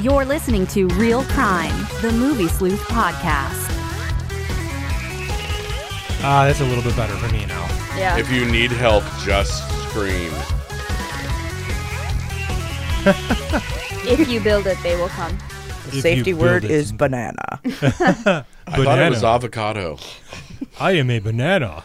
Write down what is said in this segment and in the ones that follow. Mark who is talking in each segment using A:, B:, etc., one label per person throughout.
A: You're listening to Real Crime, the Movie Sleuth podcast.
B: Ah, that's a little bit better for me now.
C: Yeah.
D: If you need help, just scream.
C: if you build it, they will come.
B: If
E: The
B: you
E: safety
B: build
E: word
B: it.
E: is banana.
D: I thought it
B: Banana.
D: was avocado.
B: I am a banana.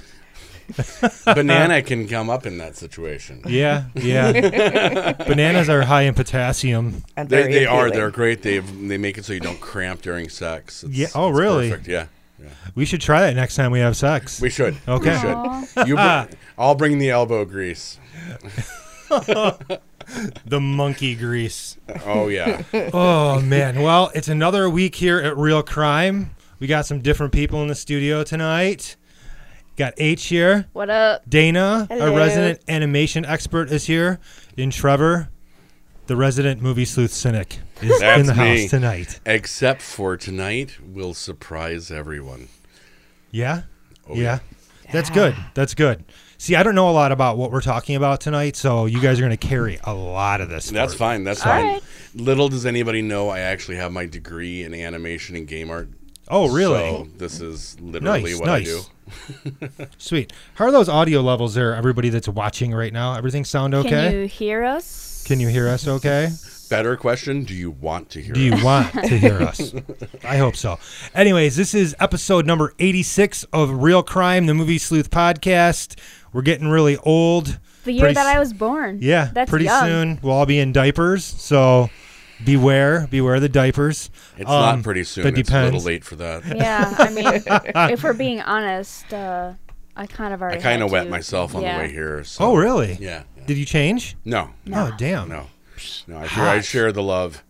D: Banana can come up in that situation.
B: Yeah, yeah. Bananas are high in potassium.
E: And
D: They,
E: very
D: they are.
E: appealing.
D: They're great. They they make it so you don't cramp during sex. It's-
B: Yeah. Oh,
D: it's
B: really?
D: Perfect. Yeah. yeah.
B: We should try that next time we have sex.
D: We should.
B: Okay.
D: We should. You br- I'll bring the elbow grease.
B: the monkey grease.
D: Oh yeah.
B: Oh man. Well, it's another week here at Real Crime. We got some different people in the studio tonight. Got H here.
C: What up?
B: Dana,
C: Hello.
B: a resident animation expert, is here. And Trevor, the resident movie sleuth cynic, is in
D: That's
B: the
D: me.
B: house tonight.
D: Except for tonight, we'll surprise everyone.
B: Yeah?
D: Oh,
B: yeah. That's good. That's good. See, I don't know a lot about what we're talking about tonight, so you guys are going to carry a lot of this.
D: That's
B: for-
D: fine. That's fine.
C: right.
D: Little does anybody know, I actually have my degree in animation and game art.
B: Oh, really?
D: So this is literally
B: nice.
D: what I do.
B: Nice. Sweet. How are those audio levels there, everybody that's watching right now? Everything sound okay?
C: Can you hear us?
B: Can you hear us okay?
D: Better question: Do you want to hear?
B: Do you
D: it?
B: want to hear us? I hope so. Anyways, this is episode number 86 of Real Crime, the Movie Sleuth podcast. We're getting really old.
C: The year
B: Pretty
C: that
B: s-
C: I was born.
B: Yeah,
C: That's
B: pretty
C: young.
B: soon we'll all be in diapers, so beware, beware the diapers.
D: It's
B: Um,
D: not pretty soon.
B: That
D: it's a little
B: depends.
D: late for that.
C: Yeah, I mean, if we're being honest, uh, I kind of
D: I
C: already.
D: kind of
C: had
D: wet
C: to.
D: myself on
C: Yeah.
D: the way here. So.
B: Oh, really?
D: Yeah. yeah.
B: Did you change?
D: No.
B: No. Oh, damn.
D: No. No. I share, I share the love.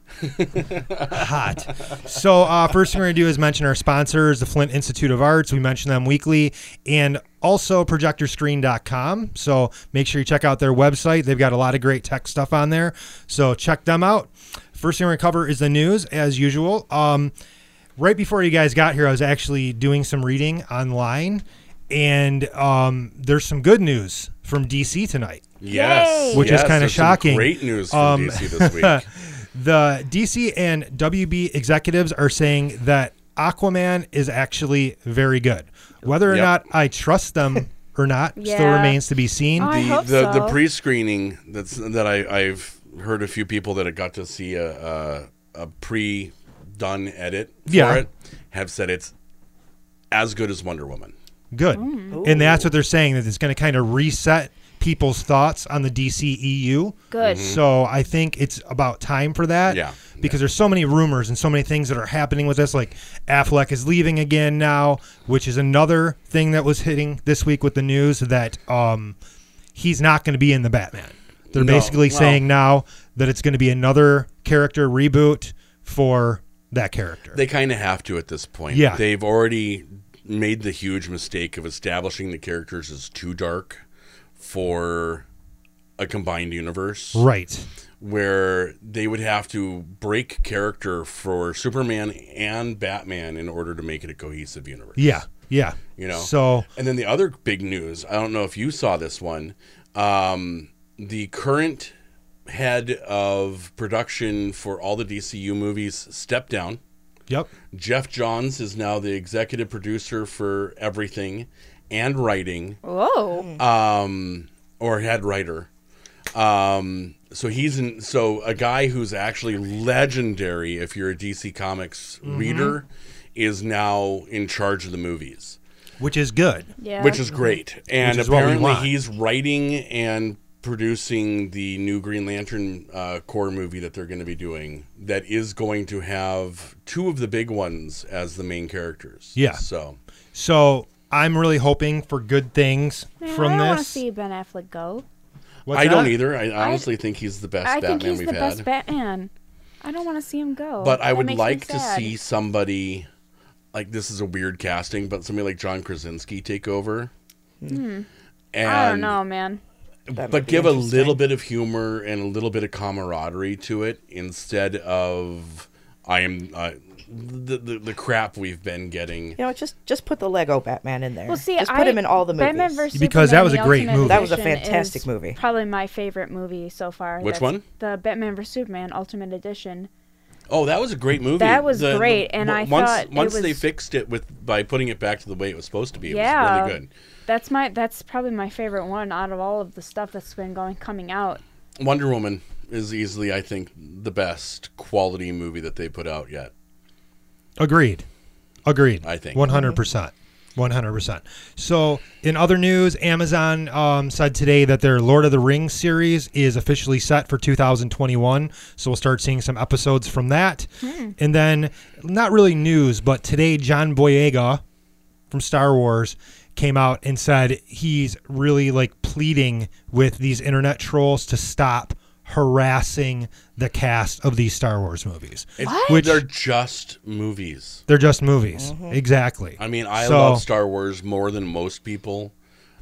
B: hot. So uh, first thing we're gonna do is mention our sponsors, the Flint Institute of Arts. We mention them weekly, and also projectorscreen.com. So make sure you check out their website. They've got a lot of great tech stuff on there. So check them out. First thing we're gonna cover is the news, as usual. Um, right before you guys got here, I was actually doing some reading online, and um, there's some good news from DC tonight.
D: Yes.
B: Which is
D: yes,
B: kinda
D: there's some
B: shocking.
D: Great news from
B: Um,
D: DC this week.
B: The DC and WB executives are saying that Aquaman is actually very good. Whether or
D: Yep.
B: not I trust them or not still
C: Yeah. Oh,
B: remains to be seen.
C: I
D: the
C: hope
D: the, the
C: so.
D: pre-screening that's that I, I've heard a few people that have got to see a a, a pre-done edit for
B: Yeah.
D: it have said it's as good as Wonder Woman.
B: Good. And that's what they're saying that it's going to kind of reset people's thoughts on the DCEU.
C: Good. Mhm.
B: So I think it's about time for that.
D: Mm-hmm. Yeah.
B: Because there's so many rumors and so many things that are happening with this. Like Affleck is leaving again now, which is another thing that was hitting this week with the news that um, he's not going to be in the Batman. They're
D: No.
B: basically
D: Well-
B: saying now that it's going to be another character reboot for that character.
D: They kind of have to at this point.
B: Yeah.
D: They've already made the huge mistake of establishing the characters as too dark for a combined universe
B: right.
D: where they would have to break character for Superman and Batman in order to make it a cohesive universe.
B: Yeah. Yeah.
D: You know?
B: So
D: And then the other big news, I don't know if you saw this one. Um, the current head of production for all the DCU movies stepped down.
B: yep.
D: Jeff Johns is now the executive producer for everything and writing,
C: Whoa.
D: um, or head writer. Um, so he's in, so a guy who's actually legendary if you're a DC Comics
B: Mm-hmm.
D: reader is now in charge of the movies,
B: Which is good.
C: Yeah.
D: which is great. And
B: Mm-hmm. is what we
D: apparently
B: want.
D: he's writing and producing the new Green Lantern uh, core movie that they're going to be doing that is going to have two of the big ones as the main characters.
B: Yeah.
D: So
B: So I'm really hoping for good things
C: Man,
B: from
C: I don't want to
B: this.
C: see Ben Affleck go.
B: What's
D: I don't
B: that?
D: either. I honestly think he's the best
C: I
D: Batman
C: think he's
D: we've
C: the
D: had.
C: best Batman. I don't want to see him go.
D: but I
C: That
D: would
C: makes me
D: like to
C: sad.
D: see somebody like this is a weird casting, but somebody like John Krasinski take over. And,
C: Hmm. I don't know, man.
E: Hmm. That might
D: But
E: be
D: give a
E: interesting.
D: little bit of humor and a little bit of camaraderie to it instead of I am uh, the, the the crap we've been getting.
E: You know, just just put the Lego Batman in there.
C: Well, see,
E: just
C: I,
E: put him in all the movies.
C: Batman versus
B: Because that
C: Superman,
B: was a
C: The
B: great
C: Ultimate
B: movie.
E: That was a
C: Edition
E: fantastic
C: is
E: movie.
C: Probably my favorite movie so far.
D: Which
C: That's
D: one?
C: The Batman versus Superman Ultimate Edition.
D: Oh, that was a great movie.
C: That was great, and
D: w-
C: I
D: once,
C: thought it
D: once they
C: was-
D: fixed it with by putting it back to the way it was supposed to be, it was
C: yeah,
D: really good.
C: That's my that's probably my favorite one out of all of the stuff that's been going coming out.
D: Wonder Woman is easily, I think, the best quality movie that they put out yet.
B: Agreed. Agreed.
D: I think.
B: 100%. 100%. So, in other news, Amazon um, said today that their Lord of the Rings series is officially set for 2021. So, we'll start seeing some episodes from that. And then, not really news, but today, John Boyega from Star Wars came out and said he's really like pleading with these internet trolls to stop harassing the cast of these Star Wars movies.
D: It's-
B: Which-
D: They're just movies.
B: They're just movies.
C: Mm-hmm.
B: Exactly.
D: I mean, I
B: So-
D: love Star Wars more than most people,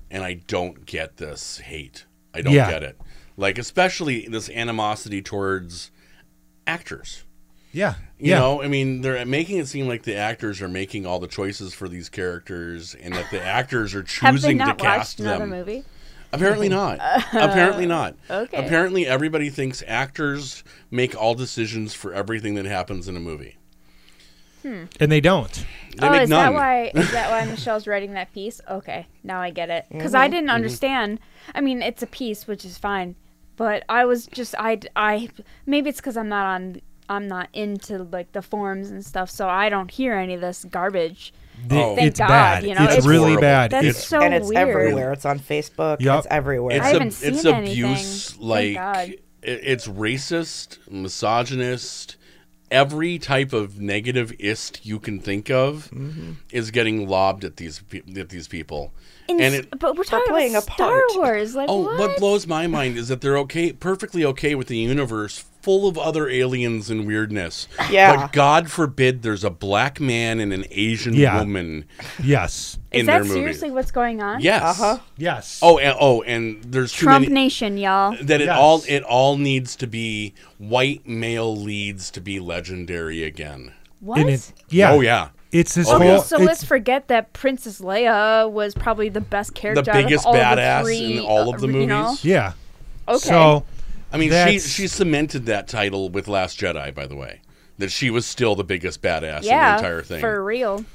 D: and I don't get this hate. I don't
B: Yeah.
D: get it. Like, especially this animosity towards actors.
B: Yeah.
D: You
B: yeah.
D: know, I mean, they're making it seem like the actors are making all the choices for these characters, and that the actors are
C: Have they
D: choosing to
C: not watched
D: cast
C: another
D: them.
C: movie?
D: Apparently not. Apparently not.
C: okay.
D: Apparently, everybody thinks actors make all decisions for everything that happens in a movie.
B: and they don't.
D: They
C: oh,
D: make
C: is
D: none.
C: that why? Is that why Michelle's writing that piece? Okay, now I get
D: Mm-hmm.
C: it. Because I didn't understand. I mean, it's a piece, which is fine, but I was just I I maybe it's because I'm not on I'm not into like the forms and stuff, so I don't hear any of this garbage.
B: The-
D: Oh. Thank
B: it's
C: God,
B: bad.
C: you know,
B: it's,
C: it's-
B: really
D: Horrible.
B: bad.
C: That's
B: it's
C: so
E: and it's
C: weird.
E: everywhere. It's on Facebook.
B: Yup.
E: It's everywhere.
D: It's
C: I
D: ab-
C: haven't seen
D: it's
C: anything.
D: abuse.
C: Thank
D: Like
C: God.
D: i- it's racist, misogynist. Every type of negative ist you can think of
C: Mm-hmm.
D: is getting lobbed at these pe- at these people.
C: And,
D: And
C: s-
D: it-
C: but we're talking
E: playing a
C: about Star
E: part.
C: Wars. Like
D: Oh,
C: what?
D: what blows my mind is that they're okay, perfectly okay with the universe full of other aliens and weirdness.
E: Yeah.
D: But God forbid there's a black man and an Asian
B: Yeah.
D: woman
B: yes.
C: Is
D: in
C: that
D: their movies.
C: seriously what's going on?
D: Yes.
E: Uh-huh.
B: Yes.
D: Oh, and, oh, and there's too
C: Trump
D: many.
C: Nation, y'all.
D: that it
B: Yes.
D: all it all needs to be white male leads to be legendary again.
C: What?
B: And it, yeah.
D: Oh yeah.
B: It's this
D: Oh,
B: whole.
D: yeah.
C: Well, so
B: it's-
C: let's forget that Princess Leia was probably the best character,
D: The biggest
C: out of all
D: badass
C: the three,
D: in all of the
C: uh, you know?
D: movies.
B: yeah.
C: Okay.
B: So
D: I mean, she
B: That's-
D: she cemented that title with Last Jedi, by the way. That she was still the biggest badass
C: yeah,
D: in the entire thing.
C: for real.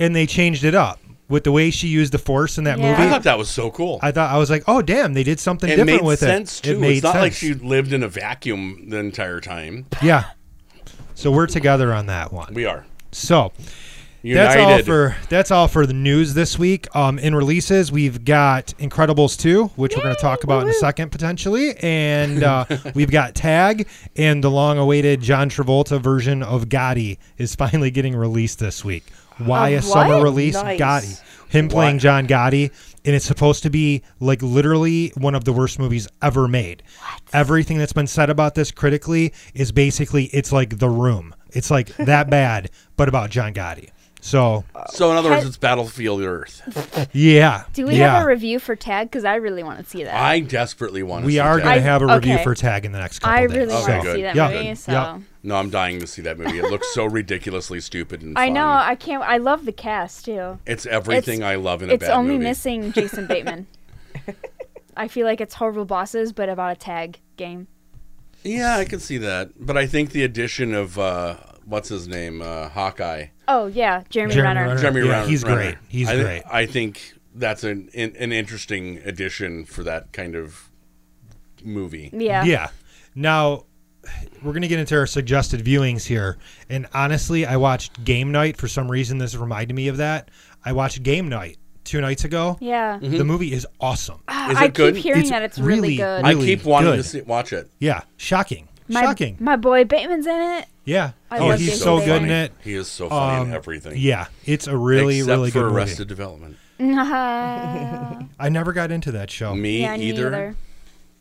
B: and they changed it up with the way she used the force in that
C: Yeah.
B: movie.
D: I thought that was so cool.
B: I thought I was like, oh damn, they did something
D: it
B: different
D: made
B: with
D: sense
B: it.
D: too.
B: It made
D: it's not like she
B: sense.
D: lived in a vacuum the entire time.
B: Yeah. So we're together on that one.
D: We are
B: So
D: united.
B: That's all for that's all for the news this week. Um, in releases, we've got Incredibles two, which we're going to talk about in a second potentially, and uh, we've got Tag and the long-awaited John Travolta version of Gotti is finally getting released this week. Why a
C: Of
B: summer
C: what?
B: release?
E: Nice.
B: Gotti, him playing
D: Why?
B: John Gotti, and it's supposed to be like literally one of the worst movies ever made. Everything that's been said about this critically is basically it's like The Room. It's like that bad, but about John Gotti. So
C: Uh,
D: so in other words,
C: Has-
D: it's Battlefield Earth.
B: yeah,
C: Do we
B: yeah.
C: have a review for Tag? Because I really want to see that.
D: I desperately want to.
B: we
D: see
B: are
D: that.
B: going to
C: I-
B: have a review
C: okay.
B: for Tag in the next couple
C: I
B: days.
C: really
D: Okay,
C: want to
D: good.
C: see that
B: Yeah.
C: movie. So
B: Yeah.
D: No, I'm dying to see that movie. It looks so ridiculously stupid and.
C: I
D: fun.
C: know I can't. I love the cast too.
D: It's everything I love in a
C: it's
D: bad
C: only
D: movie.
C: missing Jason Bateman. I feel like it's horrible bosses, but about a tag game.
D: yeah, I can see that, but I think the addition of uh, what's his name, uh, Hawkeye,
C: Oh yeah, Jeremy,
B: Jeremy
C: Renner.
B: Renner.
D: Jeremy
B: Yeah,
D: Renner.
B: he's
D: Renner.
B: great. He's
D: I thi-
B: great.
D: I think that's an an an interesting addition for that kind of movie.
C: Yeah.
B: Yeah. Now we're gonna get into our suggested viewings here, and honestly, I watched Game Night for some reason. This reminded me of that. I watched Game Night two nights ago.
C: Yeah.
D: Mm-hmm.
B: The movie is awesome.
C: Ah,
D: Is
C: I
D: it good?
C: keep hearing
B: It's
C: that it's really,
B: really-
C: good.
D: I keep wanting to
B: good.
D: see, watch it.
B: Yeah, shocking,
C: my,
B: shocking.
C: My boy Bateman's in it.
B: yeah.
C: I
B: oh,
C: love
B: he's
C: Jason
B: so good
C: Bateman.
B: in
D: funny.
B: it.
D: He is so funny in
B: Um,
D: everything.
B: Yeah, it's a really,
D: Except
B: really
D: for
B: good movie.
D: Arrested Development.
B: I never got into that show.
D: Me
C: yeah,
D: either.
C: neither.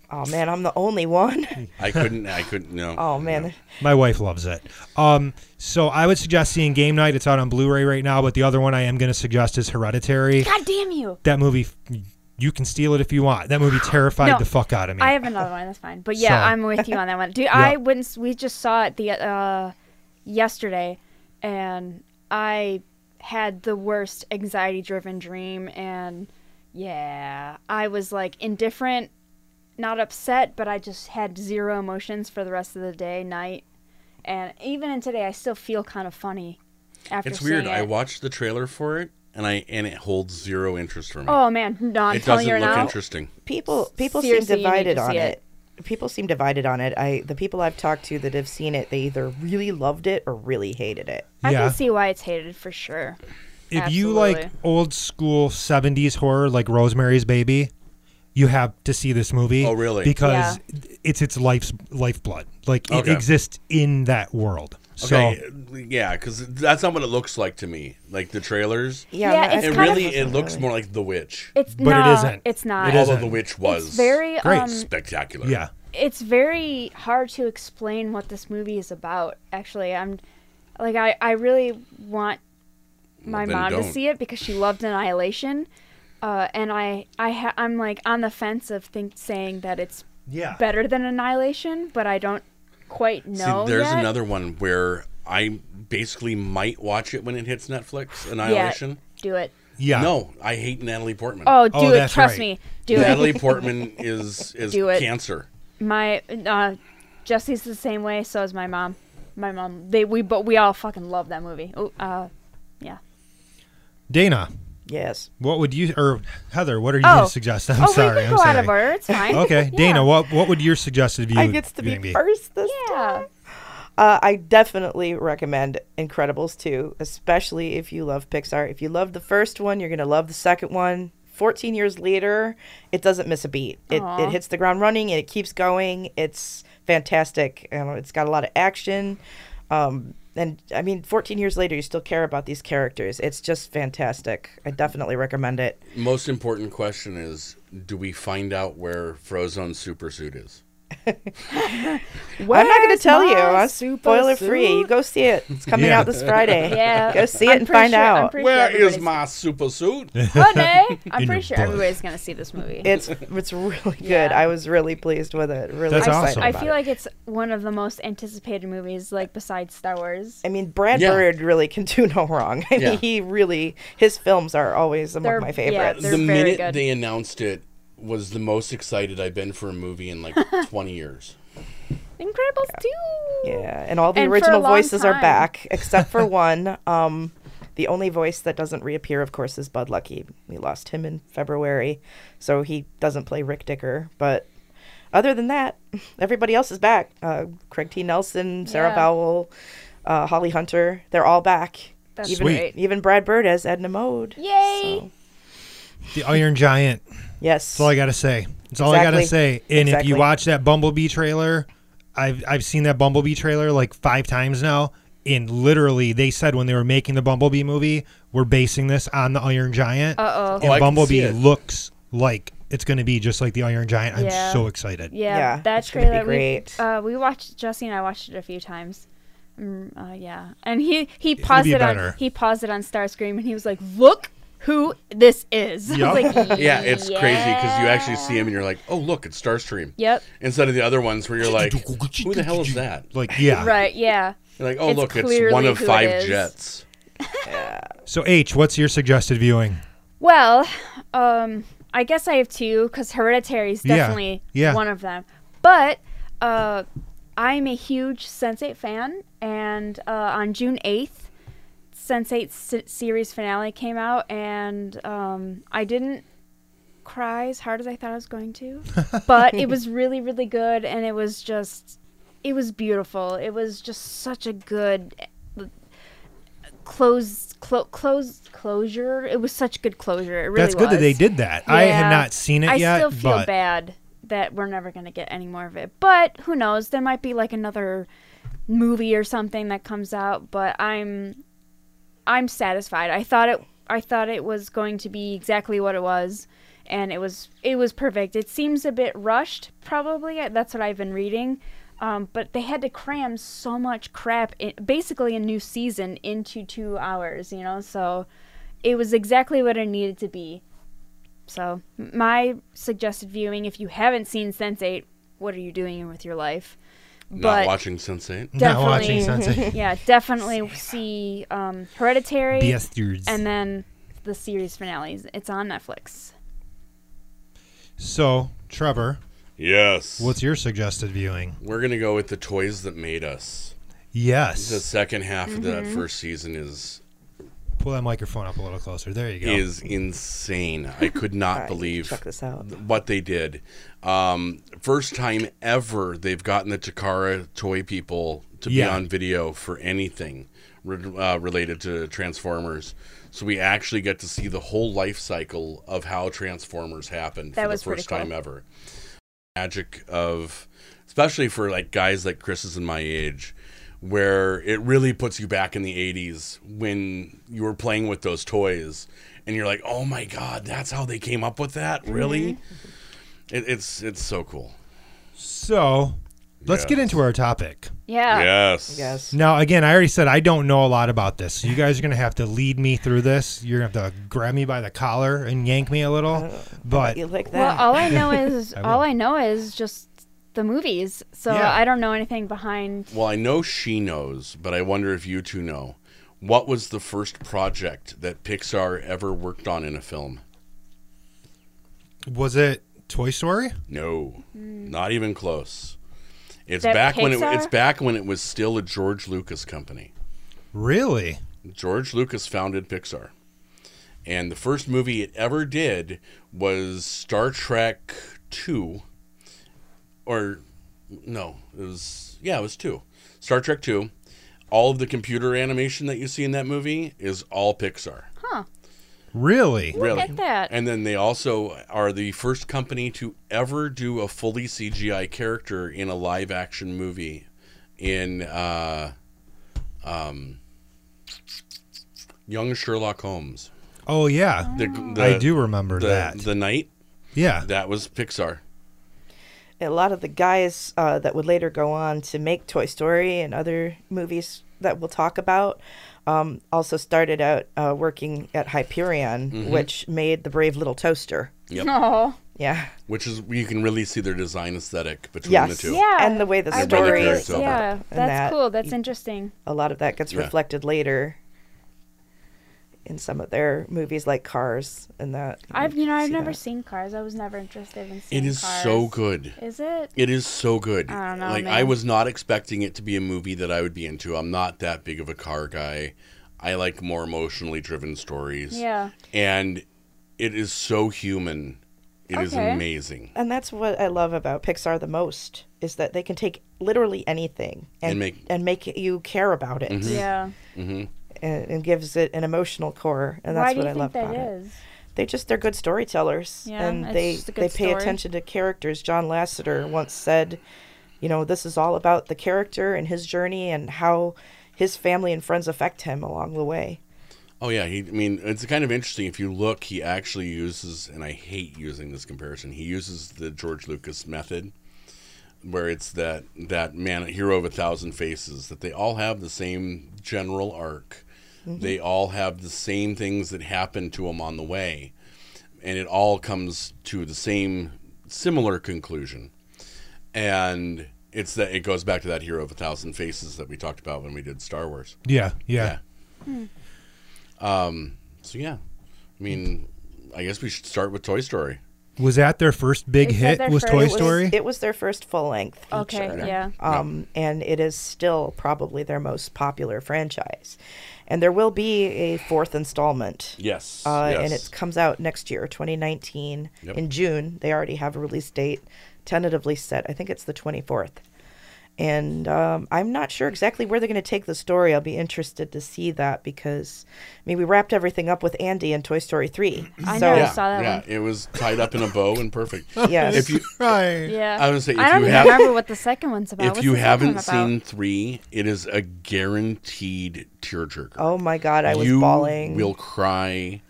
E: oh man, I'm the only one.
D: I couldn't. I couldn't. No.
E: Oh man,
B: My wife loves it. Um, so I would suggest seeing Game Night. It's out on Blu-ray right now, but the other one I am going to suggest is Hereditary.
C: God damn you!
B: That movie, you can steal it if you want. That movie terrified
C: No,
B: the fuck out of me.
C: I have another one. That's fine. But yeah,
B: So-
C: I'm with you on that one, dude. I wouldn't. s- We just saw it the uh, yesterday, and I had the worst anxiety-driven dream, and yeah, I was like indifferent, not upset, but I just had zero emotions for the rest of the day, night, and even in today, I still feel kind of funny. After
D: It's weird.
C: seeing
D: I
C: it.
D: watched the trailer for it, and I and it holds zero interest for me.
C: Oh man, no, I'm
D: it doesn't
C: telling you
D: look
C: right now.
D: interesting.
E: People people
C: Seriously,
E: seem
C: you need
E: divided
C: to
E: on
C: see
E: it. People seem divided on it. I the people I've talked to that have seen it, they either really loved it or really hated it.
C: I
B: Yeah.
C: can see why it's hated for sure.
B: if you like
C: Absolutely.
B: old school 70s horror like rosemary's baby you have to see this movie
D: Oh, really?
B: because it's its life's lifeblood like it
D: Okay.
B: exists in that world so
D: Okay, yeah, because that's not what it looks like to me. Like the trailers,
E: Yeah,
C: Yeah,
E: I'm not-
C: it's
D: it
C: kind of-
D: really it looks more like The Witch.
C: It's
B: But it
C: no,
B: isn't.
C: It's not.
B: It
D: Although
B: isn't.
D: The Witch was
C: It's very
B: Great.
C: um,
D: spectacular.
B: yeah
C: it's very hard to explain what this movie is about. Actually, I'm like I, I really want my
D: then
C: mom to
D: don't.
C: see it because she loved Annihilation, uh, and I I ha- I'm like on the fence of think saying that it's
B: Yeah.
C: better than Annihilation, but I don't quite know.
D: See, there's
C: yet.
D: another one where I basically might watch it when it hits Netflix. Annihilation.
C: Yeah, do it.
B: yeah
D: No, I hate Natalie Portman.
C: Oh, do
B: Oh,
C: it.
B: that's
C: Trust
B: right.
C: me. Do
D: Natalie
C: it.
D: Portman is is
C: Do it.
D: cancer.
C: My uh, Jesse's the same way. So is my mom. My mom. They we but we all fucking love that movie. Oh, uh, yeah.
B: dana
E: yes.
B: what would you or heather what are you
C: Oh.
B: gonna suggest i'm
C: oh,
B: sorry
C: we can
B: i'm
C: go
B: sorry
C: out of order. It's fine.
B: okay
C: Yeah.
B: dana what what would your suggested view
E: I gets to
B: viewing
E: be first this
C: Yeah.
E: Uh, I definitely recommend Incredibles 2, especially if you love Pixar. If you love the first one, you're going to love the second one. 14 years later, it doesn't miss a beat. It, it hits the ground running and it keeps going. It's fantastic. And it's got a lot of action. Um, and I mean, 14 years later, you still care about these characters. It's just fantastic. I definitely recommend it.
D: Most important question is: Do we find out where Frozone Super Suit is?
E: I'm not going
C: Where's
E: to tell you.
C: my
E: I'm
C: super
E: spoiler free.
C: suit?
E: You go see it. It's coming
B: Yeah.
E: out this Friday.
C: Yeah.
E: Go see it
C: I'm
E: and
C: pretty
E: find
C: sure-
E: out.
C: I'm pretty
D: Where
C: sure
D: is my super suit?
C: Honey, Oh, I'm
B: In your
C: pretty sure
B: butt.
C: everybody's gonna see this movie.
E: It's it's really good.
C: Yeah.
E: I was really pleased with it. Really
B: That's
E: excited
B: awesome.
C: I
E: about
C: feel
E: it.
C: like it's one of the most anticipated movies, like besides Star Wars.
E: I mean, Brad
D: Yeah.
E: Bird really can do no wrong. I mean,
D: Yeah.
E: he really his films are always among
C: They're-
E: my
C: yeah,
E: favorites.
C: they're-
D: the
C: very
D: minute
C: good.
D: they announced it was the most excited I've been for a movie in like 20 years.
C: Incredibles two.
E: Yeah, and all the
C: And for a
E: original
C: long
E: voices are
C: time.
E: back except for one. Um, the only voice that doesn't reappear, of course, is Bud Lucky. We lost him in February, so he doesn't play Rick Dicker. But other than that, everybody else is back. Uh, Craig T. Nelson, Sarah
C: Yeah.
E: Powell, uh, Holly Hunter, they're all back.
C: That's
E: even,
B: Sweet.
C: great.
E: even Brad Bird as Edna Mode.
C: Yay!
E: So,
B: the iron giant
E: yes.
B: That's all I gotta say. That's all I gotta
E: Exactly.
B: say. And if
E: Exactly.
B: you watch that Bumblebee trailer, I've I've seen that Bumblebee trailer like five times now. And literally, they said when they were making the Bumblebee movie, we're basing this on the Iron Giant.
C: Uh-oh.
B: And
D: Oh, I can see
B: Bumblebee
D: it.
B: looks like it's gonna be just like the Iron Giant. I'm
C: Yeah.
B: so excited.
C: Yeah,
E: Yeah,
C: that
E: it's gonna be
C: trailer.
E: great.
C: We, uh, we watched Jesse and I watched it a few times. Mm, uh, yeah, and he he paused
B: be
C: it
B: better.
C: on he paused it on Starscream and he was like, "Look who this is." I was like,
D: Yeah, it's crazy because you actually
C: "Yeah."
D: see him and you're like, oh, look, it's Starstream.
C: Yep.
D: Instead of the other ones where you're like, who the hell is that?
B: Like, yeah.
C: Right. Yeah.
D: You're like, oh,
C: It's
D: look, it's
C: clearly
D: one of
C: who it
D: five
C: is.
D: jets.
B: So, H, what's your suggested viewing?
C: Well, um, I guess I have two because Hereditary is
B: Yeah,
C: definitely
B: yeah.
C: one of them. But uh, I'm a huge Sense8 fan, and uh, on June 8th, Sense8 se- series finale came out, and um, I didn't cry as hard as I thought I was going to, but it was really, really good, and it was just, it was beautiful. It was just such a good close clo- close closure. It was such good closure. It really
B: That's good that
C: was.
B: they did that. I have
C: Yeah.
B: not seen it
C: I
B: yet.
C: still feel
B: but
C: bad that we're never going to get any more of it. But who knows? There might be like another movie or something that comes out, but I'm I'm satisfied. I thought it I thought it was going to be exactly what it was and it was it was perfect. It seems a bit rushed probably. That's what I've been reading. Um, but they had to cram so much crap in, basically a new season into 2 hours, you know? So it was exactly what it needed to be. So, m- my suggested viewing if you haven't seen Sense8, what are you doing with your life?
D: Not
C: But-
D: watching Sensei.
B: not watching
C: Definitely.
B: Sensei.
C: Yeah, definitely see um, Hereditary
B: Bastards.
C: and then the series finales. It's on Netflix.
B: so, Trevor,
D: Yes.
B: what's your suggested viewing?
D: We're going to go with the toys that made us. The
B: Yes.
D: second half of
C: Mm-hmm.
D: that first season is
B: Pull that microphone up a little closer. There you go.
D: is insane. I could not
E: Alright,
D: believe
E: check this out.
D: what they did. Um, first time ever they've gotten the Takara toy people to be
B: Yeah.
D: on video for anything re- uh, related to Transformers. So we actually get to see the whole life cycle of how Transformers happened
C: That
D: for
C: was
D: the
C: pretty
D: first time
C: cool.
D: ever. Magic of, especially for like guys like Chris's and my age, where it really puts you back in the 80s when you were playing with those toys and you're like, oh my God, that's how they came up with that?
C: Mm-hmm.
D: Really? It, it's it's so cool.
B: So let's get
D: Yes.
B: into our topic.
C: Yeah.
D: yes.
E: Yes.
B: Now, again, I already said I don't know a lot about this. So you guys are going to have to lead me through this. You're going to have to grab me by the collar and yank me a little.
C: Uh,
B: But
E: You like
C: Well,
E: that?
C: all I know is all I know is just the movies. So
B: Yeah.
C: I don't know anything behind.
D: Well, I know she knows, but I wonder if you two know. What was the first project that Pixar ever worked on in a film?
B: was it Toy Story?
D: No, not even close. It's
C: Hmm. That
D: back when it,
C: Pixar?
D: it's back when it was still a George Lucas company.
B: Really?
D: George Lucas founded Pixar. And the first movie it ever did was Star Trek 2 or no, it was yeah, it was 2. Star Trek 2. All of the computer animation that you see in that movie is all Pixar.
B: Really?
D: Really.
C: at that.
D: And then they also are the first company to ever do a fully CGI character in a live action movie in uh um Young Sherlock Holmes.
B: Oh, yeah.
D: The,
B: I
D: the-
B: do remember
D: the,
B: that.
D: The night
B: yeah.
D: that was Pixar.
E: a lot of the guys uh, that would later go on to make Toy Story and other movies that we'll talk about um, also started out uh, working at Hyperion, which made the Brave Little Toaster.
C: Oh,
E: Yeah.
D: Which is you can really see their design aesthetic between the
E: Yes.
D: two.
C: yeah.
E: And the way the
C: I read
D: story
C: it.
D: is set up
C: Yeah, that's
E: and that-
C: cool. That's interesting.
E: A lot of that gets
D: Yeah.
E: reflected later in some of their movies like Cars and that.
C: I've you know I've
E: see
C: never
E: that.
C: seen Cars. I was never interested in seeing
D: It is
C: Cars.
D: so good.
C: Is it?
D: It is so good.
C: I don't know,
D: like
C: man.
D: I was not expecting it to be a movie that I would be into. I'm not that big of a car guy. I like more emotionally driven stories.
C: Yeah.
D: And it is so human. It is
C: Okay.
D: amazing.
E: And that's what I love about Pixar the most is that they can take literally anything and,
D: And make-
E: and make Mm-hmm. you care about it.
C: Yeah.
E: and, and gives it an emotional core, and that's
C: Why do
E: what
C: you
E: I love
C: think that
E: about it.
C: is?
E: They just they're good storytellers,
C: Yeah,
E: and
C: it's
E: they
C: just a good
E: they pay
C: story.
E: attention to characters. John Lasseter once said, "You know, this is all about the character and his journey and how his family and friends affect him along the way."
D: Oh yeah, he, I mean, it's kind of interesting if you look. He actually uses, and I hate using this comparison. He uses the George Lucas method, where it's that that man, hero of a thousand faces, that they all have the same general arc. They all have the same things that happen to him on the way, and it all comes to the same similar conclusion. And it's that it goes back to that hero of a thousand faces that we talked about when we did Star Wars.
B: Yeah. Yeah.
C: Hmm.
D: Um, So yeah, I mean, I guess we should start with Toy Story.
B: Was that their first big
C: Is that
B: hit?
C: their
B: Was
C: first-
B: Toy
E: It was-
B: Story?
E: It was their first full length.
C: Okay. Yeah.
E: um, and it is still probably their most popular franchise, and there will be a fourth installment.
D: Yes,
E: uh,
D: yes.
E: and it comes out next year, 2019,
D: Yep.
E: in June. They already have a release date tentatively set. I think it's the 24th. And um, I'm not sure exactly where they're going to take the story. I'll be interested to see that because, I mean, we wrapped everything up with Andy in Toy Story 3.
C: I
E: so,
C: know.
D: yeah,
C: saw that
D: yeah.
C: one.
D: It was tied up in a bow and perfect.
E: Yes.
D: If you
B: Right.
C: Yeah.
D: I would say if
C: I don't
D: you
C: even
D: have-
C: remember what the second one's about.
D: if
C: What's
D: you
C: the second one
D: haven't
C: about?
D: seen three, it is a guaranteed tearjerker.
E: Oh my God, I was
D: you
E: bawling.
D: will cry.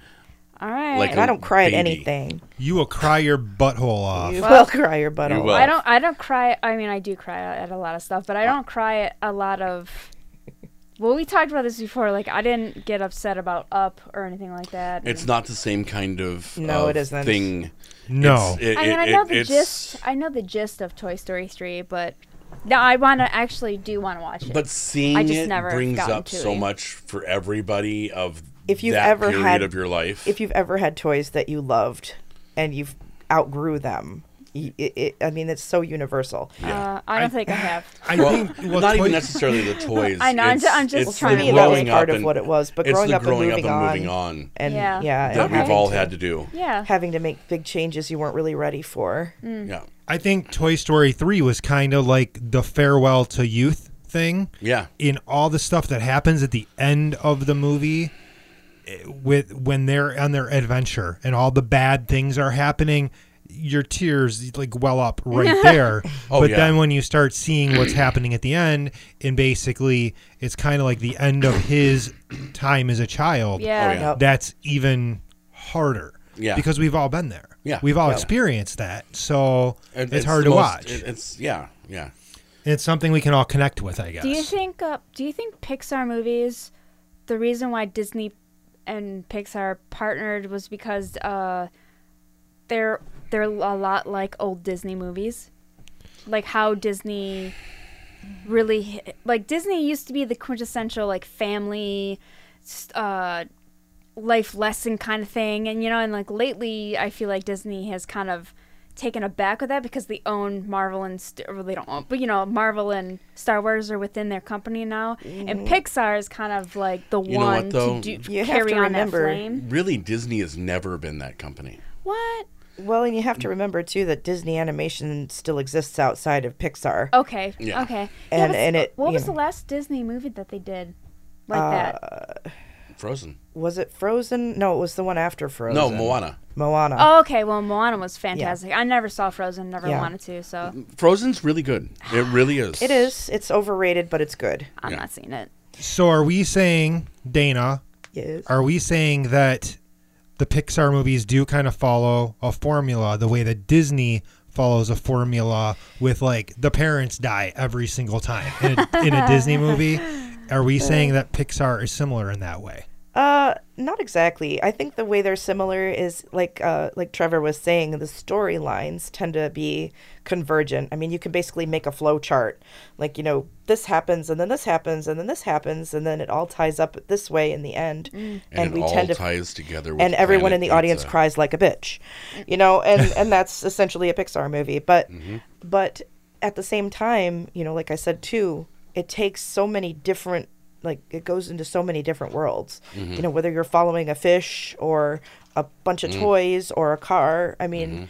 C: all right.
D: like
E: and I don't cry
D: baby.
E: at anything.
B: You will cry your butthole off.
E: You will cry your butt
D: You
E: off.
D: will.
C: I don't. I don't cry. I mean, I do cry at a lot of stuff, but
D: Uh,
C: I don't cry at a lot of. Well, we talked about this before. Like, I didn't get upset about Up or anything like that.
D: It's not the same kind of
E: No,
D: of
E: it isn't.
D: thing.
B: No.
D: It's- it-
C: I mean,
D: it-
C: I know
D: it-
C: the
D: it's-
C: gist. I know the gist of Toy Story three, but no, I want to actually do want to watch it.
D: But seeing
C: I just
D: it
C: never
D: brings
C: gotten
D: up
C: to
D: so
C: it.
D: much for everybody of
E: If you've
D: that
E: ever
D: period
E: had-
D: of your life.
E: If you've ever had toys that you loved and you've outgrew them, y- it, it, I mean, it's so universal.
C: Uh, I don't think I have.
B: I
D: Well,
B: think well,
D: not
B: toy-
D: even necessarily the toys.
C: I know, I'm
D: It's,
C: ju- I'm just
D: it's the
C: trying to-
E: Maybe that was
D: growing up
E: part of
D: and-
E: what it was, but
D: it's
E: growing
D: the
E: up and
D: growing
E: moving
D: up and
E: on.
D: moving on
E: And
C: Yeah.
E: yeah,
D: that
E: and
D: we've
E: having
D: all
E: to-
D: had to do.
C: Yeah. Mm.
E: having to make big changes you weren't really ready for.
D: Yeah.
B: I think Toy Story 3 was kind of like the farewell to youth thing.
D: Yeah.
B: In all the stuff that happens at the end of the movie eh, with when they're on their adventure and all the bad things are happening, your tears like well up right there.
D: Oh,
B: but
D: yeah.
B: then when you start seeing what's happening at the end and basically it's kind of like the end of his time as a child.
C: Yeah.
D: Oh, yeah.
E: Yep.
B: That's even harder.
D: Yeah.
B: Because we've all been there.
D: Yeah.
B: We've all
D: Yeah.
B: experienced that. So
D: And
B: it's, hard to
D: the most-
B: watch.
D: it- it's yeah, yeah.
B: it's something we can all connect with, I guess.
C: Do you think? Uh, do you think Pixar movies? The reason why Disney and Pixar partnered was because uh, they're they're a lot like old Disney movies, like how Disney really like Disney used to be the quintessential like family. s- Uh, life lesson kind of thing and you know and like lately i feel like disney has kind of taken aback with that because they own marvel and St- well, they don't own but you know marvel and star wars are within their company now and pixar is kind of like the
D: You know what,
C: one
D: though?
C: to do
E: Mm-hmm. You have
C: carry
E: to
C: on
E: remember-
C: that flame
D: Really, Disney has never been that company.
C: what
E: Well, and you have to remember too that Disney animation still exists outside of Pixar.
C: okay
D: Yeah.
C: okay
E: And-
C: but
E: and it- Uh,
C: what
E: you
C: was the
E: know.
C: last disney movie that they did like that
D: Frozen.
E: Was it Frozen? No, it was the one after Frozen.
D: No, Moana.
E: Moana.
C: oh, okay well moana was fantastic i never saw frozen never
E: Yeah.
C: wanted to
D: Mm-hmm.
C: so
D: Frozen's really good. It really is.
E: It is. It's overrated, but it's good.
C: i'm
D: Yeah.
C: not seeing it
B: so are we saying, Dana,
E: Yes.
D: Er-
B: are we saying that the Pixar movies do kind of follow a formula the way that Disney follows a formula with like the parents die every single time in a, in a Disney movie? Are we saying that Pixar is similar in that way?
E: Uh, not exactly. I think the way they're similar is like uh, like Trevor was saying, the storylines tend to be convergent. I mean, you can basically make a flow chart, like you know, this happens and then this happens and then this happens and then it all ties up this way in the end,
C: Mm.
D: And, it all ties together. With
E: and everyone in the
D: Planet
E: audience
D: Pizza. Mm-hmm.
E: cries like a bitch, you know, and and that's essentially a Pixar movie. But but at the same time, you know, like I said too, it takes so many different like it goes into so many different worlds.
D: Mm-hmm.
E: You know, whether you're following a fish or a bunch
D: Mm-hmm.
E: of toys or a car, I mean.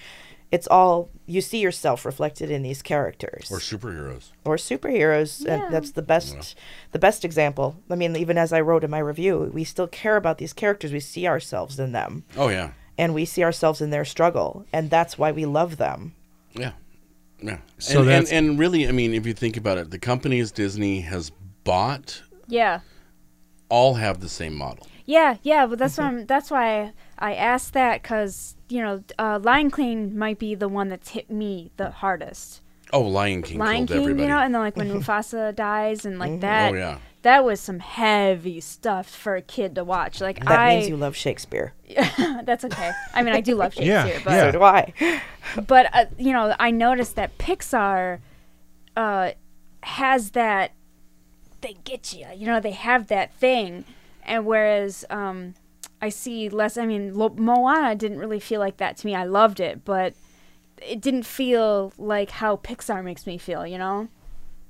E: It's all you see yourself reflected in these characters
D: Or superheroes.
E: or superheroes and that's the best the best example i mean even as i wrote in my review we still care about these characters we see ourselves in them
D: Oh yeah,
E: and we see ourselves in their struggle and that's why we love them
D: yeah, yeah.
B: So
D: and, and
B: that's-
D: and really, I mean, if you think about it, the companies Disney has bought
C: yeah
D: all have the same model.
C: Yeah, yeah, but that's why I'm, that's why I asked that because you know uh, Lion King might be the one that's hit me the hardest.
D: Oh, Lion King
C: Lion
D: Mm. killed
C: King,
D: everybody. Oh,
C: you know, and then like when Mufasa dies and
E: Mm-hmm.
C: like that.
D: yeah.
C: That was some heavy stuff for a kid to watch. Like
E: that
C: I,
E: means you love shakespeare
C: that's okay. I mean, I do love
B: Yeah,
C: Shakespeare, but
E: so do i
C: but uh, you know, I noticed that Pixar uh, has that they get you. You know, they have that thing, and whereas um, I see less. I mean, Lo- Moana didn't really feel like that to me. I loved it, but it didn't feel like how Pixar makes me feel. You know,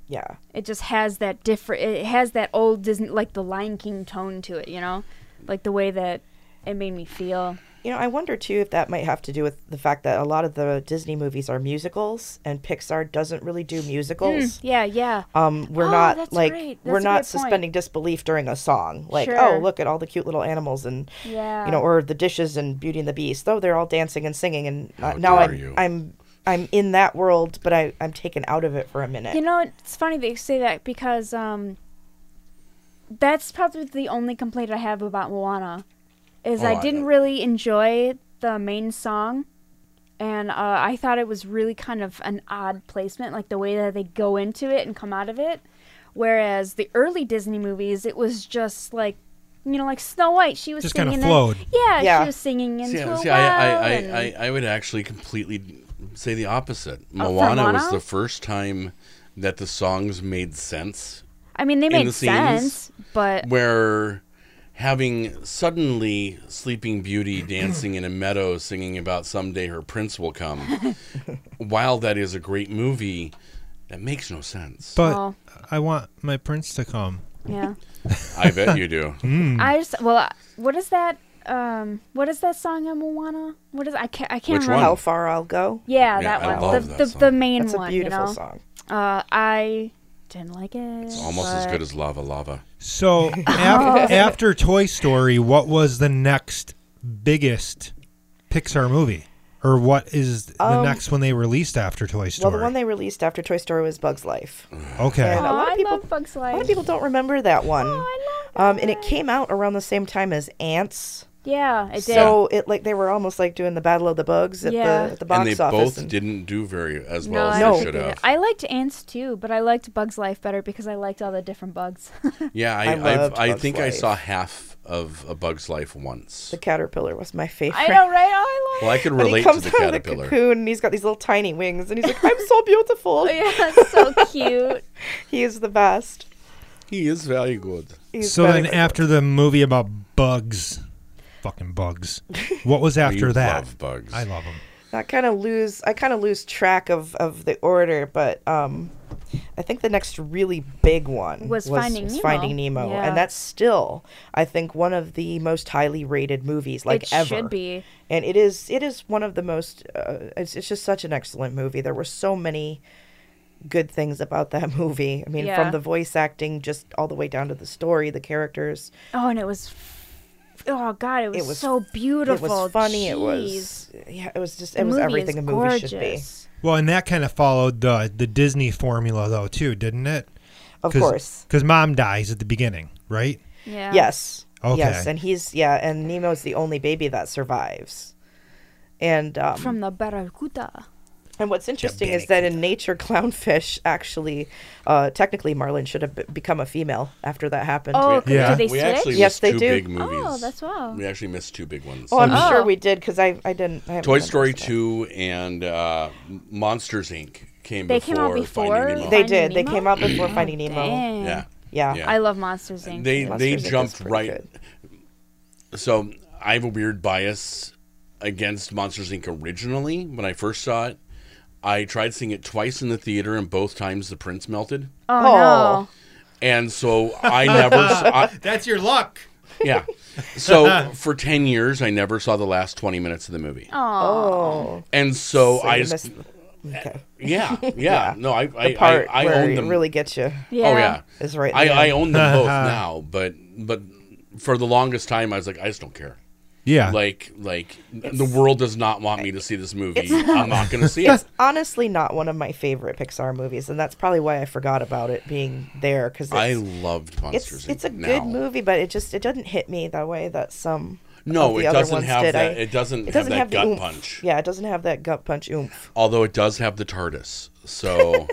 E: yeah
C: it just has that different. It has that old Disney, like the Lion King tone to it. You know, like the way that it made me feel.
E: you know i wonder too if that might have to do with the fact that a lot of the disney movies are musicals and pixar doesn't really do musicals
C: Yeah, yeah.
E: um, we're
C: Hmm. Oh,
E: not
C: that's
E: like
C: right.
E: we're
C: That's a
E: not
C: good point.
E: suspending disbelief during a song. Like,
C: Sure.
E: oh, look at all the cute little animals and
C: Yeah.
E: you know, or the dishes and Beauty and the Beast. Oh, they're all dancing and singing, and uh,
D: How
E: now
D: dare
E: I'm
D: you.
E: I'm I'm in that world, but I I'm taken out of it for a minute.
C: You know, it's funny that you say that because um, that's probably the only complaint I have about Moana, is
D: Oh,
C: I
D: I-
C: didn't really enjoy the main song, and uh, I thought it was really kind of an odd placement, like the way that they go into it and come out of it. Whereas the early Disney movies, it was just like, you know, like Snow White, she was
B: Just kinda
C: singing. it-
B: flowed.
C: Yeah,
E: Yeah.
C: she was singing into
D: See,
C: a
D: see, I,
C: well.
D: I, I,
C: and-
D: I, I would actually completely say the opposite.
C: Oh, for
D: Moana, was
C: Moana?
D: the first time that the songs made sense,
C: I mean, they
D: in the
C: made
D: scenes
C: sense, but
D: where having suddenly Sleeping Beauty dancing in a meadow singing about someday her prince will come, while that is a great movie, that makes no sense.
B: But
C: Oh.
B: I want my prince to come.
C: Yeah.
D: I bet you do.
E: Hmm?
C: I just well, I- what is that? Um, what is that song on Moana? What is I can't I can't
D: Which
C: remember.
D: one?
E: How far I'll go.
C: Yeah,
D: Yeah,
C: that
D: I
C: one.
D: love
C: the
D: that
C: the,
D: song.
C: the main
E: That's
C: one.
E: a beautiful
C: you know?
E: song.
C: Uh, I didn't like it.
D: It's almost as good as Lava Lava.
B: So af- after Toy Story, what was the next biggest Pixar movie, or what is the
E: Um,
B: next one they released after Toy Story?
E: Well, the one they released after Toy Story was Bug's Life.
B: okay,
E: and
C: Aw,
E: a lot of
C: I
E: people-
C: love Bugs
E: A lot
C: Life.
E: of people don't remember that one.
C: Oh, I love
E: Um, and it came out around the same time as Ants.
C: Yeah, it did.
E: So it like they were almost like doing the Battle of the Bugs at
C: Yeah.
E: the at the box
D: And they
E: office.
D: both
E: and-
D: didn't do very as
C: no,
D: well
C: I
D: as
E: No.
C: don't
D: they
C: think
D: should
C: they did.
D: have.
C: I liked ants too, but I liked Bugs Life better because I liked all the different bugs.
D: Yeah, I
E: I
D: I,
E: loved
D: have I
E: Bug's
D: think I
E: Life.
D: saw half of A Bug's Life once.
E: The caterpillar was my favorite.
C: I know, right? Oh, I
D: Well,
C: love.
D: I could
E: And he
D: relate to
E: comes
D: the
E: out of the
D: caterpillar.
E: cocoon and he's got these little tiny wings and he's like, I'm so beautiful.
C: it. Oh, Yeah, it's so cute.
E: He is the best.
D: he is very good.
E: He's
B: so then
E: better.
B: after the movie about bugs, fucking bugs, what was after
D: You
B: that?
D: love bugs.
B: I love them.
E: I kind of lose I kind of lose track of of the order, but um I think the next really big one
C: Was Finding Nemo.
E: Finding Nemo,
C: Yeah.
E: and that's still I think one of the most highly rated movies like
C: it
E: ever.
C: should be.
E: And it is it is one of the most uh, it's, it's just such an excellent movie. There were so many good things about that movie. I mean,
C: Yeah.
E: from the voice acting just all the way down to the story, the characters.
C: Oh, and it was. Oh God, it was,
E: It was
C: so beautiful.
E: It was funny. It
C: Jeez.
E: was yeah, it was just it
C: The
E: was
C: movie
E: everything a
C: is
E: movie should be.
C: gorgeous.
B: Well, and that kind of followed the the Disney formula though too, didn't it?
E: Of
B: Cause,
E: course.
B: because mom dies at the beginning, right?
C: Yeah.
E: Yes.
B: Okay.
E: Yes, and he's yeah, and Nemo's the only baby that survives. And um,
C: From the Barracuda.
E: and what's interesting is that in nature, clownfish actually, uh, technically, Marlin should have b- become a female after that happened.
C: Oh, could,
B: Yeah.
C: did they
D: we
C: switch?
D: actually
E: Yes,
D: missed
E: they
D: two
E: do.
D: big movies.
C: Oh, that's wow.
D: We actually missed two big ones.
E: Oh, I'm
C: Oh.
E: sure we did because I I didn't. I haven't
D: Toy
E: remembered
D: Story
E: that.
D: 2 and uh, Monsters Inc. came
C: They
D: before
C: came out
D: Finding
C: before
D: Nemo.
E: They
C: Finding
E: did. They
C: Nemo? Oh,
E: came out before Finding Nemo.
C: Dang.
D: yeah.
E: Yeah.
D: Yeah.
C: I love Monsters Inc.
D: They they
E: Monsters Inc. is
D: jumped
E: pretty
D: right. So I have a weird bias against Monsters Inc. originally when I first saw it. I tried seeing it twice in the theater, and both times the prints melted.
C: oh,
E: Oh.
C: no.
D: And so I never, s- I-
B: That's your luck.
D: yeah. So for ten years, I never saw the last twenty minutes of the movie.
E: Oh,
D: And so,
E: so
D: I,
E: you
D: s-
E: missed okay.
D: yeah, yeah, no, I, I,
E: the part
D: I, I
E: where
D: own
E: it
D: them.
E: really gets you.
C: Yeah.
D: Oh yeah,
E: Is right
D: I,
E: there.
D: I own them both now, but but for the longest time, I was like, I just don't care.
B: Yeah.
D: Like like the world does not want me to see this movie. I'm not going to see it.
E: Honestly, not one of my favorite Pixar movies, and that's probably why I forgot about it being there because
D: I loved Monsters.
E: it's it's a
D: Inc.
E: good
D: now.
E: movie, but it just it doesn't hit me the way that some
D: No,
E: of the
D: it
E: other
D: doesn't
E: ones
D: have
E: did.
D: that-
E: I-
D: it doesn't have that
E: the
D: gut
E: oomph.
D: punch.
E: Yeah, it doesn't have that gut punch oomph.
D: Although it does have the TARDIS, so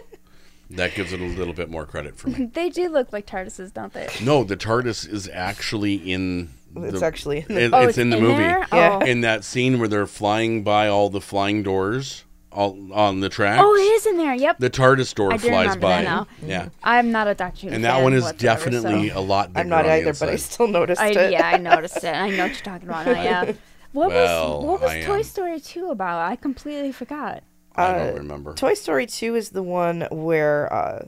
D: that gives it a little bit more credit for me.
C: They do look like TARDISes, don't they?
D: No, the TARDIS is actually in. The,
E: It's actually in the-
D: it-
C: Oh,
D: it's,
C: it's
D: in the
C: in
D: movie.
C: there? Yeah. Oh.
D: In that scene where they're flying by all the flying doors, all on the tracks.
C: Oh, it is in there. Yep.
D: The TARDIS door
C: I do
D: flies
C: remember
D: by.
C: that now.
E: Mm-hmm.
D: Yeah.
C: I'm not a Doctor Who
D: And that
C: fan
D: one is
C: whatsoever,
D: definitely
C: so-
D: a lot bigger.
E: I'm not
D: on the
E: either, but I
D: inside.
E: still noticed
C: I,
E: it.
C: yeah, I noticed it. I know what you're talking about. Now, yeah. What
D: Well,
C: was what was
D: I
C: Toy
D: am.
C: Story 2 about? I completely forgot.
D: I
E: uh,
D: don't remember.
E: Toy Story 2 is the one where uh,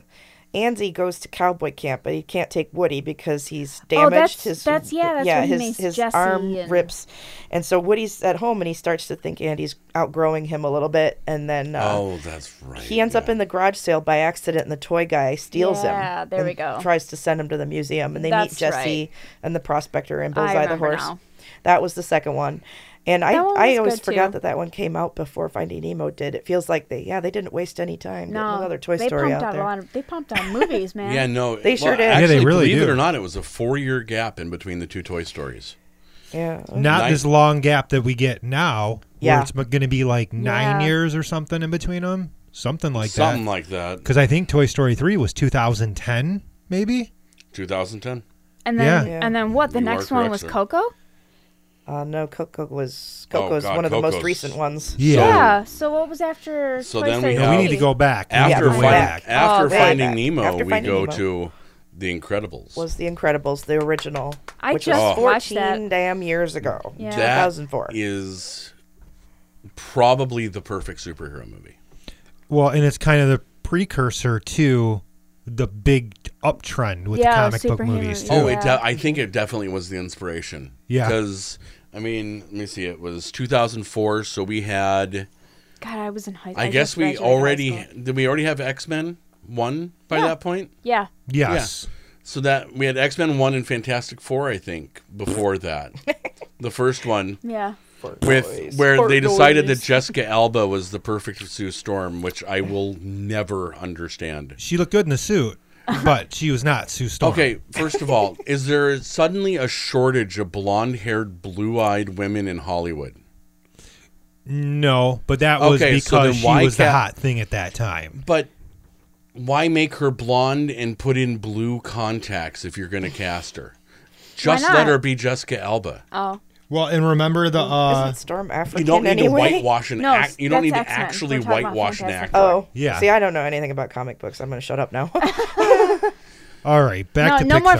E: Andy goes to cowboy camp, but he can't take Woody because he's damaged.
C: Oh, that's-
E: his
C: that's- yeah, that's
E: yeah
C: when he
E: his
C: makes
E: his
C: Jesse
E: arm
C: and-
E: rips, and so Woody's at home and he starts to think Andy's outgrowing him a little bit, and then uh,
D: oh, that's right.
E: he ends up in the garage sale by accident, and the toy guy steals him.
C: Yeah, there we
E: and
C: go.
E: Tries to send him to the museum, and they meet
C: That's
E: Jesse
C: right.
E: and the prospector and Bullseye the
C: remember
E: horse.
C: now.
E: That was the second one, and I
C: That one
E: I
C: was
E: always
C: good,
E: forgot
C: too.
E: that that one came out before Finding Nemo did. It feels like they yeah they didn't waste any time. getting
C: No.
E: another Toy
C: they
E: Story
C: pumped
E: out
C: a
E: there.
C: lot of, they pumped out movies, man.
D: Yeah, no,
E: They sure did.
B: Yeah, they
D: actually,
B: really
D: Believe
B: do.
D: it or not, it was a four-year gap in between the two Toy Stories.
E: Yeah,
B: not
D: Nine-
B: this long gap that we get now where
E: Yeah.
B: it's going to be like nine
C: Yeah.
B: years or something in between them something like
D: Something
B: that
D: like that.
B: because i think toy story 3 was 2010 maybe
D: 2010.
C: And then
B: Yeah.
E: Yeah.
C: and then what? The
D: You are
C: next one
D: correct,
C: was
D: sir.
C: Coco?
E: uh, no Coco was
D: Oh,
E: Coco's
D: God,
E: one of the most
D: Coco's-
E: recent ones.
B: Yeah.
D: So,
C: Yeah. So what was after
D: So
C: Toy
D: then we
C: Story
D: have-
B: we
D: Yeah.
B: need to go back We need to
D: After,
E: Yeah,
B: go
D: fin-
B: way back.
E: back.
D: after
E: Oh, way
D: Finding
E: back.
D: Nemo,
E: After
D: we
E: Finding
D: go
E: Nemo.
D: to The Incredibles.
E: was The Incredibles, the original,
C: I
E: which
C: just
E: was
C: watched
E: 14
C: that.
E: damn years ago,
C: Yeah.
D: That
E: 2004.
D: is probably the perfect superhero movie.
B: Well, and it's kind of the precursor to the big uptrend with
C: Yeah,
B: comic book
C: superhero
B: movies too.
C: movies.
D: Oh, it
C: Yeah.
D: de- I think it definitely was the inspiration.
B: Yeah.
D: Because I mean, let me see. It was 2004, so we had.
C: God, I was in high.
D: I,
C: just
D: guess we
C: graduated high
D: already
C: school.
D: did. We already have X Men one by
C: Yeah.
D: that point.
C: Yeah.
B: Yes.
D: So that we had X Men one and Fantastic Four, I think, before that, the first one
C: Yeah.
D: with where
E: Fart
D: they decided that
E: noise.
D: Jessica Alba was the perfect Sue Storm, which I will never understand.
B: She looked good in the suit, but she was not Sue Storm.
D: Okay, first of all, is there suddenly a shortage of blonde-haired, blue-eyed women in Hollywood?
B: No, but that was
D: Okay, so then
B: because she
D: why
B: was the
D: can't-
B: hot thing at that time.
D: But why make her blonde and put in blue contacts if you're going to cast her? Just
C: not?
D: let her be Jessica Alba.
C: Oh.
B: Well, and remember the uh,
E: Isn't Storm African
D: You don't need
E: anyway?
D: to whitewash an
C: No,
D: act. You don't
C: that's
D: need to
C: X-Men.
D: actually
C: We're talking about
D: whitewash an
C: Fantastic
D: actor.
E: Oh,
B: Yeah.
E: See, I don't know anything about comic books. I'm going to shut up now.
B: all right, back
C: no,
B: to
C: no
B: Pixar.
C: more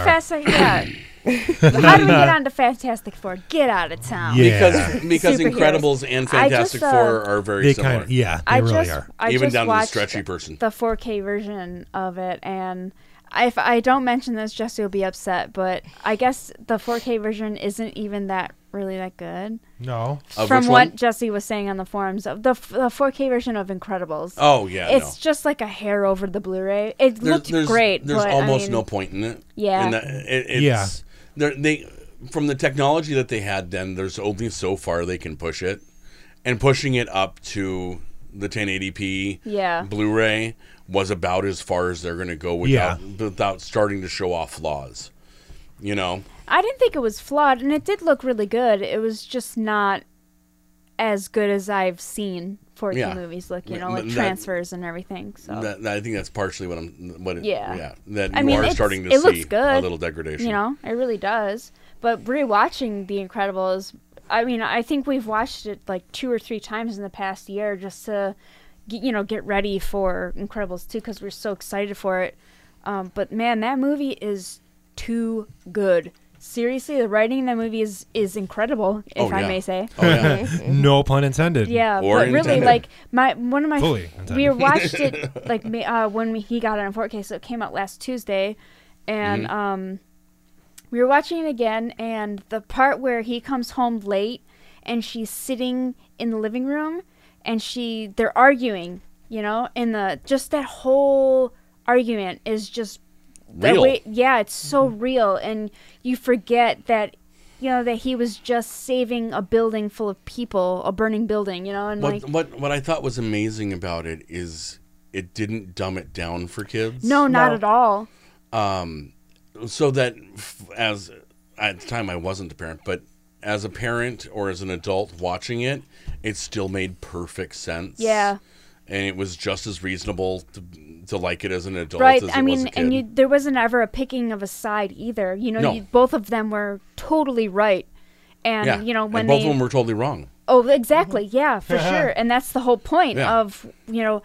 C: fast. Yeah. How do we get on to Fantastic Four? Get out of town.
B: Yeah.
D: Because because
C: Superheroes.
D: Incredibles and
C: I just,
D: Fantastic
C: uh,
D: Four are very
B: They
D: similar.
B: kind of yeah, they
C: I
B: really
C: just,
B: are.
C: I
D: Even
C: just
D: down to the
C: watched
D: stretchy person.
C: The 4K version of it, and I- if I don't mention this, Jesse will be upset. But I guess the 4K version isn't even that really that good.
B: No,
D: Of
C: From
D: which
C: what
D: one?
C: Jesse was saying on the forums, of the f- the 4K version of Incredibles.
D: Oh yeah,
C: it's
D: no.
C: just like a hair over the Blu-ray. It looked
D: there's,
C: great.
D: There's
C: but,
D: almost
C: I mean,
D: no point in it.
C: Yeah.
D: In the- it- it's,
B: Yeah.
D: they're- They from the technology that they had then, there's only so far they can push it, and pushing it up to the 1080p
C: Yeah.
D: Blu-ray was about as far as they're going to go without without starting to show off flaws. You know,
C: I didn't think it was flawed, and it did look really good. It was just not as good as I've seen 4K
D: Yeah.
C: movies look. You
D: Yeah,
C: know,
D: but
C: with
D: that-
C: transfers and everything. So
D: that, that- I think that's partially what I'm. What it,
C: Yeah.
D: That
C: I
D: you
C: mean,
D: are
C: it's-
D: starting to
C: it looks
D: see a
C: good,
D: little degradation.
C: You know, it really does. But rewatching The Incredibles, I mean, I think we've watched it like two or three times in the past year just to, g- you know, get ready for Incredibles 2 because we're so excited for it. Um, but man, that movie is too good. Seriously, the writing in that movie is, is incredible, if
D: Oh, yeah.
C: I may say.
D: Oh, yeah.
B: no pun intended.
C: Yeah,
D: Or
C: but really,
D: intended.
C: like my one of my
B: Fully
C: we
B: intended.
C: watched it like ma- uh, when we, he got it on 4K, so it came out last Tuesday, and
B: Mm-hmm.
C: um, we were watching it again, and the part where he comes home late and she's sitting in the living room, and she they're arguing, you know, and the just that whole argument is just that
D: Real.
C: way- yeah, it's so
D: Mm-hmm.
C: real, and you forget that you know that he was just saving a building full of people, a burning building, you know, and
D: What,
C: like
D: what what I thought was amazing about it is it didn't dumb it down for kids.
C: no, not
E: No.
C: at all.
D: so that f- as at the time I wasn't a parent, but as a parent or as an adult watching it, it still made perfect sense.
C: Yeah.
D: and it was just as reasonable to, to like it as an adult.
C: Right.
D: as
C: I
D: it was
C: mean,
D: a
C: and
D: kid.
C: you there wasn't ever a picking of a side either. You know,
D: No.
C: you, both of them were totally right. And
D: yeah,
C: you know when
D: and both
C: they
D: of them were totally wrong.
C: Oh, exactly. Yeah, for sure. And that's the whole point
D: Mm-hmm. Yeah.
C: of, you know,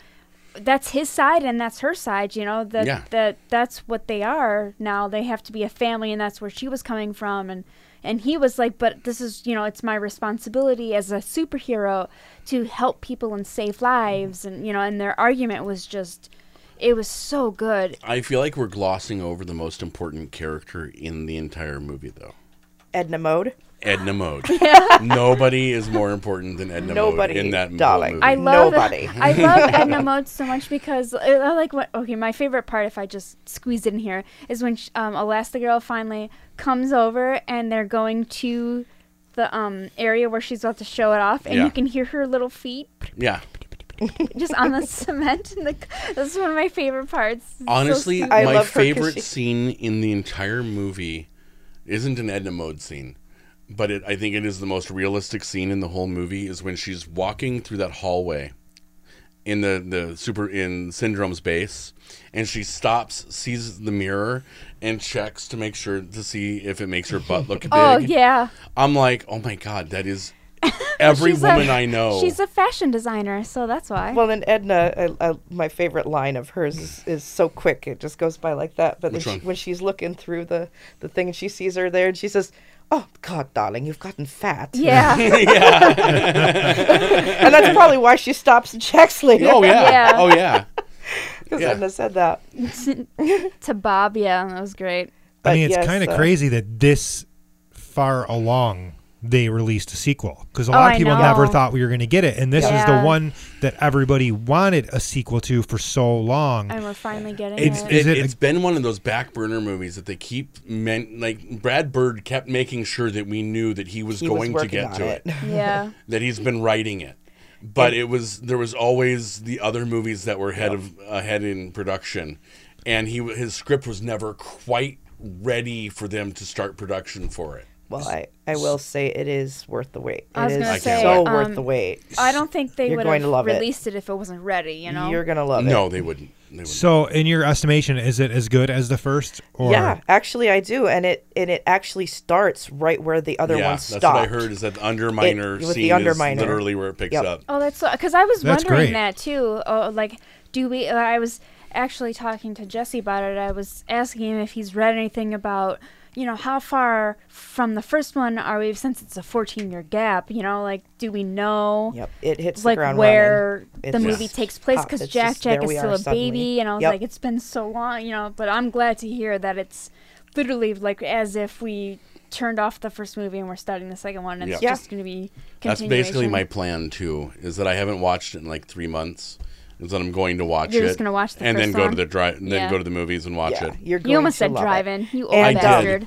C: that's his side and that's her side, you know, that
D: Yeah.
C: that that's what they are now. They have to be a family and that's where she was coming from and and he was like, but this is, you know, it's my responsibility as a superhero to help people and save lives and you know, and their argument was just it was so good.
D: I feel like we're glossing over the most important character in the entire movie, though.
E: Edna Mode.
D: Edna Mode. Nobody is more important than Edna
E: Nobody,
D: Mode in that whole
E: darling.
D: movie.
C: I love
E: Nobody.
C: I love Edna Mode so much because I I like what. Okay, my favorite part, if I just squeeze it in here, is when sh um, Elastigirl finally comes over and they're going to the um, area where she's about to show it off, and
D: Yeah.
C: you can hear her little feet
D: yeah.
C: just on the cement. And the, this is one of my favorite parts. It's so
D: Honestly,
C: sweet.
E: I
D: my
E: love her 'cause
D: favorite
E: she-
D: scene in the entire movie isn't an Edna Mode scene, but it, I think it is the most realistic scene in the whole movie is when she's walking through that hallway in the, the super in Syndrome's base, and she stops, sees the mirror, and checks to make sure to see if it makes her butt look big.
C: oh yeah,
D: I'm like, oh my god, that is Every
C: She's a-
D: woman I know.
C: She's a fashion designer, so that's why.
E: Well, then Edna, I, I, my favorite line of hers is, is so quick; it just goes by like that. But then
D: Which
E: she,
D: one?
E: when she's looking through the the thing, and she sees her there, and she says, "Oh God, darling, you've gotten fat."
C: yeah.
E: and that's probably why she stops and checks later.
D: oh yeah.
C: Yeah.
D: Oh yeah.
E: because
D: yeah.
E: Edna said that.
C: to Bob, yeah, that was great.
E: But
B: I mean, it's
E: yes,
B: kind of
E: uh,
B: crazy that this far along they released a sequel because a lot of
C: Oh, I
B: people
C: know.
B: never thought we were going to get it, and this is
C: Yeah.
B: the one that everybody wanted a sequel to for so long.
C: And we're finally getting
D: It's
C: it.
B: Is
D: it,
B: it a-
D: has been one of those back burner movies that they keep meant like Brad Bird kept making sure that we knew that he was
E: He was
D: going to
E: working
D: get
E: on
D: to
E: it.
D: it.
C: yeah.
D: that he's been writing it. But it was there was always the other movies that were ahead of ahead in production, and he his script was never quite ready for them to start production for it.
E: Well, I, I will say it is worth the wait.
C: I
E: It
C: was
E: is
C: gonna
D: say,
E: so
C: um,
E: worth the wait.
C: I don't think they
E: You're
C: would
E: going
C: have
E: to love it.
C: released it. if it wasn't ready, you know?
E: You're gonna love it.
D: No, they wouldn't. They wouldn't.
B: so, in your estimation, is it as good as the first? Or
E: Yeah, actually, I do, and it and it actually starts right where the other
D: yeah,
E: one
D: that's
E: stopped.
D: what I heard is that the underminer
E: It- with the
D: scene
E: underminer.
D: is literally where it picks
E: Yep.
D: up.
C: Oh, that's so. Because I was
B: That's
C: wondering
B: great.
C: that too. Oh, like, do we? uh, I was actually talking to Jesse about it. I was asking him if he's read anything about, you know, how far from the first one are we? Since it's a 14-year gap, you know, like, do we know?
E: Yep, it hits
C: Like
E: the ground
C: where
E: running.
C: the
E: It's
C: movie
E: just
C: takes place
E: pop.
C: because
E: It's
C: Jack
E: just
C: Jack
E: there
C: is
E: we
C: still
E: are
C: a
E: suddenly.
C: baby, and I was
E: Yep.
C: like, it's been so long, you know. But I'm glad to hear that it's literally like as if we turned off the first movie and we're starting the second one, and it's
D: Yeah.
C: just going to be
D: That's basically
C: continuation.
D: my plan too. Is that I haven't watched it in like three months. Is that I'm going to watch
C: You're
D: it.
C: just gonna watch the
D: and then
C: first
D: go
C: one?
D: to the drive. Then
C: Yeah.
D: go to the movies and watch
E: yeah,
D: it.
E: you're going
C: You almost
E: to
C: said
E: love it.
C: drive-in. You
E: And
C: old
E: I did.
C: bastard.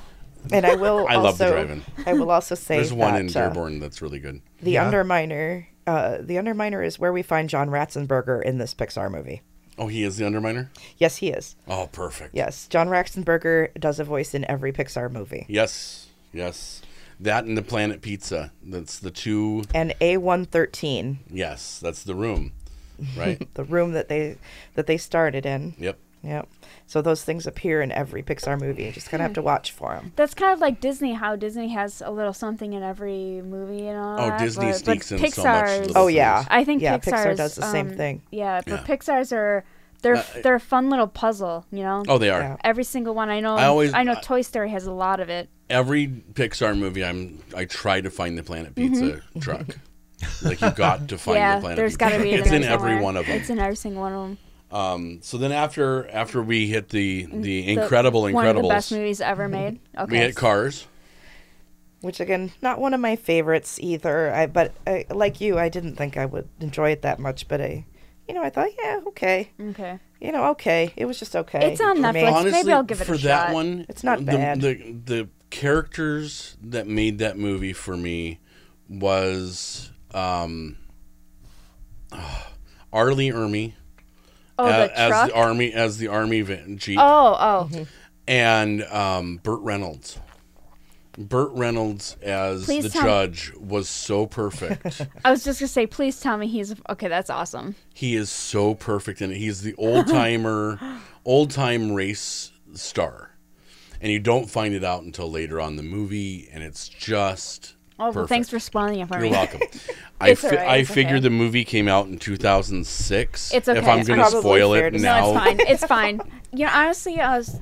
E: And I will.
D: I
E: also,
D: love the drive-in.
E: I will also say
D: There's one in
E: that, uh,
D: Dearborn that's really good.
E: the
B: Yeah.
E: Underminer. Uh, the Underminer is where we find John Ratzenberger in this Pixar movie.
D: Oh, he is the underminer.
E: Yes, he is.
D: Oh, perfect.
E: Yes, John Ratzenberger does a voice in every Pixar movie.
D: Yes. Yes. That and the Planet Pizza. That's the two.
E: And A113,
D: Yes, that's the room, right?
E: the room that they that they started in.
D: yep.
E: Yep. So those things appear in every Pixar movie. You just kind of have to watch for them.
C: That's kind of like Disney. How Disney has a little something in every movie and all
D: Oh,
C: that.
D: Disney
C: but,
D: sneaks
C: but
D: in so much
C: Pixar's-
D: little
E: Oh yeah.
D: things.
C: I think
E: yeah,
C: Pixar's,
E: Pixar does the same
C: um,
E: thing.
C: Yeah, but
D: Yeah.
C: Pixar's are they're they're a fun little puzzle. You know.
D: Oh, they are.
E: Yeah.
C: Every single one I know.
D: I
C: I
D: always-
C: know
D: I-
C: Toy Story has a lot of it.
D: Every Pixar movie, I'm I try to find the Planet Pizza truck. Like you got to find
C: Mm-hmm. yeah,
D: the Planet
C: there's
D: Pizza.
C: got to be.
D: truck. It's in
C: there
D: every
C: somewhere.
D: one of them.
C: It's in every single one of them.
D: Um, so then after after we hit the the incredible
C: Mm, one of the
D: Incredibles,
C: best
D: Mm-hmm.
C: movies ever made. Okay.
D: we hit Cars.
E: Which again, not one of my favorites either. I but I, like you, I didn't think I would enjoy it that much. But I, you know, I thought, yeah, okay.
C: Okay.
E: You know, okay. It was just okay.
C: It's on
E: for me.
C: Netflix. Let's-
D: Honestly,
C: maybe I'll give it a
D: for that
C: shot.
D: one,
E: It's not
D: the,
E: bad.
D: The the characters that made that movie for me was um, ah, Arlie Ermy
C: Oh,
D: a-
C: the
D: as
C: truck.
D: the army as the army van jeep
C: oh, oh.
D: and um, Burt Reynolds. Burt Reynolds as
C: Please
D: the
C: tell-
D: judge was so perfect.
C: I was just gonna say, please tell me he's okay. That's awesome.
D: He is so perfect in it. He's the old timer, old time race star, and you don't find it out until later on in the movie, and it's just.
C: Oh, well, thanks for
D: perfect.
C: spoiling it for
D: You're
C: me.
D: welcome. I
C: It's
D: fi-
C: alright,
D: I
C: it's
D: figured
C: okay.
D: the movie came out in 2006.
C: It's okay,
D: If I'm
C: it's
D: going to
E: probably
D: spoil
E: fair
D: it
E: to say.
D: now,
C: No, it's fine. It's fine. You know, honestly, uh, s-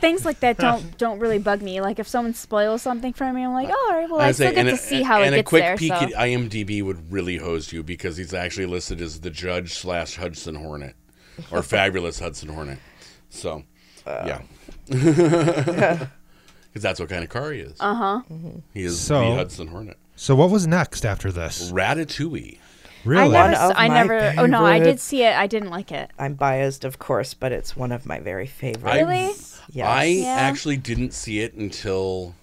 C: things like that don't don't really bug me. Like if someone spoils something for me, I'm
D: Uh,
C: like, oh, all right, well, I,
D: I'd
C: still
D: say,
C: get
D: and
C: to
D: a-
C: see how it
D: and
C: gets
D: a quick
C: there.
D: peek
C: so.
D: at IMDb would really hose you because he's actually listed as the judge slash Hudson Hornet or fabulous Hudson Hornet. So, yeah, because that's what kind of car he is. Uh
C: Uh-huh.
D: huh. He is
B: So-
D: the Hudson Hornet.
B: So, what was next after this?
D: Ratatouille.
C: I
B: Really?
C: never,
E: One
C: s-
E: of
C: I
E: my
C: never. Oh no, I did
E: favorites.
C: see it. I didn't like it.
E: I'm biased, of course, but it's one of my very favorites.
D: I-
C: Really?
E: Yes.
D: I
C: Yeah.
D: actually didn't see it until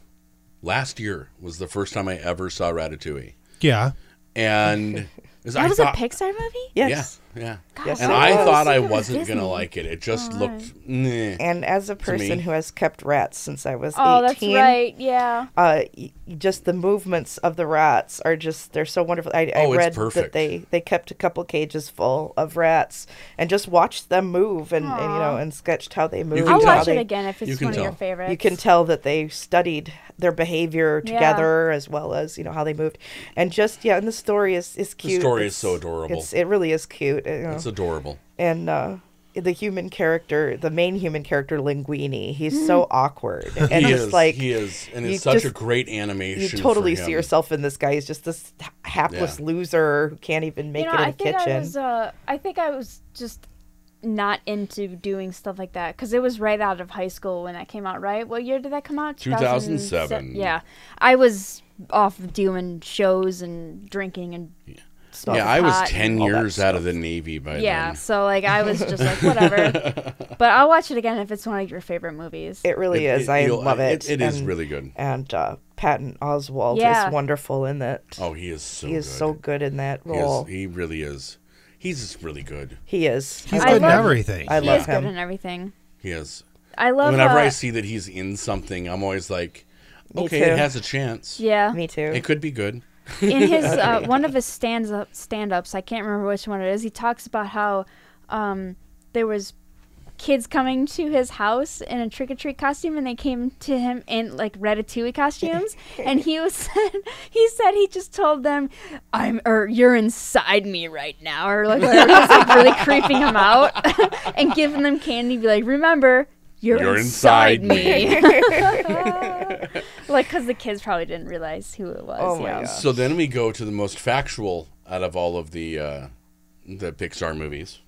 D: last year was the first time I ever saw Ratatouille,
B: yeah.
D: and Is
C: That
D: I
C: was
D: thought-
C: a Pixar movie.
E: Yes.
D: Yeah, yeah.
E: Yes,
D: and
E: it
D: I
E: was.
D: thought I
C: It was
D: wasn't gonna
C: Disney.
D: like it. It just
C: Oh,
D: looked. meh.
E: And as a person
D: me.
E: who has kept rats since I was
C: Oh, that's
E: 18,
C: right. Yeah.
E: uh, y- just the movements of the rats are just they're so wonderful. I,
D: Oh,
E: I
D: it's
E: read that
D: perfect.
E: they they kept a couple cages full of rats and just watched them move and, and you know and sketched how they moved.
D: can
C: I'll
E: and
D: tell.
E: how
C: watch it
E: they-
C: again if
D: you
C: it's
D: can
C: one of your
D: tell.
C: favorites.
E: You can tell that they studied their behavior
C: Yeah.
E: together as well as you know how they moved, and just yeah, and the story is is cute.
D: story is so adorable.
E: It's, it really is cute. you know
D: It's adorable.
E: and uh, the human character, the main human character, Linguini, he's so awkward, and
D: Mm. he
E: it's
D: is.
E: like
D: he is, and
E: you
D: it's such a
E: just-
D: great
E: You
D: animation.
E: totally
D: for him.
E: see yourself in this guy. He's just this h- hapless
D: Yeah.
E: loser who can't even make
C: You know,
E: it in
C: I
E: the
C: think
E: kitchen.
C: I was. Uh, I think I was just not into doing stuff like that because it was right out of high school when that came out. Right? What year did that come out?
D: 2007.
C: Yeah, I was off doing shows and drinking and. stuff.
D: Yeah, I was ten years out of the navy by
C: Yeah,
D: then.
C: so like I was just like whatever, but I'll watch it again if it's one of your favorite movies.
E: it really
D: It-
E: is. I
D: you'll-
E: love it.
D: It, it is
E: and,
D: really good.
E: And uh, Patton Oswald
C: Yeah.
E: is wonderful in that.
D: Oh, he is so.
E: he is
D: good.
E: so good in that
D: He, is-
E: role. He is.
D: he really is. He's just really good.
B: He's
E: I
B: good in
E: love-
B: everything.
E: I
C: he
E: love
C: is
E: him.
C: good in everything.
D: He is.
C: I love.
D: Whenever
C: uh,
D: I see that he's in something, I'm always like,
E: Me
D: okay,
E: too.
D: it has a chance.
C: yeah,
E: Me too.
D: It could be good.
C: in his uh, one of his stands up stand ups, I can't remember which one it is. He talks about how um, there was kids coming to his house in a trick or treat costume, and they came to him in like ratatouille costumes, and he was said he said he just told them, "I'm or you're inside me right now," or like whatever, just like really creeping him out and giving them candy, be like, "Remember." You're,
D: You're
C: inside,
D: inside
C: me. like, because the kids probably didn't realize who it was.
E: Oh my
C: yeah.
E: God.
D: So then we go to the most factual out of all of the uh, the Pixar movies,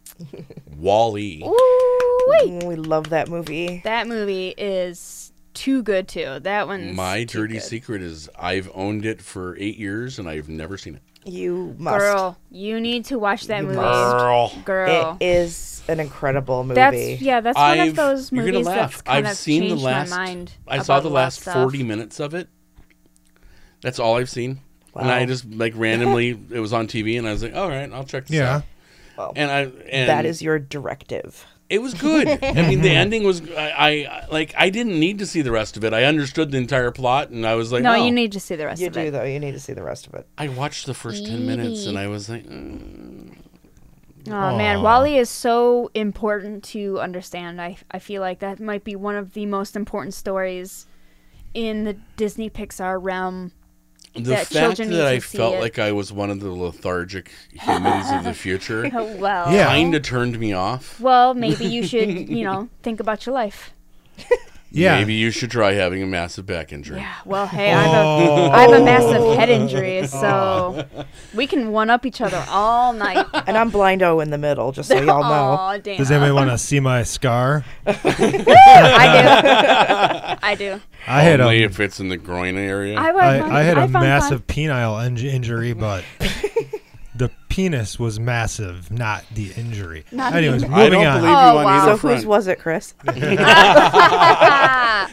D: Wall-E.
C: Ooh-wee.
E: Mm, we love that movie.
C: That movie is too good too. That one.
D: My dirty secret is I've owned it for eight years and I've never seen it.
E: You must.
C: Girl, you need to watch that movie. Girl.
E: It is an incredible movie.
C: that's yeah. That's one of
D: I've,
C: those
D: you're gonna
C: movies
D: laugh.
C: that's kind
D: I've
C: of
D: seen the
C: changed
D: last.
C: my mind.
D: I saw
C: about
D: the
C: a lot of
D: last
C: stuff.
D: forty minutes of it. That's all I've seen, and
E: Wow.
D: I just like randomly it was on TV, and I was like, "All right, I'll check this
B: Yeah.
D: out."
E: Well,
D: And I and
E: that is your directive.
D: It was good. I mean, the ending was. I, I like. I didn't need to see the rest of it. I understood the entire plot, and I was like,
C: No,
D: "Oh."
C: you need to see the rest
E: You
C: of
E: do
C: it.
E: though. You need to see the rest of it.
D: I watched the first ten minutes, and I was like, "Mm."
C: Oh man, Wally is so important to understand. I I feel like that might be one of the most important stories in the Disney Pixar realm.
D: the
C: That
D: fact
C: children
D: that
C: need
D: I
C: to see
D: felt
C: it.
D: like I was one of the lethargic humans of the future
C: Oh, well.
B: Yeah.
D: kind of turned me off.
C: Well, maybe you should, you know, think about your life.
B: Yeah.
D: Maybe you should try having a massive back injury.
C: Yeah, well, hey, I have,
D: Oh.
C: a, I have a massive head injury, so we can one up each other all night.
E: And I'm blind O in the middle, just so y'all know.
C: Aw, damn.
B: Does anybody want to see my scar?
C: I do. I do.
B: I had um,
D: Only
B: a,
D: if it's in the groin area.
C: I, was
B: I, I had
C: a
B: a massive penile inj- injury, but the penis was massive, not the injury.
C: Not the
B: Anyways,
D: I
B: moving
D: don't
B: on.
D: believe you
C: Oh,
D: on
C: wow.
D: either
E: So
D: front.
E: whose was it, Chris?
C: Ah,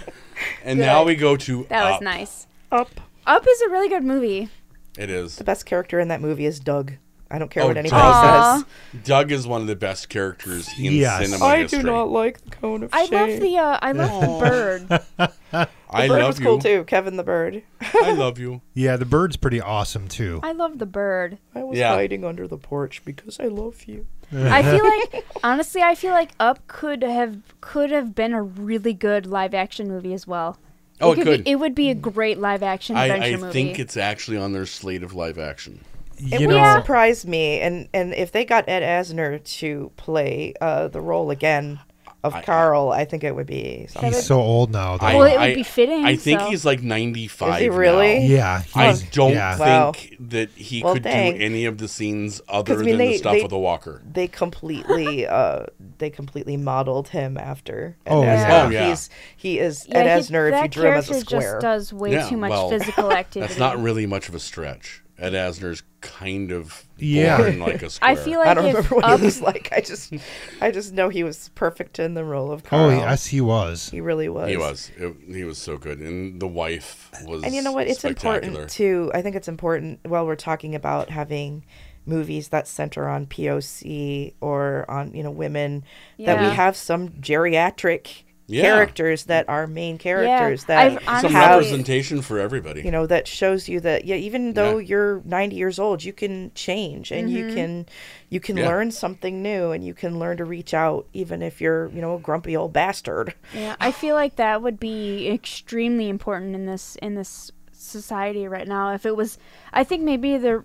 D: and now we go to uh,
C: that was
D: Up.
C: nice.
E: Up.
C: Up is a really good movie.
D: It is.
E: The best character in that movie is Doug. I don't care
D: Oh,
E: what anybody
C: Doug.
E: says.
D: Doug is one of the best characters in
B: Yes.
C: Oh,
D: cinema history.
E: like the cone of
C: I love the uh, I love the bird.
D: I
E: bird
D: love
E: was
D: you.
E: cool too. Kevin the bird.
D: I love you.
B: Yeah, the bird's pretty awesome too.
C: I love the bird.
E: I was
D: Yeah.
E: hiding under the porch because I love you.
C: I feel like honestly, I feel like Up could have could have been a really good live action movie as well.
D: Oh, it
C: could
D: could.
C: Be, it would be a great live action adventure
D: I, I
C: movie.
D: think it's actually on their slate of live action.
E: It
B: You
E: would
B: know,
E: surprise me, and and if they got Ed Asner to play uh, the role again of Carl, I think it would be. Something.
B: he's so old now. Though.
C: Well, it would be fitting,
D: I think
C: so-
D: he's like 95.
E: Is he really?
D: now.
B: yeah,
D: I
B: he's-
D: don't
B: yeah.
E: Wow.
D: think that he
E: Well,
D: could
E: dang.
D: do any of the scenes other
E: 'Cause, I
D: than
E: mean, they-
D: the stuff
E: they-
D: with the walker.
E: They completely, uh, they completely modeled him after. Ed
B: Oh,
E: Asner.
B: yeah.
D: Oh, yeah.
E: He's he is
C: Yeah,
E: Ed
C: he-
E: Asner if you
C: that
E: drew him as a
C: character
E: square.
C: just does way
D: Yeah,
C: too much
D: well,
C: physical activity.
D: That's not really much of a stretch. Ed Asner's kind of
B: Yeah.
D: born like a square.
C: I feel
E: I
C: like
E: don't
C: if
E: remember what
C: up,
E: he was like. I just, I just know he was perfect in the role of Carl.
B: Oh yes, he was.
E: he really was.
D: he was. It- he was so good, and the wife was.
E: And you know what? It's
D: spectacular.
E: important too. I think it's important while we're talking about having movies that center on POC or on you know women that
C: Yeah.
E: we have some geriatric
D: Yeah.
E: characters that are main characters
C: I've
E: that
D: Some
C: honestly-
E: have
D: representation for everybody.
E: you know that shows you that yeah even though you're 90 years old you can change and you can you can
D: Yeah.
E: learn something new and you can learn to reach out even if you're you know a grumpy old bastard
C: Yeah, I feel like that would be extremely important in this in this society right now. If it was, I think maybe the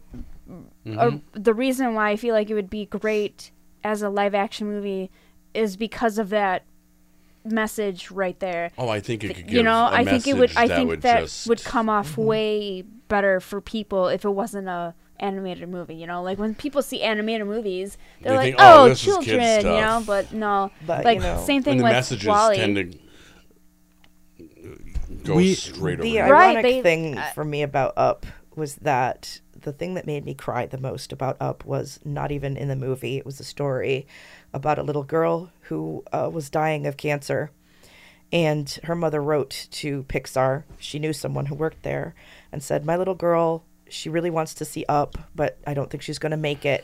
D: Mm-hmm.
C: uh, the reason why I feel like it would be great as a live action movie is because of that message right there.
D: Oh, I think it could give
C: you know,
D: I
C: I think it would. I
D: that
C: think
D: would
C: that
D: just Mm-hmm.
C: would come off way better for people if it wasn't a animated movie. You know, like when people see animated movies, they're
D: They
C: like,
D: think, "Oh,
C: "Oh,
D: this is kid
C: children," you
D: stuff.
C: know. But no,
E: But,
C: like
E: you know-
C: same thing
D: and the
C: with
D: messages
C: Wally.
D: tend to go
B: We-
D: straight over.
E: the
D: your-
C: Right,
E: ironic
C: they- uh,
E: thing for me about up was that the thing that made me cry the most about up was not even in the movie it was a story about a little girl who uh, was dying of cancer and her mother wrote to pixar she knew someone who worked there and said my little girl she really wants to see up but i don't think she's going to make it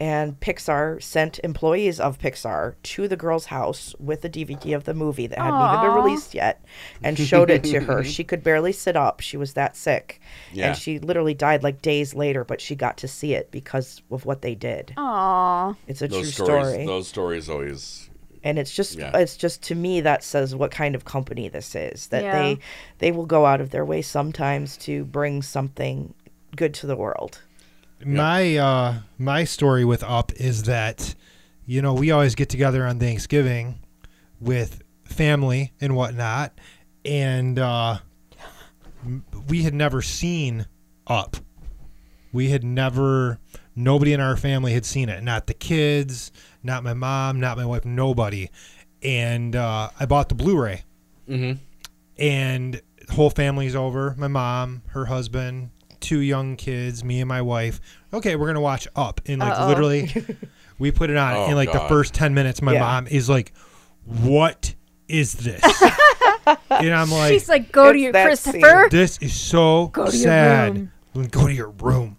E: and Pixar sent employees of Pixar to the girl's house with a DVD of the movie that hadn't even been released yet and showed it to her. She could barely sit up. She was that sick.
D: Yeah.
E: And she literally died like days later, but she got to see it because of what they did.
C: Aw.
E: It's a true
D: those stories,
E: story.
D: those stories always.
E: And it's just
D: Yeah.
E: it's just to me that says what kind of company this is that
C: Yeah.
E: they they will go out of their way sometimes to bring something good to the world.
B: My uh, my story with Up is that, you know, we always get together on Thanksgiving with family and whatnot, and uh, m- we had never seen Up. We had never. Nobody in our family had seen it. Not the kids. Not my mom. Not my wife. Nobody. And uh, I bought the Blu-ray
D: Mm-hmm.
B: and the whole family's over my mom her husband two young kids me and my wife okay we're gonna watch up and like literally we put it on
D: Oh,
B: and like
D: God.
B: the first 10 minutes my
E: Yeah.
B: mom is like what is this and i'm like
C: She's like, go to
E: It's
C: your
E: that
C: Christopher.
B: this is so
C: to your
B: sad.
C: room.
B: Go to your room.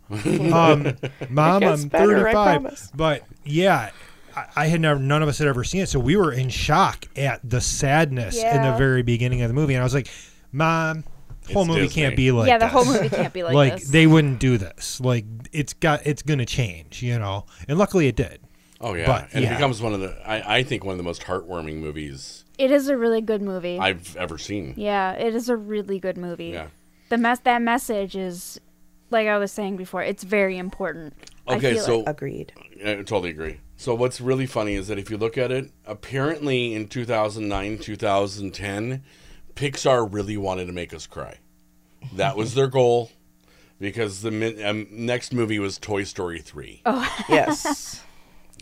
B: um, Mom,
E: gets
B: I'm
E: better, I
B: 35.
E: promise.
B: But yeah, I, I had never, none of us had ever seen it. So we were in shock at the sadness in the
C: Yeah.
B: very beginning of the movie. And I was like, Mom, whole
D: It's
B: movie
D: Disney.
B: can't be like
C: yeah, the whole
B: this."
C: movie can't be like,
B: Like,
C: this.
B: they wouldn't do this. Like it's got it's gonna change, you know. And luckily it did.
D: Oh yeah,
B: But,
D: and
B: yeah.
D: it becomes one of the. I, I think one of the most heartwarming movies
C: it is a really good movie.
D: I've ever seen.
C: yeah, it is a really good movie.
D: Yeah.
C: The mess that message is, like I was saying before, it's very important. I
D: Okay,
C: feel
D: so
C: it.
E: Agreed.
D: I totally agree. So what's really funny is that if you look at it, apparently in 2009, 2010, Pixar really wanted to make us cry. That was their goal because the mi- um, next movie was Toy Story 3,
C: Oh.
E: Yes.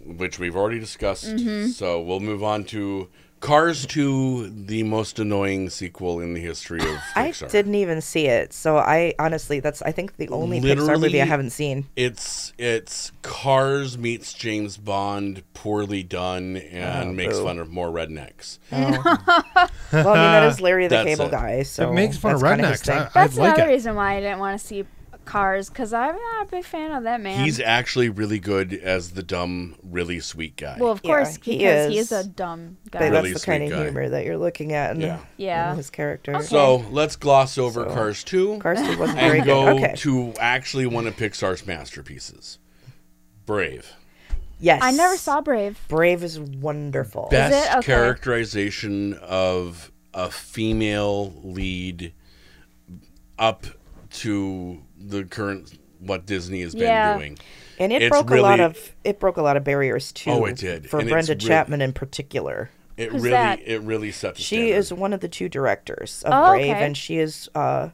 D: which we've already discussed.
C: Mm-hmm.
D: So we'll move on to Cars 2, the most annoying sequel in the history of
E: I
D: Pixar.
E: didn't even see it, so I honestly, that's I think the only Pixar movie
D: Literally-
E: I haven't seen.
D: It's it's Cars meets James Bond, poorly done, and makes
E: Oh, boo.
D: fun of more rednecks.
E: Well, I mean, that is Larry the
D: That's
E: Cable
D: it.
E: Guy, so
B: it makes fun of
E: that's kinda his
B: rednecks. I,
E: thing.
B: I'd
C: That's
B: like
C: another
B: it.
C: reason why I didn't want to see Cars, because I'm not a big fan of that man.
D: He's actually really good as the dumb, really sweet guy.
C: well, of
E: Yeah,
C: course,
E: he
C: because he
E: is.
C: is a dumb
E: But
C: guy.
D: Really
E: that's the
D: sweet
E: kind of
D: guy.
E: humor that you're looking at in,
D: Yeah.
C: Yeah.
E: in his character.
D: so let's gloss over
E: So-
D: Cars 2
E: Cars 2 wasn't very
D: and
E: good.
D: go
E: Okay.
D: to actually one of Pixar's masterpieces Brave.
E: Yes.
C: I never saw Brave.
E: Brave is wonderful.
D: Best
C: Okay.
D: characterization of a female lead up to the current what Disney has been
C: Yeah.
D: doing.
E: and it
D: it's
E: broke a lot
D: really-
E: of it broke a lot of barriers too.
D: Oh, it did.
E: For
D: And it's
E: Brenda
D: really-
E: Chapman in particular.
D: It
C: Who's
D: really
C: that?
D: it really set the
E: She
D: standard.
E: is one of the two directors of
C: Oh,
E: Brave,
C: okay.
E: and she is uh,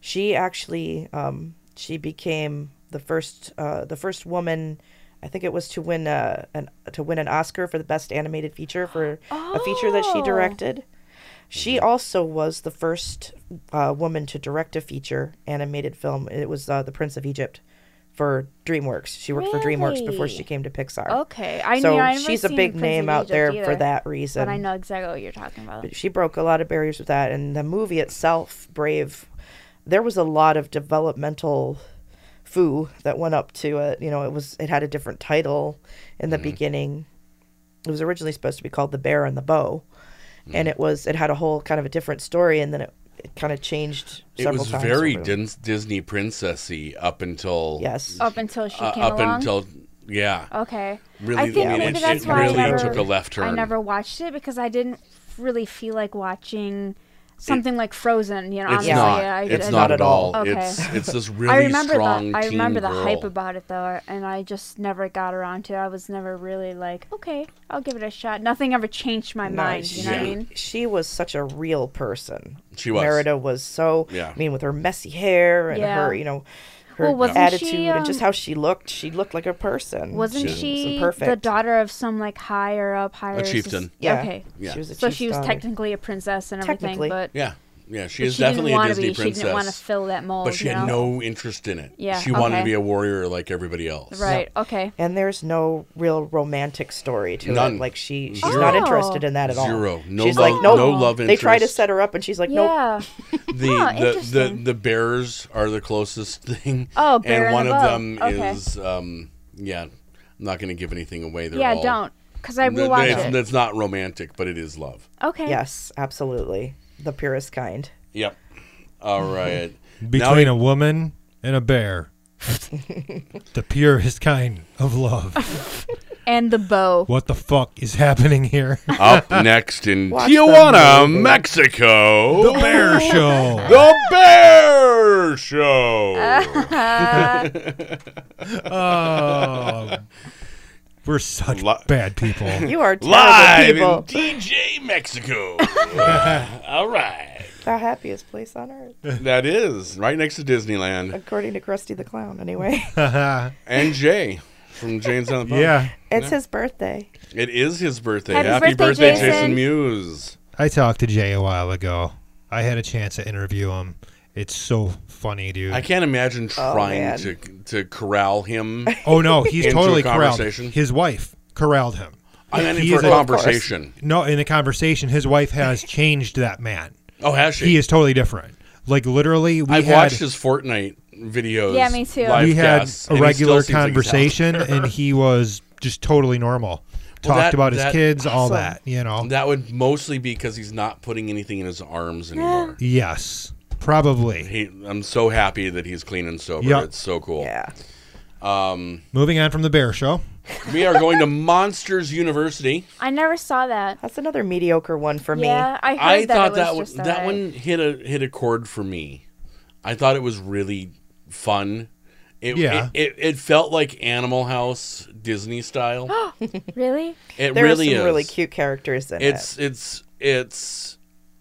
E: she actually um, she became the first uh, the first woman. I think it was to win uh, an to win an Oscar for the best animated feature for a feature that she
C: Oh.
E: directed. She also was the first uh, woman to direct a feature animated film. It was uh, The Prince of Egypt for DreamWorks. She worked for DreamWorks before she
C: Really?
E: came to Pixar.
C: Okay, I
E: so
C: knew I never
E: she's a
C: seen
E: big
C: Prince of
E: name out
C: Egypt
E: there for
C: either,
E: that reason
C: But I know exactly what you're talking about.
E: she broke a lot of barriers with that and the movie itself brave there was a lot of developmental Foo that went up to it. You know, it was it had a different title
D: Mm-hmm.
E: in the beginning. It was originally supposed to be called The Bear and the Bow, and
D: Mm-hmm.
E: it was it had a whole kind of a different story, and then it, it kind of changed.
D: It
E: Several
D: was
E: times
D: very
E: over.
D: Dis- Disney princessy up until
E: Yes.
C: Up until she
D: uh,
C: came
D: up
C: along. Oh,
D: until yeah.
C: okay.
D: Really,
C: I think
D: I mean,
C: maybe
D: it,
C: that's
D: it
C: why
D: really
C: I never,
D: took a left turn.
C: I never watched it because I didn't really feel like watching something like Frozen. You know,
D: It's
C: honestly,
D: not.
C: um, I,
D: it's
C: I,
D: not at all.
C: Okay.
D: It's it's this
C: I
D: really
C: remember
D: strong.
C: the I
D: teen
C: remember the
D: girl.
C: hype about it though, and I just never got around to. it. I was never really like, okay, I'll give it a shot. Nothing ever changed my mind. You know what I
D: Yeah.
C: mean?
E: She was such a real person.
D: She was.
E: Merida was so.
D: Yeah.
E: I mean, with her messy hair and
C: Yeah.
E: her, you know, her
C: Well, wasn't
E: attitude
C: she,
E: and just
C: um,
E: how she looked. She looked like a person.
C: Wasn't
E: was
C: she
E: imperfect.
C: the daughter of some like higher up higher? sus-
D: chieftain.
E: Yeah.
C: Okay.
D: Yeah.
E: She was a
C: So she was
E: chieftain.
C: technically a princess and everything,
E: Technically.
C: but
D: Yeah, yeah. She
C: but
D: is
C: she
D: definitely
C: didn't
D: a
C: want to
D: Disney
C: be.
D: princess.
C: She didn't want to fill that mold.
D: but she
C: you
D: had
C: know?
D: no interest in it.
C: Yeah,
D: she wanted
C: okay.
D: to be a warrior like everybody else.
C: Right. Okay.
E: And there's no real romantic story to
D: None.
E: it. Like she, she's
D: Zero.
E: not interested in that at all.
D: Zero. No
E: she's
D: love.
E: like, nope.
D: No love interest.
E: They try to set her up, and she's like, nope.
C: Yeah.
D: the
C: Huh,
D: the, the
C: interesting.
D: the bears are the closest thing.
C: Oh,
D: and
C: bear and
D: one
C: the
D: of
C: bow.
D: them
C: Okay.
D: is um yeah. I'm not going to give anything away. They're
C: yeah.
D: all-
C: Don't. Because I
D: Th- th-
C: rewatched
D: it's,
C: it.
D: it's not romantic, but it is love.
C: okay.
E: Yes, absolutely. The purest kind.
D: Yep. All right. Now we-
B: Between a woman and a bear. the purest kind of love.
C: And the bow.
B: What the fuck is happening here?
D: Up next in
E: Watch
D: Tijuana,
E: the movie.
D: Mexico,
B: The Bear Show.
D: The Bear Show.
B: Oh. We're such
D: Li-
B: bad people.
E: You are terrible
D: Live in
E: people.
D: DJ Mexico. All right.
E: the happiest place on earth,
D: That is right next to Disneyland.
E: according to Krusty the Clown. Anyway,
D: And Jay from Jane's on the Pond.
B: yeah.
E: it's his birthday.
D: It is his birthday.
C: Happy birthday,
D: Jason.
C: Jason.
D: Mewes.
B: I talked to Jay a while ago. I had a chance to interview him. It's so funny, dude.
D: I can't imagine trying
E: man.
D: to to corral him.
B: oh no, he's
D: Into a
B: totally corralled.
D: conversation?
B: His wife corralled him.
D: I mean,
B: He
D: for
B: is a-
D: conversation.
B: No, in the conversation, his wife has changed that man.
D: Oh, has she?
B: He is totally different. Like literally, we
D: I've
B: had,
D: watched his Fortnite videos.
C: Yeah, me too.
D: live
B: we had
D: casts,
B: a
D: and he still
B: regular
D: seems like he's
B: conversation, and he was just totally normal. Talked
D: Well, that-
B: about his
D: that-
B: kids, all
E: Awesome.
B: that, you know.
D: out. That would mostly be because he's not putting anything in his arms anymore.
B: yes, probably.
D: He, I'm so happy that he's clean and sober.
B: Yep.
D: It's so cool.
E: Yeah.
B: Moving on from the bear show.
D: We are going to Monsters University.
C: I never saw that.
E: That's another mediocre one for me.
C: Yeah. I heard
D: I
C: that
D: thought
C: it was
D: that
C: just
D: one,
C: all
D: that
C: right.
D: one hit a hit a chord for me. I thought it was really fun. It,
B: Yeah.
D: it, it, it felt like Animal House Disney style.
C: Really?
D: It
E: There
D: really
E: are some
D: is.
E: really cute characters in it.
D: It's it's it's.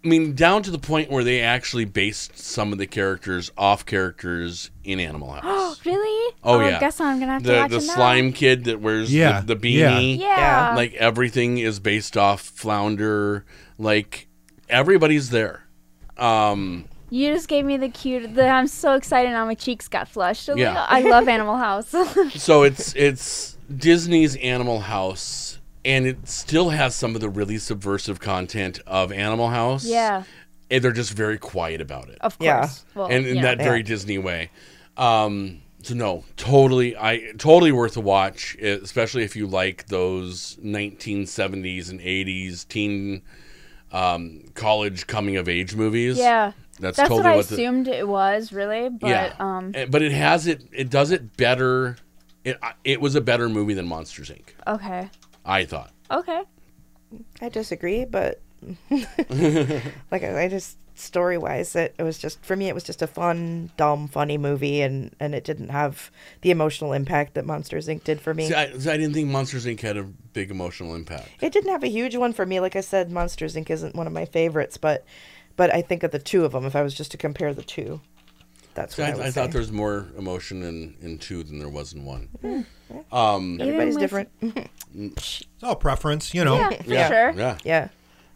D: I mean, down to the point where they actually based some of the characters off characters in Animal House.
C: Really?
D: Oh,
C: I
D: yeah.
C: guess I'm gonna have to
D: the
C: watch
D: the
C: it now.
D: slime kid that wears the-
B: Yeah,
D: the,
B: yeah.
D: beanie.
C: Yeah.
D: Like everything is based off Flounder. Like everybody's there. Um,
C: You just gave me the cute. The, I'm so excited. Now my cheeks got flushed. I'm like,
D: Yeah.
C: I love Animal House.
D: so it's it's Disney's Animal House, and it still has some of the really subversive content of Animal House.
C: yeah.
D: and they're just very quiet about it.
C: Of course.
E: Yeah.
C: Well,
D: and in
C: you know.
D: that very Disney way. Um, so no, totally, I totally worth a watch, eh, especially if you like those 1970s and 80s teen um, college coming of age movies.
C: Yeah.
D: that's,
C: That's
D: totally
C: what I
D: the-
C: assumed it was, really. But
D: yeah,
C: um
D: Eh, but it has it. It does it better. It I- it was a better movie than Monsters Inc.
C: okay.
D: I thought.
C: Okay.
E: I disagree, but like I I just story wise, it, it was just for me, it was just a fun, dumb, funny movie, and and it didn't have the emotional impact that Monsters Inc. did for me.
D: See, I, see, I didn't think Monsters Inc. had a big emotional impact.
E: it didn't have a huge one for me. Like I said, Monsters Inc. isn't one of my favorites, but but I think of the two of them. If I was just to compare the two, that's
D: See,
E: what
D: I,
E: I, would
D: I
E: say.
D: thought there was more emotion in, in two than there was in one.
C: Hmm.
E: Everybody's
C: Even with-
E: different.
B: It's all preference, you know.
C: Yeah, for sure.
D: Yeah.
E: yeah.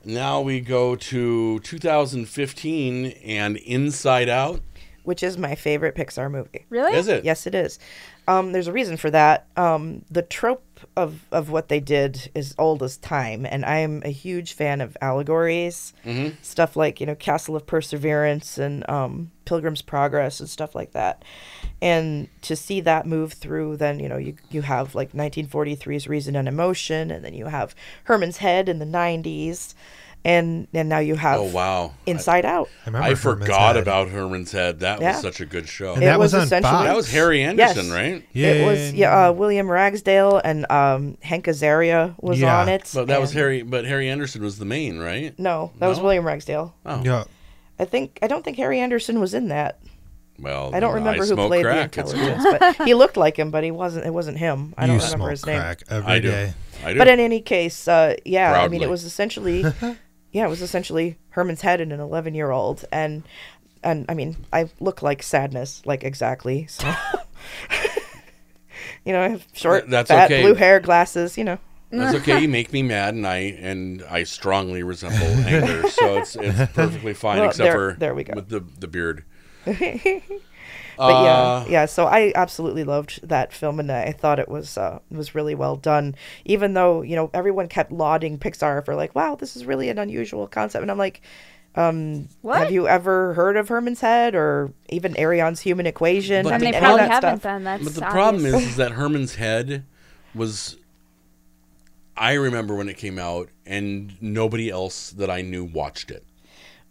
D: Now we go to 2015 and Inside Out.
E: which is my favorite Pixar movie.
C: Really?
D: Is it?
E: Yes, it is. Um, there's a reason for that. Um, the trope of, of what they did is old as time, and I am a huge fan of allegories,
D: Mm-hmm.
E: stuff like you know Castle of Perseverance and um, Pilgrim's Progress and stuff like that. And to see that move through, then you know you you have like 1943's Reason and Emotion, and then you have Herman's Head in the 90s, and and now you have
D: Oh wow.
E: Inside Out.
B: I, remember
D: I
B: Herman's
D: forgot
B: Head.
D: about Herman's Head. That
E: Yeah.
D: was such a good show.
B: And that was on
E: essentially-
B: Fox?
D: That was Harry
E: Yes.
D: Anderson, right?
B: Yeah,
E: it was
B: yeah,
E: yeah, uh, William Ragsdale and um, Hank Azaria was
B: Yeah.
E: on it.
D: But that was
E: and-
D: Harry. But Harry Anderson was the main, right?
E: No, that was
D: No?
E: William Ragsdale.
D: Oh.
B: yeah.
E: I think I don't think Harry Anderson was in that.
D: Well,
E: I don't
D: then
E: remember who
D: smoke
E: played
D: crack.
E: the
D: It's
E: intelligence, but he looked like him, but he wasn't. It wasn't him. I don't
B: you
E: remember
B: smoke
E: his name.
B: crack
D: cool. I
B: every
D: do.
B: day.
D: I do.
E: But in any case, uh, yeah, I mean,
D: Proudly.
E: it was essentially, yeah, it was essentially Herman's head and an eleven-year-old, and and I mean, I look like sadness, like exactly. So, you know, I have short,
D: That's
E: fat,
D: okay.
E: blue hair, glasses. You know,
D: That's okay. You make me mad, and I and I strongly resemble anger, so it's it's perfectly fine.
E: Well,
D: except
E: there-
D: for
E: there we go.
D: with the the beard.
E: but
D: Uh,
E: yeah, yeah. So I absolutely loved that film, and I thought it was uh, was really well done. Even though you know everyone kept lauding Pixar for like, wow, this is really an unusual concept, and I'm like,
C: What?
E: have you ever heard of Herman's Head or even Arion's Human Equation?
D: But
C: and they
E: any of
C: probably
E: that
C: haven't
E: stuff?
C: then. That's
D: But the
C: obvious.
D: problem is, is that Herman's head was. I remember when it came out, and nobody else that I knew watched it.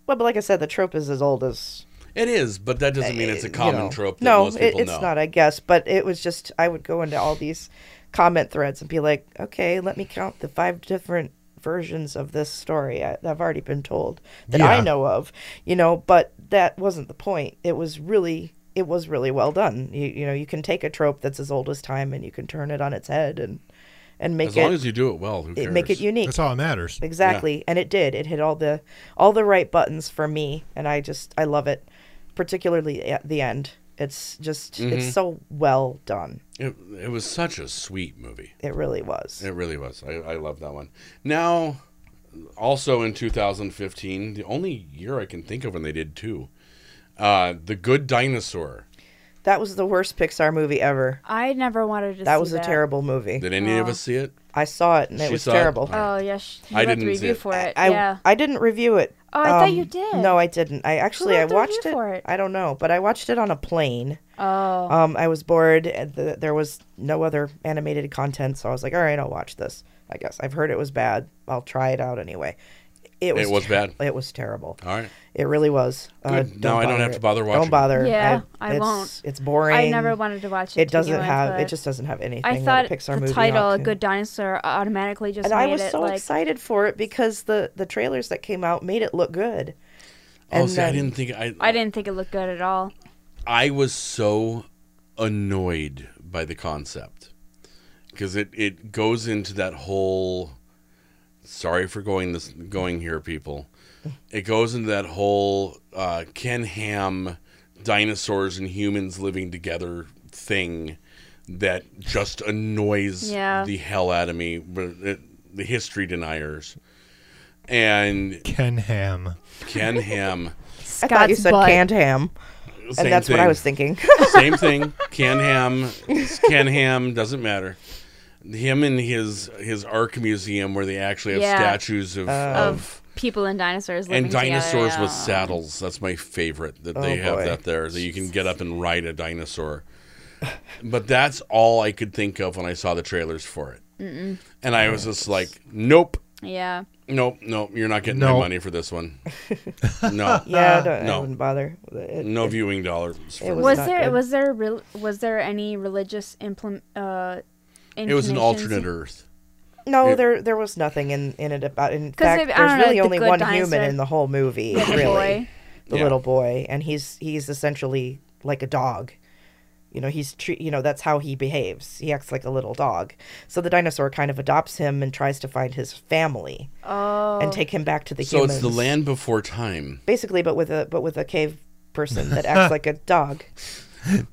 E: Well, but like I said, the trope is as old as
D: It is, but that doesn't mean it's a
E: Uh, you
D: common
E: know.
D: trope that
E: no,
D: most
E: it,
D: people
E: it's
D: know.
E: not, I guess. But it was just I would go into all these comment threads and be like, okay, let me count the five different versions of this story I, that I've already been told that I
B: Yeah.
E: know of, you know. But that wasn't the point. It was really. It was really well done. You, you know, you can take a trope that's as old as time and you can turn it on its head and and make
D: as
E: it
D: long as you do it well, who cares?
E: it- make it unique.
B: That's all that matters.
E: Exactly. And it did. It hit all the all the right buttons for me and I just I love it, particularly at the end. It's just
D: Mm-hmm.
E: it's so well done.
D: It, it was such a sweet movie.
E: It really was.
D: It really was. I, I love that one. Now, also in 2015, the only year I can think of when they did two, uh, The Good Dinosaur.
E: That was the worst Pixar movie ever.
C: I never wanted to.
E: That
C: see
E: was a
C: that.
E: terrible movie.
D: Did any of us see it?
E: I saw it and it
D: She
E: was
D: saw it?
E: terrible.
D: Oh,
C: Oh yes, you
D: I
C: read the
D: didn't see
C: review
D: it.
C: for it.
E: I,
C: yeah.
E: I didn't review it.
C: Oh, I thought you did.
E: Um, No, I didn't. I actually I
C: wrote the review
E: watched it.
C: for it?
E: I don't know, but I watched it on a plane.
C: oh.
E: Um, I was bored. And the, there was no other animated content, so I was like, "All right, I'll watch this." I guess I've heard it was bad. I'll try it out anyway. It was.
D: was
E: ter-
D: bad.
E: It was terrible.
D: All right.
E: It really was. Uh,
D: Good. Now I don't have to bother
E: it.
D: watching it.
E: Don't bother.
C: Yeah, I
E: it's-
C: won't.
E: It's boring.
C: I never wanted to watch it.
E: It
C: to begin
E: doesn't
C: with,
E: have. It
C: but
E: just doesn't have anything.
C: I
E: that
C: thought
E: a Pixar
C: the
E: movie
C: title
E: ought
C: "A
E: to.
C: Good Dinosaur" automatically just
E: And
C: made
E: I was
C: it
E: so
C: like
E: excited for it because the the trailers that came out made it look good.
D: Oh,
E: And
D: see, I
E: then-
D: didn't think I,
C: I didn't think it looked good at all.
D: I was so annoyed by the concept because it, it goes into that whole. Sorry for going this going here, people. It goes into that whole uh, Ken Ham dinosaurs and humans living together thing that just annoys
C: Yeah.
D: the hell out of me. but it- The history deniers and
B: Ken Ham.
D: Ken Ham.
E: I thought you
C: Scott's
E: said
C: butt.
E: canned ham, and that's what I was thinking.
D: Same thing. Can ham. Can ham doesn't matter. Him and his his ark museum where they actually have
C: Yeah.
D: statues
E: Oh.
D: of, of
C: of people and dinosaurs living
D: and dinosaurs
C: together.
D: with saddles. That's my favorite that they
E: Oh,
D: have
E: boy.
D: that there that you can get up and ride a dinosaur. But that's all I could think of when I saw the trailers for it, and I was just like, "Nope,
C: yeah.
D: nope, nope. You're not getting my
B: Nope.
D: money for this one. No,
E: yeah, I, don't,
D: Uh, no. Mm,
E: I wouldn't bother. It-
D: no viewing dollars.
E: It
D: For
E: was
D: me.
C: Was
E: not
C: there
E: good.
C: was there real was there any religious implement uh
D: It was an
C: inclinations?
D: alternate Earth.
E: No,
D: It-
E: there there was nothing in, in it about. In
C: 'Cause
E: fact,
C: it- I
E: there's
C: don't know,
E: really
C: the
E: only
C: good
E: one
C: dinosaur-
E: human in the whole movie.
C: the
E: really,
C: boy.
E: the
D: Yeah.
E: little boy, and he's he's essentially like a dog. You know, he's tre- you know that's how he behaves. He acts like a little dog. So the dinosaur kind of adopts him and tries to find his family
C: Oh.
E: and take him back to the
D: So
E: humans.
D: it's the land before time.
E: basically, but with a but with a cave person that acts like a dog.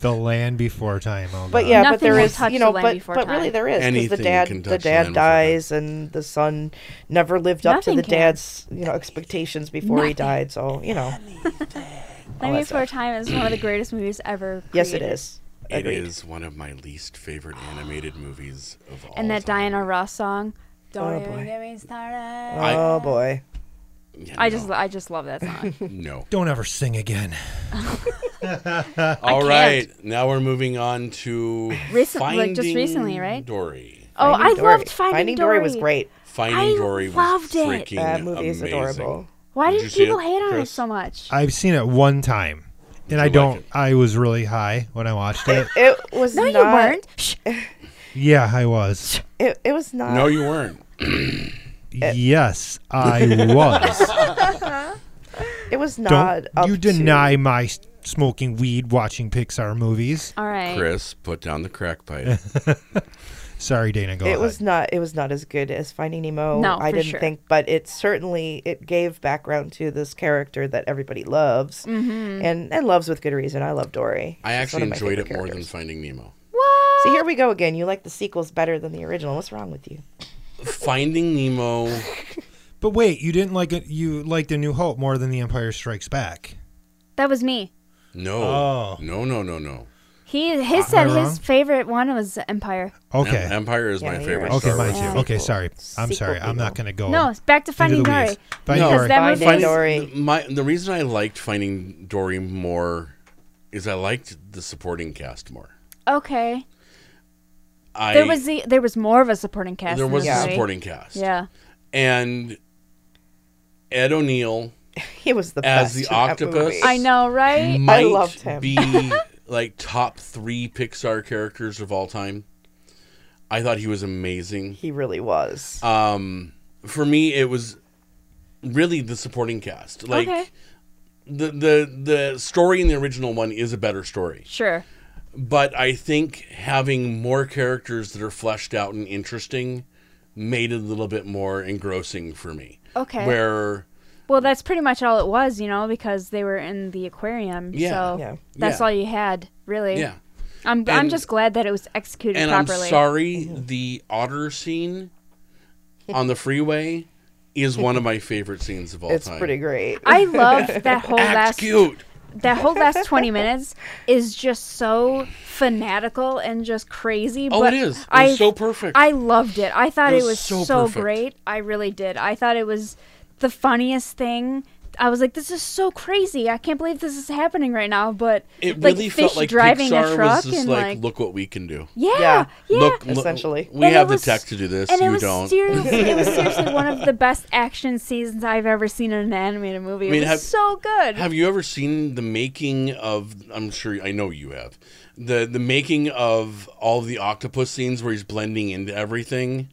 B: The land before time. Oh,
E: But
B: God.
E: yeah, but
C: Nothing
E: there
C: will
E: is
C: touch
E: you
C: the
E: know,
C: land
E: but
C: before
E: but really
C: time.
E: there is because the
D: Anything
E: dad
D: can
E: the
D: touch the
E: dad
D: land before time.
E: dies and the son never lived up
C: Nothing
E: to the
C: can.
E: dad's you know expectations before he died. So you know, all
C: Land
E: that
C: Before
E: stuff.
C: Time is one of the greatest movies ever.
E: Yes, it
C: created.
E: is.
D: It
E: Agreed.
D: is one of my least favorite animated movies of all
C: And that
D: time.
C: Diana Ross song. Don't
E: Oh,
C: even
E: boy.
C: get me started.
D: I-
E: oh boy.
D: Yeah,
C: I just,
D: no.
C: I just love that song.
D: no.
B: Don't ever sing again.
D: All
C: can't.
D: right, now we're moving on to
C: Recent-
D: Finding
C: like, just recently, right?
D: Dory.
C: oh, I
E: Finding Dory.
C: loved Finding,
E: Dory. was great.
D: Finding
C: I
D: Dory was
C: loved it.
D: freaking
E: That movie is
D: amazing.
E: adorable.
C: Why
D: Did
C: did,
D: you see
C: people
D: it,
C: hate on
D: Chris?
C: it so much?
B: I've seen it one time, and I
D: like
B: don't.
D: it?
B: I was really high when I watched it.
E: It was
C: no,
E: not,
C: you weren't. Shh.
B: yeah, I was.
E: It, it was not.
D: No, you weren't.
B: Yes, I was.
E: it was not.
B: don't
E: up
B: you
E: to-
B: deny my s- smoking weed watching Pixar movies?
C: All right.
D: Chris, put down the crack pipe.
B: Sorry, Dana. Go
E: it
B: ahead.
E: was not it was not as good as finding nemo
C: No,
E: i
C: for
E: didn't
C: sure.
E: think but it certainly it gave background to this character that everybody loves
C: Mm-hmm.
E: and and loves with good reason i love dory
D: I
E: She's
D: actually
E: one of my
D: enjoyed it
E: favorite
D: more than
E: characters.
D: Finding Nemo.
E: see here we go again you like the sequels better than the original what's wrong with you
D: Finding Nemo.
B: But wait, you didn't like it. You liked A New Hope more than The Empire Strikes Back.
C: That was me.
D: No.
B: Oh.
D: No, no, no, no.
C: He, he said his favorite one was Empire.
D: Em-
B: Okay.
D: Empire is
E: Yeah,
D: my
E: you're
D: favorite.
E: right.
B: Okay,
D: Star
B: mine
D: Wars.
B: too. Okay, sorry. I'm
E: Sequel
B: sorry. I'm
E: people.
B: not gonna
D: Oh.
B: go.
C: No, it's back to Finding
B: into the
C: Dory.
B: weeds. Finding
D: No.
B: Dory.
C: That movie
E: finding
C: is-
E: dory
D: My the reason I liked Finding Dory more is I liked the supporting cast more.
C: Okay.
D: I
C: There was the, there was more of a supporting cast.
D: there
C: in
D: was
C: this
D: a
C: movie.
D: supporting cast.
C: Yeah.
D: And Ed O'Neill
E: he was the
D: As
E: best
D: the
E: in that
D: octopus.
E: movie.
C: I know, right?
D: might
E: loved him.
D: be like top three Pixar characters of all time. I thought he was amazing.
E: he really was
D: Um, for me, it was really the supporting cast. Like
C: Okay.
D: the the the story in the original one is a better story,
C: Sure.
D: but I think having more characters that are fleshed out and interesting made it a little bit more engrossing for me.
C: Okay.
D: Where
C: Well, that's pretty much all it was, you know, because they were in the aquarium.
D: Yeah.
C: So
E: Yeah.
C: that's
D: Yeah.
C: all you had, really.
D: yeah,
C: I'm I'm
D: And-
C: just glad that it was executed
D: and
C: properly.
D: I'm sorry, the otter scene on the freeway is one of my favorite scenes of all
E: it's
D: time.
E: pretty great
C: I love that whole
D: Act
C: last
D: cute.
C: that whole last 20 minutes is just so fanatical and just crazy.
D: Oh,
C: but
D: it is. It was
C: I-
D: so perfect.
C: I loved it. I thought
D: It
C: it
D: was
C: was,
D: so
C: so,
D: perfect.
C: great. I really did. I thought it was the funniest thing. I was like, this is so crazy. I can't believe this is happening right now. But
D: It
C: like
D: really
C: fish
D: felt like
C: driving
D: Pixar
C: a truck
D: was just
C: and
D: like, look what we can do.
C: yeah,
E: Yeah.
C: yeah.
D: look, look,
E: Essentially.
D: we
C: And it
D: have the
C: was-
D: tech to do this.
C: and it
D: You
C: was
D: don't.
C: seriously, it was seriously one of the best action scenes I've ever seen in an animated movie.
D: I mean,
C: it was
D: have-
C: so good.
D: Have you ever seen the making of? I'm sure I know you have. the The making of all the octopus scenes where he's blending into everything.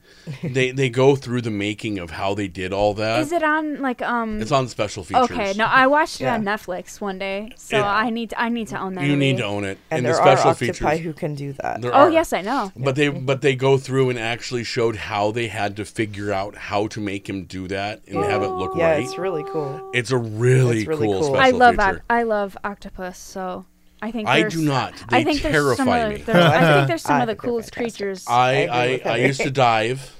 D: they they go through the making of how they did all that.
C: Is it on like um?
D: it's on special features.
C: Okay, no, I watched it
E: Yeah.
C: on Netflix one day, so
D: It-
C: I need to, I need to own that.
D: you need
C: movie.
D: to own it.
E: and
D: in
E: there
D: the
E: are
D: special
E: octopi
D: features.
E: who can do that
D: There
C: Oh
D: are.
C: yes, I know.
D: But they but they go through and actually showed how they had to figure out how to make him do that and have it look
E: yeah
D: right.
E: it's really cool
D: It's a really,
E: It's really
D: cool,
E: cool.
D: special
C: I love
D: feature.
C: oc- I love octopus, so I think
D: I
C: there's-
D: do not. They
C: I think there's some
D: terrify
C: of
D: me.
C: the, I think there's some
E: I
C: of the
E: think they're
C: coolest
E: fantastic.
C: creatures.
D: I
E: I agree
D: I,
E: with
D: I
E: Henry.
D: used to dive,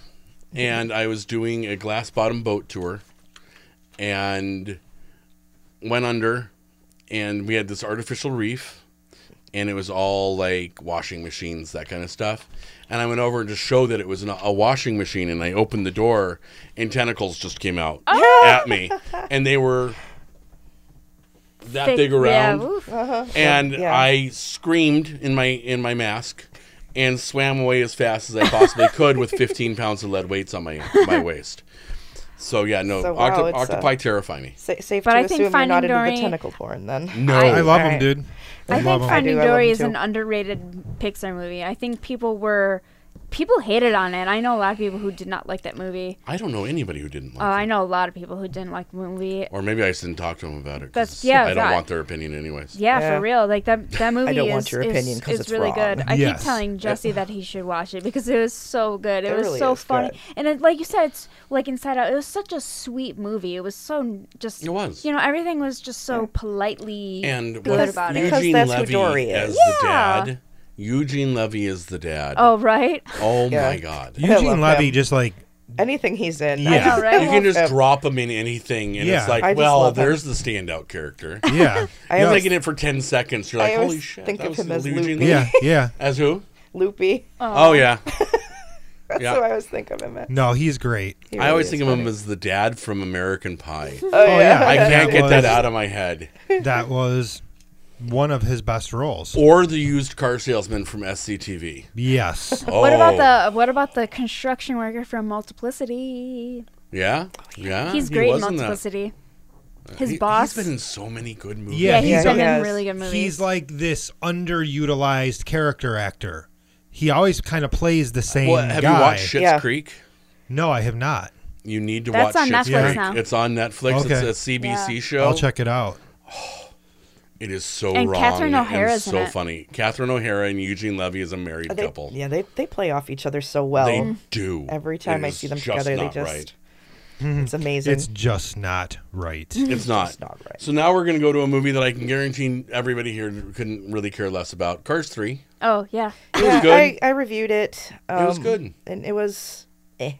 D: and I was doing a glass bottom boat tour, and went under, and we had this artificial reef, and it was all like washing machines, that kind of stuff. And I went over to show that it was an, a washing machine, and I opened the door, and tentacles just came out at me, and they were that
C: They-
D: big
C: yeah,
D: around
C: oof.
D: and
E: Yeah.
D: I screamed in my in my mask and swam away as fast as I possibly could with 15 pounds of lead weights on my my waist. So yeah, no,
E: So, wow,
D: octo-
E: it's, uh,
D: octopi terrify me.
E: Sa- safe
C: But
E: to
C: I
E: assume
C: think
E: you're not
C: Finding
E: into the
C: Dory-
E: tentacle porn then
D: No,
B: I love them,
E: Alright.
B: dude.
C: I
B: love
C: think
B: 'em.
C: Finding
E: I do, I love
C: Dory
E: them
C: is an
E: too.
C: underrated Pixar movie. I think people were people hated on it. I know a lot of people who did not like that movie.
D: I don't know anybody who didn't
E: Oh,
D: like
C: Uh, I
D: it.
C: know a lot of people who didn't like the movie.
D: Or maybe I just didn't talk to them about it. 'cause
C: That's- yeah,
D: I don't
C: that-
D: want their opinion anyways.
C: Yeah,
E: Yeah.
C: for real. Like that that movie
E: don't
C: is,
E: want your
C: is-
E: opinion 'cause
C: is
E: it's
C: really good.
E: wrong.
C: I
B: Yes.
C: keep telling Jesse that he should watch it because it was so good. It,
E: It
C: was
E: really
C: so
E: is
C: funny.
E: good.
C: And it, like you said, it's like Inside Out. It was such a sweet movie. It was so n- just
D: It was.
C: You know, everything was just so politely
D: And
C: good
D: with
C: about it.
E: Because
D: Eugene
E: that's who
D: Levy
E: Dory
D: as
E: is.
D: the
C: Yeah.
D: dad. Eugene Levy is the dad.
C: Oh right.
D: Oh
E: Yeah.
D: my god.
E: I love
B: Eugene Levy
E: him.
B: just like
E: anything he's in.
B: Yeah.
E: I just
C: know, Oh, right?
D: You can
E: love
D: just
E: him.
D: drop him in anything, and
B: Yeah.
D: it's like,
E: I just
D: well,
E: love him.
D: there's the standout character.
B: Yeah.
E: I
D: You're
E: always-
D: like in it for ten seconds. You're
E: I
D: like,
E: always
D: holy shit!
E: think
D: that
E: of
D: was
E: him as
D: Luigi
E: Loopy.
D: Lee.
B: Yeah. Yeah.
D: As who?
E: Loopy.
D: Oh, yeah.
E: That's
D: Yeah.
E: who I always think of him as.
B: No, he's great.
E: He
D: I
E: really
D: always
E: is
D: think of
E: funny.
D: him as the dad from American Pie.
E: Oh,
B: Oh,
E: yeah.
B: yeah.
D: I can't get that
B: was-
D: out of my head.
B: That was one of his best roles.
D: Or the used car salesman from SCTV.
B: Yes.
D: Oh,
C: What about the what about the construction worker from Multiplicity?
D: Yeah, yeah. Ah,
C: He's
D: he
C: great in
D: was in that. Uh,
C: Multiplicity. His
D: He-
C: boss.
D: He's been in so many good movies.
B: Yeah,
C: yeah,
B: he's
C: he's
B: a-
C: been
E: Yes.
C: in really good movies.
B: He's like this underutilized character actor. He always kind of plays the same
D: Well, have
B: guy.
D: you watched Shit's
E: Yeah.
D: Creek?
B: No, I have not.
D: You need to
C: That's
D: watch
C: on
D: Shit's
C: Netflix
D: Creek.
C: now.
D: It's on Netflix.
B: Okay.
D: It's a CBC
C: Yeah.
D: show.
B: I'll check it out.
D: It is so
C: And
D: wrong.
C: Catherine
D: and
C: O'Hara's in
D: so
C: it.
D: funny. Catherine O'Hara and Eugene Levy is a married
E: They-
D: couple.
E: yeah, they, they play off each other so well.
D: They do.
E: Every
D: It
E: time I
D: is
E: see them
D: just
E: together, they
D: not
E: just.
D: right.
E: It's amazing.
B: It's just not right.
D: It's not.
E: just not right.
D: So now we're going to go to a movie that I can guarantee everybody here couldn't really care less about. Cars 3.
C: oh yeah.
D: It was
E: Yeah,
D: good.
E: I, I reviewed it. Um,
D: was good.
E: And it was. Eh.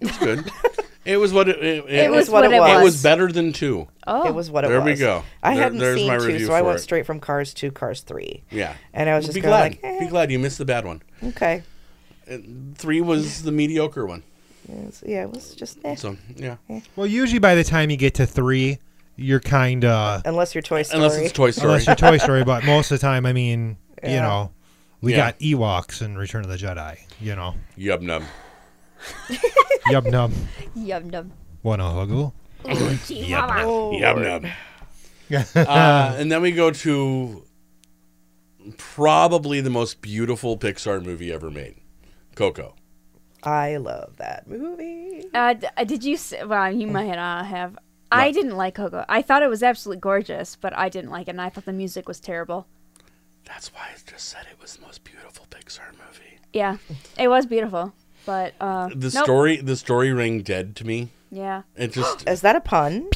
D: It was good. it was what it, it,
C: It was
E: what
C: what
E: it
C: it
E: was.
D: It was better than 2.
C: Oh.
E: It was what it
D: There we
E: was.
D: go.
E: I
D: There-
E: hadn't
D: there's
E: seen
D: my
E: two,
D: review
E: so I
D: for
E: went
D: it.
E: straight from Cars to Cars three.
D: Yeah.
E: And I was just
D: Be
E: going
D: glad.
E: like, eh,
D: Be glad you missed the bad one.
E: okay,
D: Three was the mediocre one.
E: It's- yeah, it was just eh.
D: So yeah,
B: Well, usually by the time you get to three, you're kind of
E: unless your Toy Story.
D: unless it's Toy Story.
B: unless you're Toy Story, but most of the time, I mean, you
E: Yeah.
B: know, we
D: Yeah.
B: got Ewoks and Return of the Jedi. You know,
D: Yub nub.
B: yub nub,
C: Yum yum.
B: wanna huggle? yub
E: Oh,
D: Yub
E: Lord.
D: nub.
B: nub.
D: Uh, and then we go to probably the most beautiful Pixar movie ever made, Coco.
E: I love that movie.
C: Uh, d- uh, did you? s- Well, you might not have. I didn't like Coco. I thought it was absolutely gorgeous, but I didn't like it, and I thought the music was terrible.
D: That's why I just said it was the most beautiful Pixar movie.
C: Yeah, it was beautiful, but uh,
D: The
C: nope.
D: story, the story rang dead to me.
C: Yeah,
D: It just
E: Is that a pun?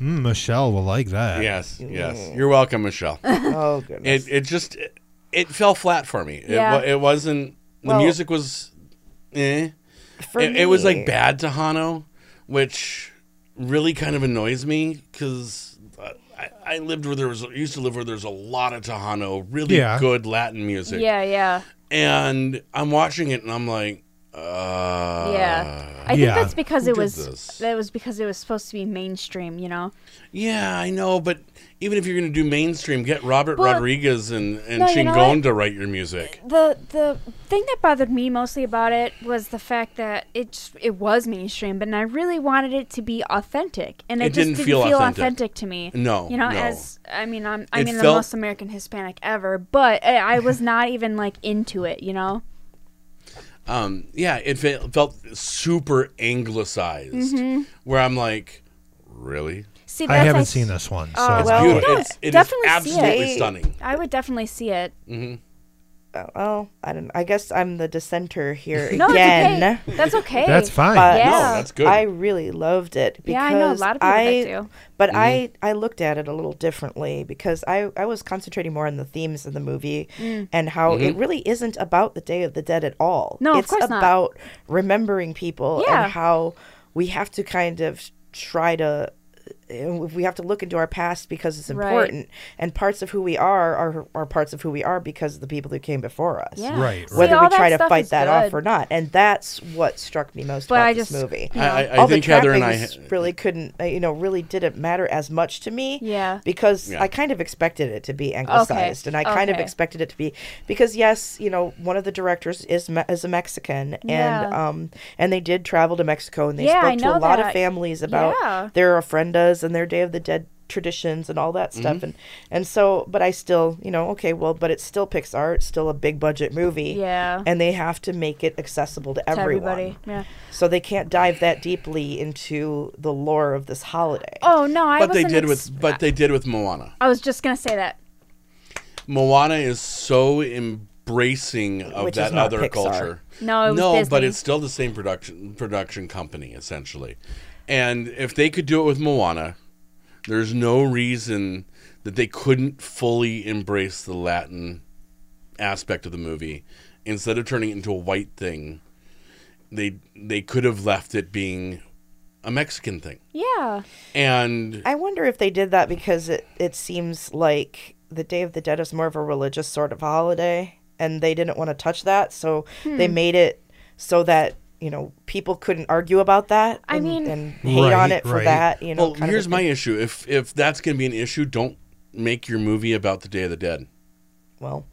B: Mm, Michelle will like that.
D: yes, yes. You're welcome, Michelle.
E: oh goodness.
D: It it just it, it fell flat for me. It,
C: Yeah.
D: wa- it wasn't. The
E: Well-
D: music was, eh.
E: For
D: it, it was
E: me-
D: like bad to Hano, which really kind of annoys me because I, I lived where there was used to live where there's a lot of Tejano, really
B: Yeah.
D: good Latin music.
C: yeah, yeah,
D: And I'm watching it and I'm like, uh,
C: yeah. I
B: yeah.
C: think that's because it
D: did
C: was
D: this?
C: that was because it was supposed to be mainstream, you know.
D: yeah, I know, but even if you're gonna do mainstream, get Robert
C: Well,
D: Rodriguez and and
C: no, you know
D: Chingon
C: what?
D: to write your music.
C: the the thing that bothered me mostly about it was the fact that it just, it was mainstream, but I really wanted it to be authentic, and it,
D: It
C: just
D: didn't
C: didn't,
D: feel
C: feel,
D: authentic.
C: authentic. to me.
D: No,
C: you know,
D: no.
C: as I mean, I'm I
D: It
C: mean
D: felt-
C: the most American Hispanic ever, but I, I was not even like into it, you know.
D: um, yeah, it fe- felt super anglicized,
C: Mm-hmm.
D: where I'm like, really?
C: See,
B: I
C: that's,
B: haven't
C: s-
B: seen this one, so
C: Oh,
D: It's
E: Well,
D: beautiful.
C: no,
D: it's, it is
C: definitely see it.
D: absolutely
E: Hey.
D: stunning.
C: I would definitely see it.
E: Oh, well, I don't. I guess I'm the dissenter here
C: No,
E: again.
C: it's okay. That's okay.
B: that's fine.
E: But
C: Yeah. No,
D: that's good.
E: I really loved it because
C: Yeah, I know a lot of people
E: I-
C: that do.
E: But I,
D: Mm-hmm.
E: I looked at it a little differently because I, I was concentrating more on the themes of the movie
C: Mm.
E: and how
D: Mm-hmm.
E: it really isn't about the Day of the Dead at all.
C: No, of
E: it's
C: course not.
E: about remembering people
C: Yeah.
E: and how we have to kind of try to and we have to look into our past because it's
C: Right.
E: important and parts of who we are are, are parts of who we are because of the people that came before us
C: Yeah.
B: Right,
C: See,
B: right.
E: whether
C: all
E: we try to
C: that stuff
E: fight
C: is
E: that
C: good.
E: off or not. And that's what struck me most
C: But
E: about
C: I
E: this
C: just-
E: movie.
D: I, I, I
E: All
D: think
E: the
D: Heather and I.
E: trappings really couldn't, uh, you know, really didn't matter as much to me.
C: Yeah.
E: Because
D: Yeah.
E: I kind of expected it to be anglicized, and I kind of
C: okay.
E: expected it to be because yes, you know, one of the directors is me- is a Mexican, and
C: Yeah.
E: um, and they did travel to Mexico, and they
C: Yeah, I
E: spoke to a
C: know
E: lot of
C: that.
E: families about
C: Yeah.
E: their ofrendas and their Day of the Dead traditions and all that
D: Mm-hmm.
E: stuff and and so but I still you know okay well but it's still Pixar it's still a big budget movie
C: Yeah.
E: and they have to make it accessible to
C: To
E: everyone
C: everybody. Yeah.
E: so they can't dive that deeply into the lore of this holiday.
C: Oh no, I.
D: but they
C: wasn't
D: did
C: ex-
D: with but they did with Moana.
C: I was just gonna say that.
D: Moana is so embracing of
E: Which is
D: that
E: not
D: other
E: Pixar.
D: culture.
C: No, it was
D: no, but
C: Disney.
D: it's still the same production production company essentially. And if they could do it with Moana, there's no reason that they couldn't fully embrace the Latin aspect of the movie instead of turning it into a white thing. they they could have left it being a Mexican thing.
C: Yeah.
D: And
E: I wonder if they did that because it, it seems like the Day of the Dead is more of a religious sort of holiday, and they didn't want to touch that, so they
C: Hmm.
E: made it so that you know people couldn't argue about that.
C: I
E: and,
C: mean-
E: and hate on
B: Right,
E: it for
B: right.
E: that. You know,
D: well,
E: kind of a
D: here's my
E: thing.
D: issue. If if that's going to be an issue, don't make your movie about the Day of the Dead.
E: well,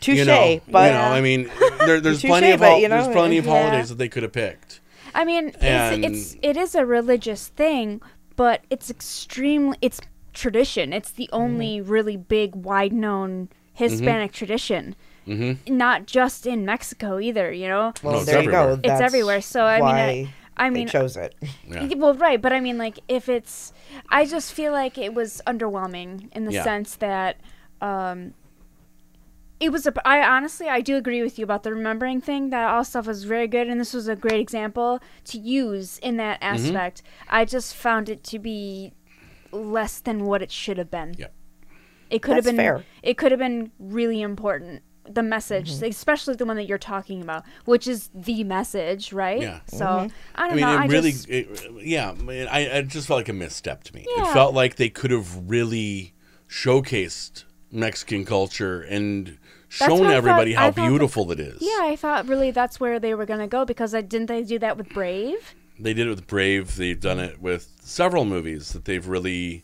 E: touche.
D: you know,
E: but
D: you
C: uh,
D: know, I mean, there, there's
E: Touche,
D: plenty of
E: but,
D: hol-
E: you know,
D: there's plenty of
C: yeah.
D: holidays that they could have picked.
C: I mean,
D: And-
C: it's, it's it is a religious thing, but it's extremely it's tradition. It's the only really big, wide known Hispanic tradition. Mm-hmm. Not just in Mexico either, you know.
E: well,
D: No, it's
E: there you go.
D: everywhere.
C: it's
E: That's
C: everywhere. So I mean,
E: why
C: I, I
E: they
C: mean,
E: chose it.
D: Yeah.
C: Yeah, Well, right, but I mean, like, if it's, I just feel like it was underwhelming in the
D: Yeah.
C: sense that, um, it was a. I honestly, I do agree with you about the remembering thing. That all stuff was very good, and this was a great example to use in that
D: Mm-hmm.
C: aspect. I just found it to be less than what it should have been.
D: Yeah.
C: It could have
E: That's
C: been.
E: fair.
C: It could have been really important. The message,
E: Mm-hmm.
C: especially the one that you're talking about, which is the message, right?
D: Yeah.
C: So
E: Mm-hmm.
C: I
D: I
C: don't
D: mean,
C: know.
D: it
C: I
D: really,
C: just,
D: it, yeah. I, mean, I, I just felt like a misstep to me. It
C: Yeah.
D: felt like they could have really showcased Mexican culture and
C: what I
D: shown
C: thought-
D: everybody
C: I
D: how
C: thought that-
D: beautiful it is.
C: Yeah, I thought really that's where they were gonna go because I didn't they do that with Brave?
D: they did it with Brave. They've done it with several movies that they've really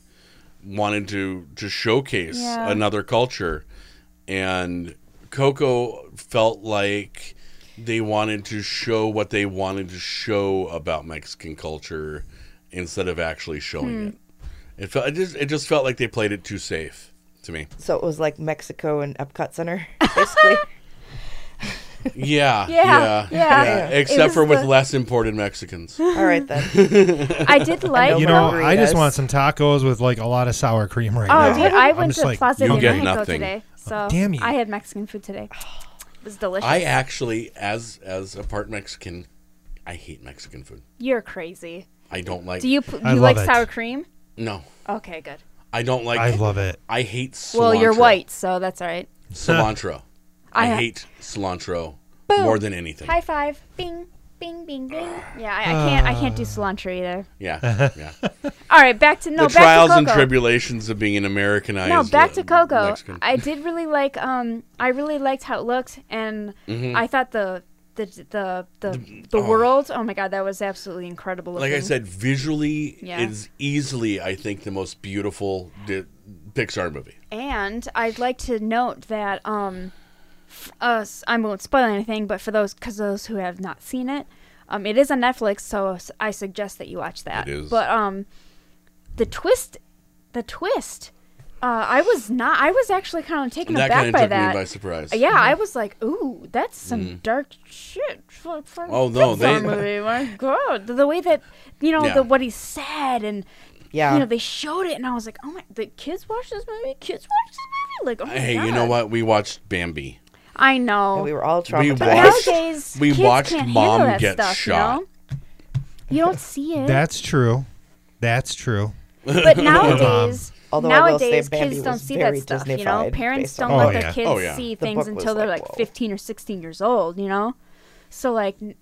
D: wanted to to showcase
C: Yeah.
D: another culture. And Coco felt like they wanted to show what they wanted to show about Mexican culture instead of actually showing
C: Hmm.
D: it. It felt it just it just felt like they played it too safe to me.
E: So it was like Mexico and Epcot Center, basically.
D: Yeah,
C: Yeah, yeah. It
D: Except
C: was
D: for with
C: the-
D: less imported Mexicans.
E: All right then.
C: I did like
B: You
E: Over
B: know,
E: burritos.
B: I just want some tacos with like a lot of sour cream right
C: Oh
B: now.
C: dude, I
B: I'm
C: went
B: just
C: to
B: like,
C: Plaza
D: you
C: de
D: get
C: Mexico
D: nothing.
C: today. So
B: Oh, damn you.
C: I had Mexican food today. It was delicious.
D: I actually, as as a part Mexican, I hate Mexican food.
C: You're crazy.
D: I don't like.
C: Do you p- do
B: I
C: you
B: love
C: like
B: it.
C: sour cream?
D: No,
C: Okay, good.
D: I don't like.
B: I
D: I,
B: love it.
D: hate. Cilantro.
C: Well, you're white, so that's all right.
D: Cilantro. I,
C: I-
D: hate cilantro
C: Boom.
D: more than anything.
C: High five. Bing. Bing, bing, bing. Yeah, I, I can't. I can't do cilantro either.
D: Yeah, yeah.
C: All right, back to no.
D: the
C: back
D: trials
C: to
D: and
C: Coco.
D: tribulations of being an Americanized.
C: No, back
D: uh,
C: to Coco.
D: Mexican.
C: I did really like. Um, I really liked how it looked, and
D: Mm-hmm.
C: I thought the the the the, the, world. Oh my god, that was absolutely incredible.
D: like I
C: looking.
D: said, visually
C: Yeah.
D: is easily, I think, the most beautiful di- Pixar movie.
C: and I'd like to note that um, f- us I won't spoil anything, but for those because those who have not seen it, um, it is on Netflix, so s- I suggest that you watch that.
D: It is.
C: But um, the twist, the twist. Uh, I was not. I was actually kind of taken
D: that
C: aback
D: kind of
C: by
D: took
C: that.
D: me by surprise. Mm-hmm.
C: Yeah, I was like, ooh, that's some dark shit. For, for
D: Oh, no,
C: Pixar
D: they-
C: movie. My God, the, the way that you know
D: Yeah.
C: the what he said and
E: Yeah.
C: you know they showed it, and I was like, oh my, the kids watch this movie. Kids watch this movie. Like, oh my
D: Hey,
C: God.
D: you know what? We watched Bambi.
C: I know.
E: we were all
D: We
E: traumatized.
C: but
D: watched-
C: nowadays,
D: we
C: kids
D: watched
C: can't
D: Mom
C: handle that
D: get
C: stuff,
D: shot.
C: You, know? You don't see it,
B: That's true. That's true.
C: but nowadays.
E: Although I will say
C: Nowadays,
E: Bambi
C: kids don't
E: was
C: see that
E: very
C: stuff. You know,
E: Disney-fied
C: parents
E: based
C: don't
B: on that.
C: let their
B: Oh, yeah.
C: kids
D: Oh, yeah.
C: see
E: The
C: things
E: book was
C: until they're
E: like,
C: like
E: whoa.
C: 15 or 16 years old. You know, so like n-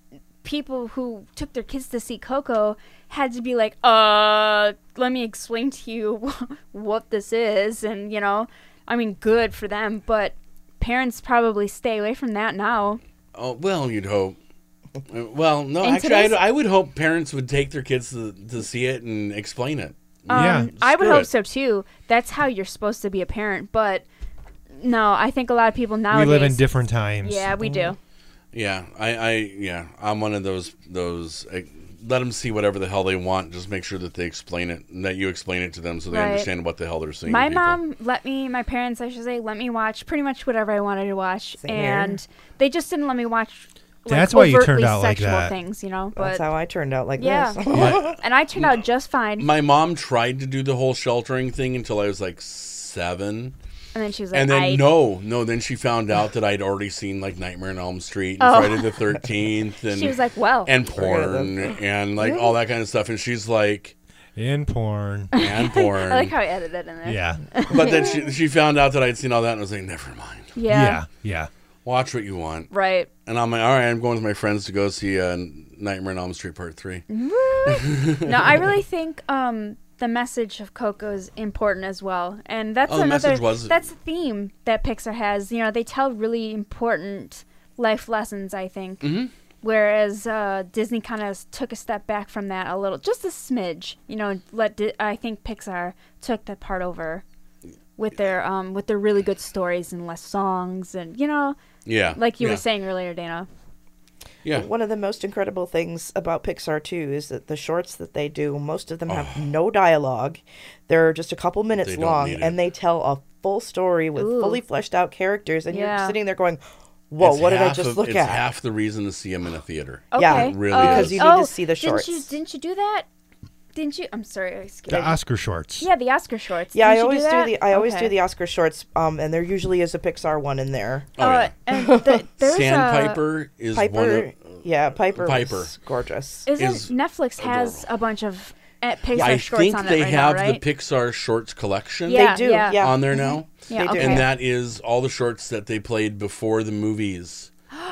C: people who took their kids to see Coco had to be like, uh, let me explain to you what this is, and you know, I mean, good for them, but parents probably stay away from that now.
D: Oh well, you'd hope. Uh, Well, no,
C: And
D: actually,
C: today's-
D: I'd, I would hope parents would take their kids to, to see it and explain it.
B: yeah.
C: Um, I would
D: screw
C: hope
D: it.
C: so too. That's how you're supposed to be a parent, but no, I think a lot of people
B: We
C: nowadays.
B: live in different times.
C: yeah, we do.
D: Yeah, I, I, yeah, I'm one of those those. uh let them see whatever the hell they want. Just make sure that they explain it, and that you explain it to them so they
C: Right.
D: understand what the hell they're seeing.
C: My
D: people.
C: mom let me, my parents, I should say, let me watch pretty much whatever I wanted to watch,
E: Same here.
C: and they just didn't let me watch. Like,
B: That's why you turned
C: overtly
B: out like
C: sexual
B: that.
C: Things, you know,
E: That's
C: but
E: how I turned out like
C: yeah,
E: this.
C: and I turned out just fine.
D: my mom tried to do the whole sheltering thing until I was like seven,
C: And then she was like,
D: and then
C: I,
D: no, no. Then she found out that I'd already seen like Nightmare on Elm Street and
C: Oh.
D: Friday the Thirteenth, and
C: She was like, well.
D: and
E: Forget
D: porn and like all that kind of stuff. And she's like,
B: In porn.
D: and porn.
C: I like how I edited that in there.
B: Yeah.
D: but then she, she found out that I'd seen all that and was like, never mind.
C: Yeah.
B: Yeah. Yeah.
D: watch what you want.
C: Right.
D: And I'm like, all right, I'm going with my friends to go see uh, Nightmare on Elm Street Part 3.
C: Mm-hmm. No, I really think um, the message of Coco is important as well, and that's
D: Oh, the
C: another.
D: message was-
C: That's a theme that Pixar has. You know, they tell really important life lessons. I think. Whereas uh, Disney kind of took a step back from that a little, just a smidge. You know, let Di- I think Pixar took that part over with their um with their really good stories and less songs and you know
D: Yeah.
C: like you
D: yeah,
C: were saying earlier dana
D: Yeah.
E: One of the most incredible things about Pixar too is that the shorts that they do, most of them have no dialogue. They're just a couple minutes
D: They don't
E: long,
D: need it.
E: and they tell a full story with
C: Ooh.
E: fully fleshed out characters, and
C: Yeah.
E: you're sitting there going, "Whoa,
D: It's
E: what did I
D: half
E: just
D: of-
E: look
D: it's
E: at?"
D: half the reason to see him in a theater.
C: okay
E: Yeah,
D: it really
C: uh,
D: is. Because you
E: need to
C: oh,
E: see the
C: didn't you
E: shorts.
C: didn't you do that didn't you i'm sorry excuse
B: The
C: me
B: Oscar shorts.
C: Yeah, the Oscar shorts.
E: Yeah,
C: Didn't
E: I
C: you
E: always do,
C: that?
E: the I always
C: Okay.
E: do the Oscar shorts, um, and there usually is a Pixar one in there.
D: Oh,
C: uh,
D: yeah.
C: and the, there's uh, a,
D: Sandpiper is one
E: Piper,
D: of.
E: yeah, Piper,
D: Piper.
E: was gorgeous.
C: isn't
D: is
C: Netflix has a bunch of uh, Pixar
D: I
C: shorts
D: think
C: on it
D: they
C: right
D: have
C: now, right?
D: the Pixar shorts collection
C: Yeah,
E: do,
C: yeah.
E: yeah.
D: on there now.
E: They
C: Yeah,
E: do.
C: okay.
D: And that is all the shorts that they played before the movies.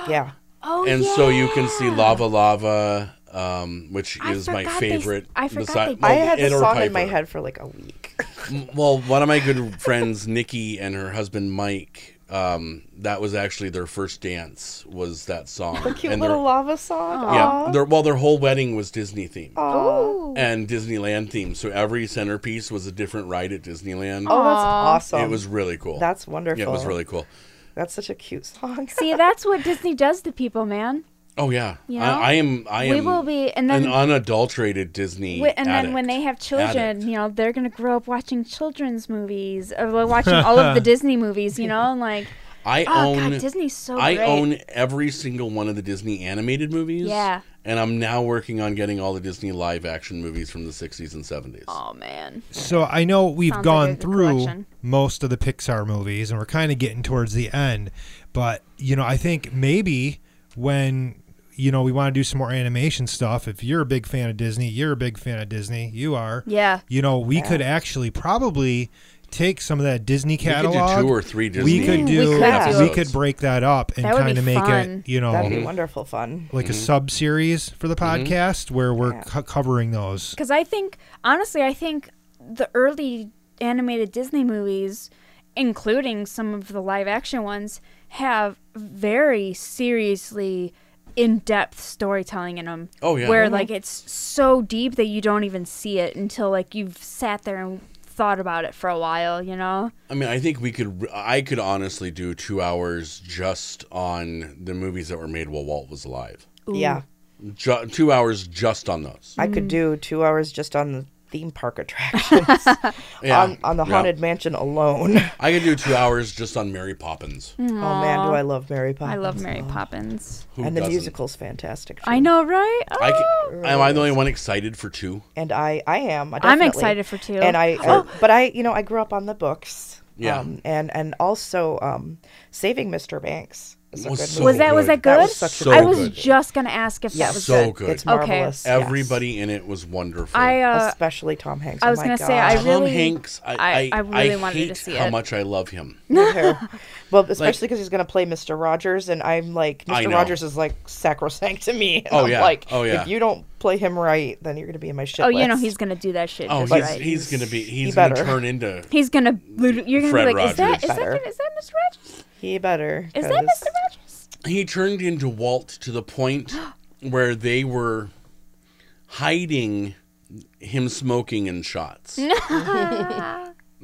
E: yeah,
C: oh,
D: and
C: yeah.
D: so you can see Lava Lava, um, which
C: I
D: is my
C: forgot they-
D: favorite.
C: I forgot
D: besi-
C: they-
E: I had
D: it
E: this
D: or
E: song in my
D: Piper.
E: head for like a week.
D: M- Well, one of my good friends, Nikki, and her husband Mike, um, that was actually their first dance was that song. The
E: Cute
D: and their-
E: little lava song.
D: yeah, their, well, their whole wedding was Disney themed
C: Ooh.
D: and Disneyland themed. So every centerpiece was a different ride at Disneyland.
E: Oh, that's awesome.
D: It was really cool.
E: That's wonderful.
D: yeah, it was really cool.
E: That's such a cute song.
C: See, that's what Disney does to people, man.
D: Oh yeah,
C: You know?
D: I, I am. I am.
C: We will be- and then-
D: an unadulterated Disney.
C: Wi- and then when they
D: addict.
C: have children,
D: Addict.
C: you know, they're gonna grow up watching children's movies or like, watching all of the Disney movies, you know, and like,
D: I
C: oh
D: own.
C: god, Disney's so
D: I
C: great.
D: own every single one of the Disney animated movies.
C: Yeah.
D: And I'm now working on getting all the Disney live action movies from the 60s and 70s.
C: oh man,
B: So I know we've
C: Sounds like
B: gone
C: a good
B: through
C: collection.
B: most of the Pixar movies and we're kind of getting towards the end, but you know, I think maybe when you know we want to do some more animation stuff, if you're a big fan of Disney, you're a big fan of Disney, you are.
C: yeah,
B: You know, we could actually probably take some of that Disney
D: could do
B: catalog.
D: two or three Disney
B: We could
C: We
B: do.
C: could
E: do.
B: we could break that up and
C: That would be
B: kind of make
C: fun.
B: it, you know,
D: Um,
E: That'd be wonderful fun.
B: like a sub series for the
E: Mm-hmm.
B: podcast where we're co- covering those.
C: Because I think, honestly, I think the early animated Disney movies, including some of the live action ones, have very seriously in depth storytelling in them.
D: Oh, yeah.
C: Where,
D: Mhm.
C: like, it's so deep that you don't even see it until, like, you've sat there and thought about it for a while, you know?
D: I mean, I think we could, I could honestly do two hours just on the movies that were made while Walt was alive.
E: Yeah.
D: Ju- two hours just on those.
E: I
C: Mm.
E: could do two hours just on the theme park attractions.
D: Yeah.
E: on, on the
D: Yeah.
E: Haunted Mansion alone.
D: I could do two hours just on Mary Poppins.
C: Mm.
E: Oh man, do I love Mary Poppins.
C: I love Mary Poppins.
D: Who
E: and the
D: doesn't?
E: musical's fantastic.
C: I
E: too.
C: know, right? Oh.
D: I can, am I the only one excited for two?
E: And I, I am. I
C: I'm
E: definitely-
C: excited for two.
E: And I, uh,
D: Oh.
E: but I, you know, I grew up on the books.
D: Yeah.
E: Um, and and also, um, Saving Mr. Banks is a
D: Was
E: good
D: so
E: movie.
C: was that was that
D: good.
C: good?
E: That was such a
D: So
C: Oh, I was
D: good.
C: just gonna ask if that
E: Yes.
C: was
D: So
C: good.
D: good.
E: It's
C: Okay.
E: marvelous. yes.
D: Everybody in it was wonderful.
C: I uh,
E: especially Tom Hanks.
C: I was
E: oh
C: gonna
E: my
C: say, I
E: gosh.
D: Tom
C: really-
D: Hanks. I,
C: I-
D: I,
C: I really
D: I
C: wanted to
D: hate
C: see
D: how
C: it.
D: much I love him.
E: Me too. well, especially because he's going to play Mr. Rogers, and I'm like,
D: I
E: Mr.
D: know.
E: Rogers is like sacrosanct to me. And
D: Oh,
E: I'm
D: yeah.
E: Like,
D: Oh, yeah.
E: If you don't play him right, then you're going to be in my shit.
C: Oh, you know
E: list.
C: he's gonna do that shit.
D: Oh,
C: Oh,
D: he's,
C: right. he's,
D: he's gonna be he's
E: He
D: gonna
E: better.
D: turn into
C: gonna. lit- You're gonna
D: Fred
C: be like, is that
D: Rogers.
C: is that
E: Better.
C: gonna- is that Mr. Rogers?
E: he better.
C: Is that
E: 'cause-
C: Mr. Rogers?
D: he turned into Walt to the point where they were hiding him smoking in shots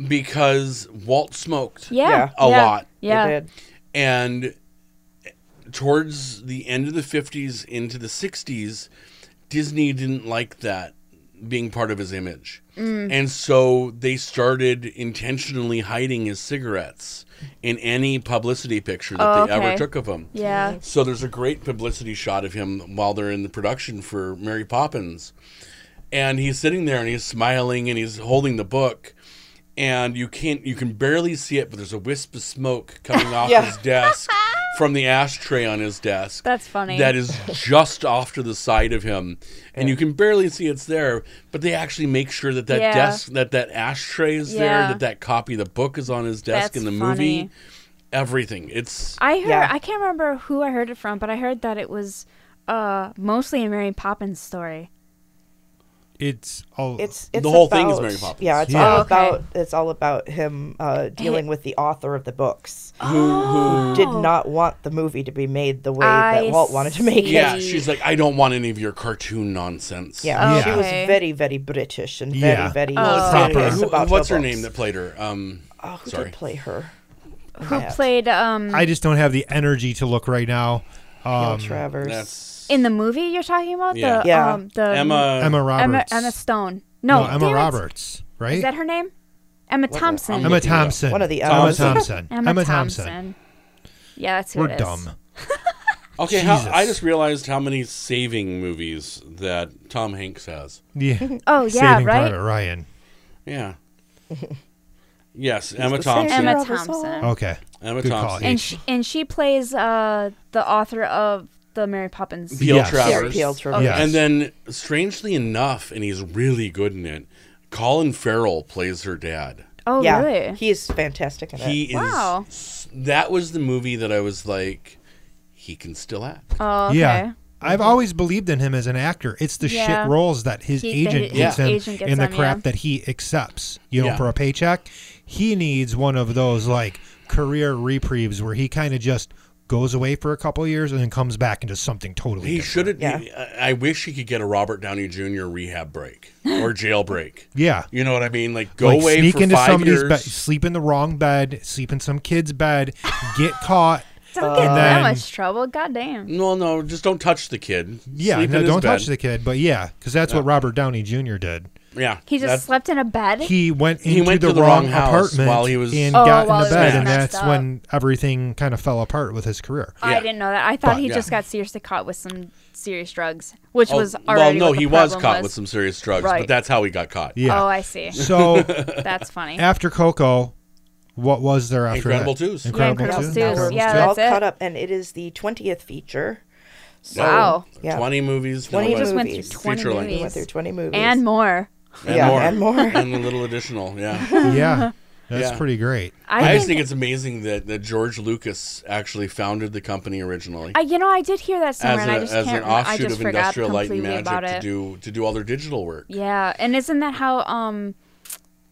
D: because Walt smoked
C: Yeah,
E: Yeah.
D: A
C: yeah,
D: lot.
E: He
C: Yeah,
E: did.
D: and towards the end of the 50s into the 60s disney didn't like that being part of his image
C: Mm.
D: and so they started intentionally hiding his cigarettes in any publicity picture that
C: Oh,
D: they ever
C: okay.
D: took of him
C: yeah.
D: so there's a great publicity shot of him while they're in the production for Mary Poppins. And he's sitting there and he's smiling and he's holding the book. And you can't you can barely see it, but there's a wisp of smoke coming off
E: Yeah.
D: his desk from the ashtray on his desk.
C: That's funny.
D: That is just off to the side of him, and you can barely see it's there. But they actually make sure that that
C: Yeah.
D: desk, that that ashtray is
C: Yeah.
D: there, that that copy of the book is on his desk
C: That's
D: in the
C: funny.
D: movie everything. It's
C: I heard
E: Yeah.
C: I can't remember who I heard it from, but I heard that it was uh mostly a Mary Poppins story.
B: It's all.
E: It's, it's
D: whole thing is
E: about-
D: Mary Poppins.
E: Yeah, it's
B: Yeah.
E: all
C: Oh, Okay.
E: about it's all about him uh, dealing with the author of the books.
D: who, who
E: Did not want the movie to be made the way
C: Oh. I
E: that Walt wanted to make it.
D: yeah,
C: Hey.
D: she's like, I don't want any of your cartoon nonsense.
E: Yeah, she was
C: Okay.
E: very, very British and very,
B: Yeah.
E: very
B: Oh.
E: serious
D: Who-
E: about
D: what's her
E: books.
D: name that played her? Um,
E: Oh, who
D: sorry.
E: did play her?
C: Who played um
B: I just don't have the energy to look right now.
E: Gail
B: Um,
E: Travers.
D: That's
C: in the movie you're talking about?
D: Yeah.
C: The
E: Yeah.
C: um the
E: Oh.
D: Emma.
B: Emma
C: Emma,
B: Roberts.
C: Emma Stone.
B: no,
C: No, damn
B: Emma
C: it.
B: Roberts, right?
C: Is that her name? Emma Thompson.
D: I'm
B: Emma
D: looking it up.
B: Thompson.
E: One of the uh,
B: Emma
E: O's.
B: Thompson.
C: Emma, Thompson. Yeah, that's who
B: We're
C: it is.
B: dumb.
D: Okay, how,
B: Jesus.
D: I just realized how many saving movies that Tom Hanks has.
B: Yeah.
C: Oh yeah,
B: Saving
C: right.
B: Private Ryan.
D: Yeah. yes, Emma
E: the
D: Thompson.
E: savior.
D: Emma,
C: Emma
E: of us all.
C: Thompson.
B: Okay. Good call.
D: Thompson.
C: And she and she plays uh the author of the Mary Poppins.
D: P.L.
B: Yes.
E: Yeah,
D: Travers.
E: P.L. Travers.
B: Yes.
D: And then, strangely enough, and he's really good in it, Colin Farrell plays her dad.
C: Oh
E: yeah,
C: really?
E: he is fantastic in
D: He is.
E: it.
C: Wow.
D: That was the movie that I was like, he can still act.
C: oh okay.
B: Yeah. I've always believed in him as an actor. It's the
C: Yeah.
B: shit roles that his
C: He- that
B: agent
C: his
B: gets him
C: agent gets
B: and the
C: him,
B: crap
C: yeah.
B: that he accepts, you know,
D: Yeah.
B: for a paycheck. He needs one of those like career reprieves where he kind of just goes away for a couple of years and then comes back into something totally
D: He
B: different.
D: should have.
E: Yeah.
D: I I wish he could get a Robert Downey Jr. rehab break or jail break.
B: Yeah.
D: You know what I mean? Like go
B: like
D: away
B: sneak
D: for
B: into
D: five
B: somebody's
D: years.
B: bed, sleep in the wrong bed, sleep in some kid's bed, get caught.
C: Don't get
B: then-
C: in that much trouble. Goddamn.
D: No, no, just don't touch the kid.
B: Yeah,
D: Sleep
B: no,
D: in his
B: don't
D: bed.
B: touch the kid, but yeah, because that's what Robert Downey Jr. did.
D: Yeah,
C: He just
D: that's-
C: slept in a bed.
B: He went into
D: He went
B: the,
D: to the
B: wrong,
D: wrong house
B: apartment
D: while he was-
B: and
C: Oh,
B: got in the
C: while he was
B: bed, and
C: messed
B: that's
C: up. Oh,
B: when everything kind of fell apart with his career.
D: yeah.
C: I didn't know that. I thought
D: But-
C: he
D: yeah.
C: just got seriously caught with some serious drugs, which
D: Oh,
C: was
D: well,
C: already
D: no,
C: what the
D: he was
C: problem
D: caught with some serious drugs, but
C: Right.
D: that's how he got caught.
B: Yeah.
C: Oh, I see.
B: So
C: That's funny.
B: after Coco, what was there after
D: Incredible
B: that?
D: Twos. Yeah,
B: Incredible
C: Incredible
B: Two?
C: Twos,
B: Incredible
C: yeah,
B: Two.
E: all
C: that's it.
E: caught up, and it is the twentieth feature.
D: So,
C: Wow.
E: Yeah.
D: twenty movies.
E: Twenty
D: no,
C: He just went through
E: movies.
C: 20
D: Feature length.
E: We went through
C: movies
E: twenty movies
C: and more.
D: and
E: yeah,
D: more,
E: and more.
D: and a little additional. Yeah,
B: Yeah, that's
D: Yeah.
B: pretty great.
D: I,
C: I,
D: just
C: think,
D: think it's amazing that that George Lucas actually founded the company originally.
C: I, you know, I did hear that somewhere,
D: as,
C: and I
D: a,
C: just
D: as
C: can't.
D: an
C: rem- I
D: offshoot
C: just
D: of
C: forgot
D: Industrial Light
C: completely
D: and Magic
C: about
D: to
C: it.
D: do to do all their digital work.
C: Yeah, and isn't that how um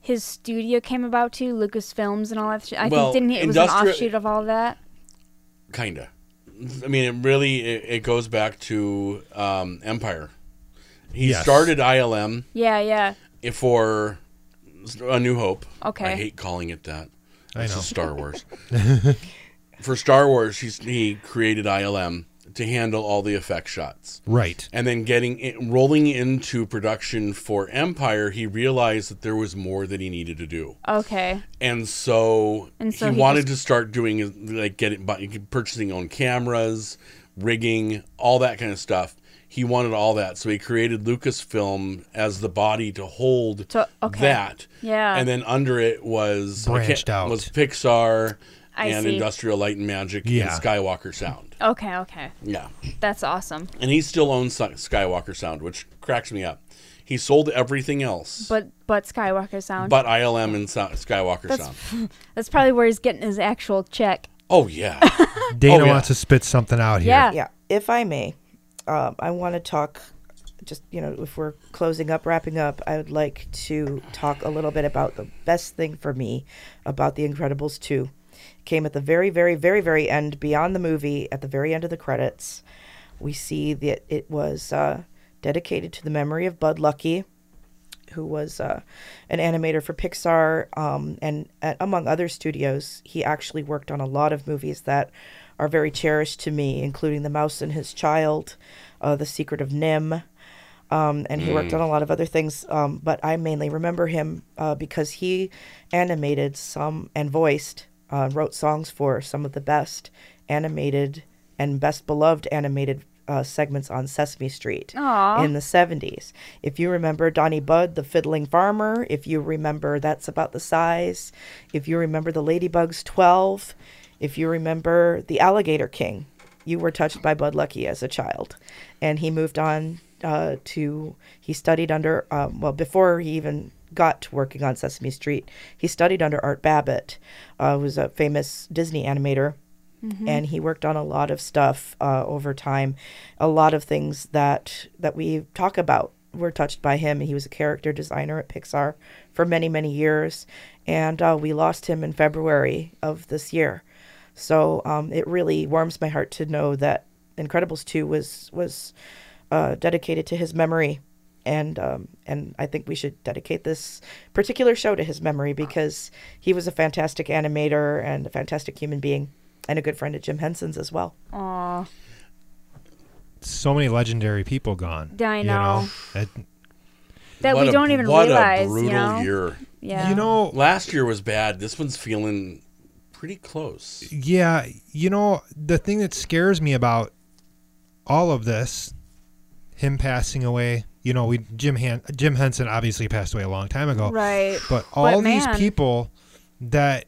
C: his studio came about too? Lucasfilms and all that. Shit? I
D: Well,
C: think didn't he, it was an
D: industri-
C: offshoot of all that.
D: kinda. I mean, it really it, it goes back to um, Empire. He
B: Yes.
D: started ILM
C: Yeah, yeah.
D: for A New Hope. I
C: Okay.
D: hate calling it that.
B: I
D: This
B: know.
D: is Star Wars. for Star Wars, he's, he created ILM to handle all the effect shots.
B: Right.
D: And then getting in, rolling into production for Empire, he realized that there was more that he needed to do.
C: Okay.
D: and so,
C: And so
D: he,
C: he
D: wanted to start doing his- like getting bu- purchasing own cameras, rigging, all that kind of stuff. He wanted all that, so he created Lucasfilm as the body to hold
C: To- okay.
D: that.
C: Yeah.
D: and then under it was
B: Branched out.
D: was Pixar
C: I
D: and
C: see.
D: Industrial Light and Magic
B: Yeah.
D: and Skywalker Sound.
C: Okay. Okay.
D: Yeah,
C: That's awesome.
D: and he still owns Sy- Skywalker Sound, which cracks me up. He sold everything else,
C: But but Skywalker sound.
D: but ILM and Sou- Skywalker Sound.
C: That's probably where he's getting his actual check.
D: Oh yeah.
B: Dana
D: Oh, yeah.
B: wants to spit something out here.
C: Yeah.
E: yeah if i may um, i want to talk just you know if we're closing up wrapping up i would like to talk a little bit about the best thing for me about the incredibles 2 came at the very very very very end beyond the movie at the very end of the credits we see that it was uh, dedicated to the memory of bud lucky who was uh, an animator for Pixar um, and uh, among other studios. He actually worked on a lot of movies that are very cherished to me, including The Mouse and His Child, uh, The Secret of Nim. Um, and he worked on a lot of other things, um, but I mainly remember him uh, because he animated some and voiced, uh, wrote songs for some of the best animated and best beloved animated uh, segments on Sesame Street
C: Aw.
E: in the 70s. If you remember Donnie Budd, the Fiddling Farmer, if you remember That's About the Size, if you remember The Ladybugs 12, if you remember The Alligator King, you were touched by Bud Lucky as a child. And he moved on uh, to, he studied under, um, well, before he even got to working on Sesame Street. He studied under Art Babbitt, uh, who's a famous Disney animator. And he worked on a lot of stuff uh, over time, a lot of things that that we talk about were touched by him. He was a character designer at Pixar for many many years, and uh, we lost him in February of this year. So um, it really warms my heart to know that Incredibles two was was uh, dedicated to his memory, and um, and I think we should dedicate this particular show to his memory because he was a fantastic animator and a fantastic human being, and a good friend of Jim Henson's as well.
C: Aw.
B: So many legendary people gone.
C: Yeah, I
B: you
C: know.
B: That-
C: That
D: What
C: we
D: a-
C: don't even
D: what
C: realize.
D: a brutal
C: you know?
D: year.
C: Yeah.
B: You know,
D: Last year was bad. This one's feeling pretty close.
B: Yeah, you know, the thing that scares me about all of this, him passing away, you know, we Jim Han, Jim Henson obviously passed away a long time ago.
C: Right.
B: But all these
C: man.
B: people that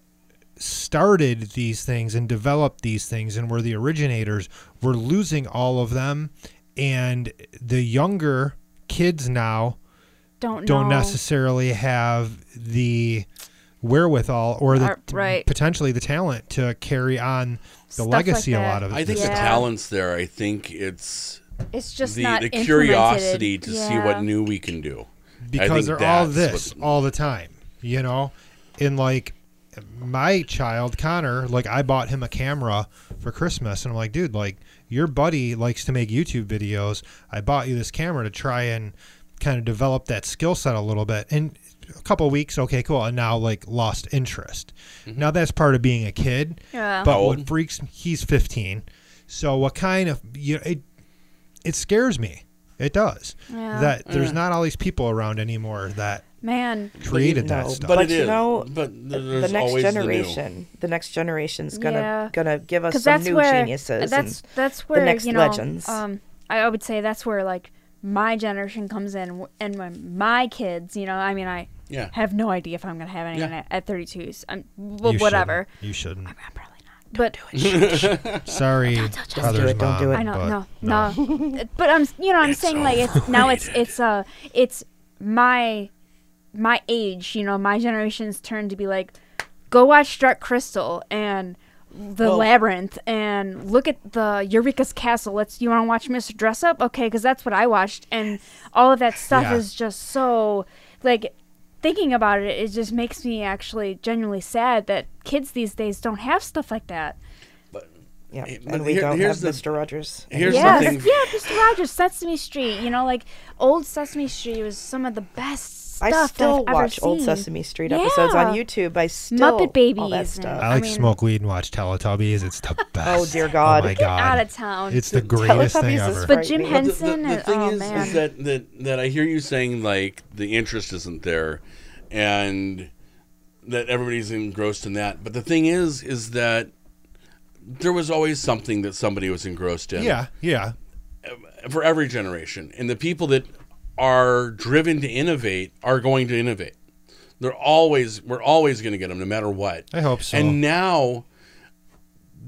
B: started these things and developed these things and were the originators, we're losing all of them and the younger kids now
C: Don't
B: don't
C: know.
B: necessarily have the wherewithal or the
C: Uh, right.
B: potentially the talent to carry on the
C: Stuff like
B: legacy a
C: that.
B: lot of
D: I think
B: this.
D: the
C: Yeah.
D: talent's there. I think it's
C: It's just
D: the,
C: not
D: the
C: implemented.
D: curiosity to see
C: Yeah.
D: what new we can do. I
B: because
D: think
B: they're all
D: that's
B: this
D: what-
B: all the time, you know? And like my child Connor, like I bought him a camera for Christmas and I'm like, dude, like your buddy likes to make YouTube videos. I bought you this camera to try and kind of develop that skill set a little bit. And a couple weeks, okay, cool. And now like lost interest. Now that's part of being a kid.
C: Yeah.
B: But
D: Mm-hmm. How
B: what
D: old?
B: freaks he's 15. So what kind of you know, it it scares me. It does.
C: Yeah.
B: That there's
D: Mm.
B: not all these people around anymore that
C: Man.
B: created
E: no,
B: that stuff.
D: But,
E: But
D: it
E: you
D: is.
E: know,
D: but
E: The-
D: th- there's
E: the next
D: always
E: generation, the, next generation's gonna
C: Yeah.
E: gonna give us
C: Because
E: some
C: that's
E: new
C: where
E: geniuses.
C: that's
E: and
C: that's where
E: next
C: you know.
E: legends.
C: Um, I I would say that's where like my generation comes in, w- and when my kids, you know, I mean, I
D: the new. Yeah.
C: have no idea if I'm gonna have any
D: Yeah.
C: at 32s. I'm well,
B: You
C: whatever.
B: shouldn't. You shouldn't.
C: I'm probably not. But
B: Sorry,
E: do
B: others,
E: it, don't do
B: Mom,
E: it.
C: I know,
B: but
C: no, no. but I'm, you know, I'm saying like it's now it's it's uh it's my my age, you know, my generation's turn to be like, go watch Dark Crystal and the Labyrinth and look at the Eureka's Castle. Let's you want to watch Mr. Dress Up, okay? Because that's what I watched, and all of that stuff
B: Yeah.
C: is just so like. Thinking about it, it just makes me actually genuinely sad that kids these days don't have stuff like that.
E: yeah,
D: Hey, but
E: and we
D: here-
E: don't have
D: here's the-
E: Mr. Rogers.
D: Here's
C: Yes,
D: the thing.
C: yeah, Mr. Rogers, Sesame Street. You know, like old Sesame Street was some of the best stuff
E: I still
C: that I've
E: watch
C: ever
E: old
C: seen.
E: Sesame Street episodes on
C: Yeah.
E: YouTube. I still
C: Muppet
E: all that
C: Babies
E: stuff.
B: I like to
C: mean-
B: smoke weed and watch Teletubbies. It's the best.
E: dear God.
B: Oh my
E: Get
B: God.
C: out of town.
B: It's the greatest thing
E: Teletubbies is
B: ever.
E: for-
C: But Jim
E: Right,
D: But the,
C: Henson,
D: the, the
C: and,
D: thing
C: oh
D: is,
C: man,
D: is that, that that I hear you saying like the interest isn't there, and that everybody's engrossed in that. But the thing is, is that there was always something that somebody was engrossed in.
B: Yeah, yeah.
D: for every generation. And the people that are driven to innovate are going to innovate. They're always we're always going to get them no matter what.
B: I hope so.
D: And now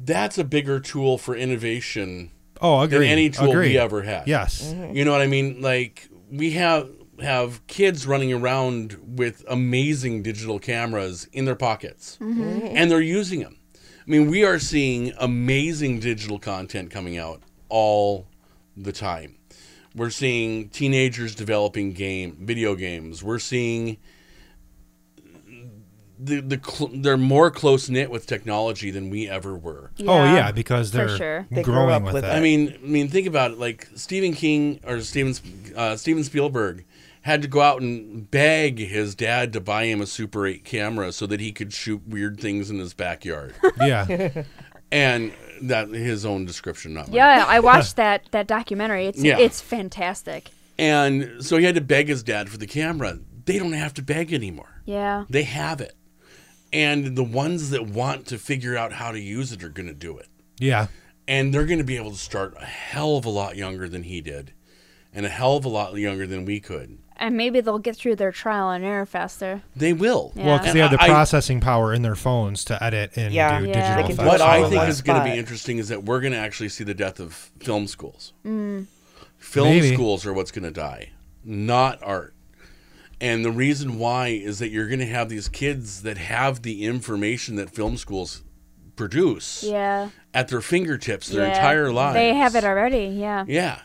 D: that's a bigger tool for innovation
B: Oh, agree.
D: than any tool
B: agree.
D: we ever had.
B: Yes.
D: You know what I mean? Like we have have kids running around with amazing digital cameras in their pockets, and they're using them. I mean, we are seeing amazing digital content coming out all the time. We're seeing teenagers developing game video games. We're seeing the the cl- they're more close knit with technology than we ever were.
B: Oh yeah, because
C: for
B: they're
C: sure.
E: They grew
B: growing
E: up
B: with
E: with
B: it.
E: it.
D: I mean, I mean, think about it. Like Stephen King or Steven uh, Steven Spielberg had to go out and beg his dad to buy him a Super 8 camera so that he could shoot weird things in his backyard.
B: yeah.
D: and that his own description, not mine.
C: yeah, I watched that that documentary. It's
D: Yeah.
C: it's fantastic.
D: And so he had to beg his dad for the camera. They don't have to beg anymore.
C: Yeah,
D: They have it. And the ones that want to figure out how to use it are going to do it.
B: Yeah.
D: and they're going to be able to start a hell of a lot younger than he did and a hell of a lot younger than we could
C: and maybe they'll get through their trial and error faster.
D: they will
C: Yeah.
B: Well, because they have the
D: I- I-
B: processing power in their phones to edit and
E: Yeah.
B: do
E: Yeah.
B: digital
C: They
E: can do
B: effects
D: what
E: it
B: and
E: all
B: all
D: i
E: in
B: that.
D: think
E: one
D: is going to
E: spot.
D: be interesting is that we're going to actually see the death of film
C: Mm.
D: schools film
B: Maybe.
D: schools are what's going to die not art And the reason why is that you're going to have these kids that have the information that film schools produce
C: Yeah.
D: at their fingertips their
C: yeah.
D: entire lives.
C: They have it already. Yeah.
D: Yeah.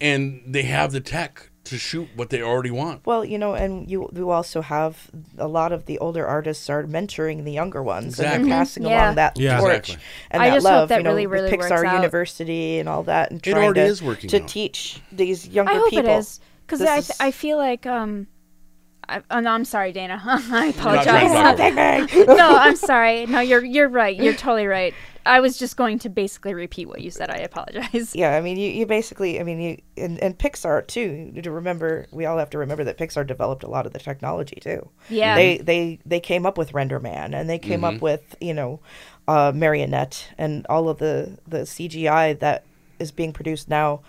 D: And they have the tech to shoot what they already want.
E: Well, you know, and you you also have a lot of the older artists are mentoring the younger ones, and
D: Exactly.
E: they're passing
C: Mhm. Yeah.
E: along that
B: Yeah.
E: torch
D: Exactly.
E: and
C: I
E: that
C: just hope
E: love.
C: that
E: you know,
C: really,
E: with
C: really works
E: Pixar
C: out.
E: University and all that, and
D: It
E: trying
D: already
E: to,
D: is working
E: to
D: out.
E: teach these younger
C: I hope
E: people.
C: it is because
E: This
C: I
E: is-
C: I feel like um. I, oh, no, I'm sorry, Dana. I
D: Not trying to
C: apologize.
D: knock it.
C: no, I'm sorry. No, you're you're right. You're totally right. I was just going to basically repeat what you said. I apologize.
E: Yeah, I mean, you, you basically, I mean, you and, and Pixar too. To remember, we all have to remember that Pixar developed a lot of the technology too.
C: Yeah.
E: they they they came up with Render Man, and they came up with you know, uh, Marionette, and all of the the CGI that is being produced now.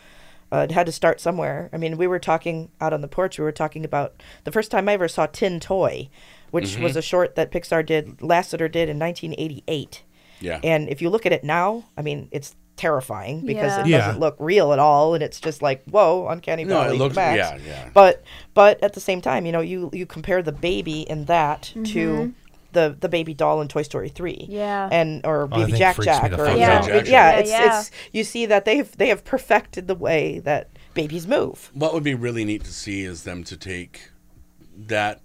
E: Uh, it had to start somewhere. I mean, we were talking out on the porch. We were talking about the first time I ever saw Tin Toy, which was a short that Pixar did, Lasseter did in 1988.
D: Yeah.
E: And if you look at it now, I mean, it's terrifying because it
B: Yeah. Yeah.
E: doesn't look real at all, and it's just like whoa, uncanny
D: No, it
E: valley. to
D: looks-
E: max.
D: yeah, yeah.
E: But but at the same time, you know, you you compare the baby in that
C: Mm-hmm.
E: to the the baby doll in Toy Story three.
C: Yeah.
E: And or
D: Oh,
B: I
E: Baby
B: think
E: Jack
B: freaks me
E: Jack
B: the
E: or
B: fuck
E: you
D: out.
E: know,
D: Jack Jack.
E: yeah,
C: Yeah,
E: it's
C: yeah.
E: it's you see that they've they have perfected the way that babies move.
D: What would be really neat to see is them to take that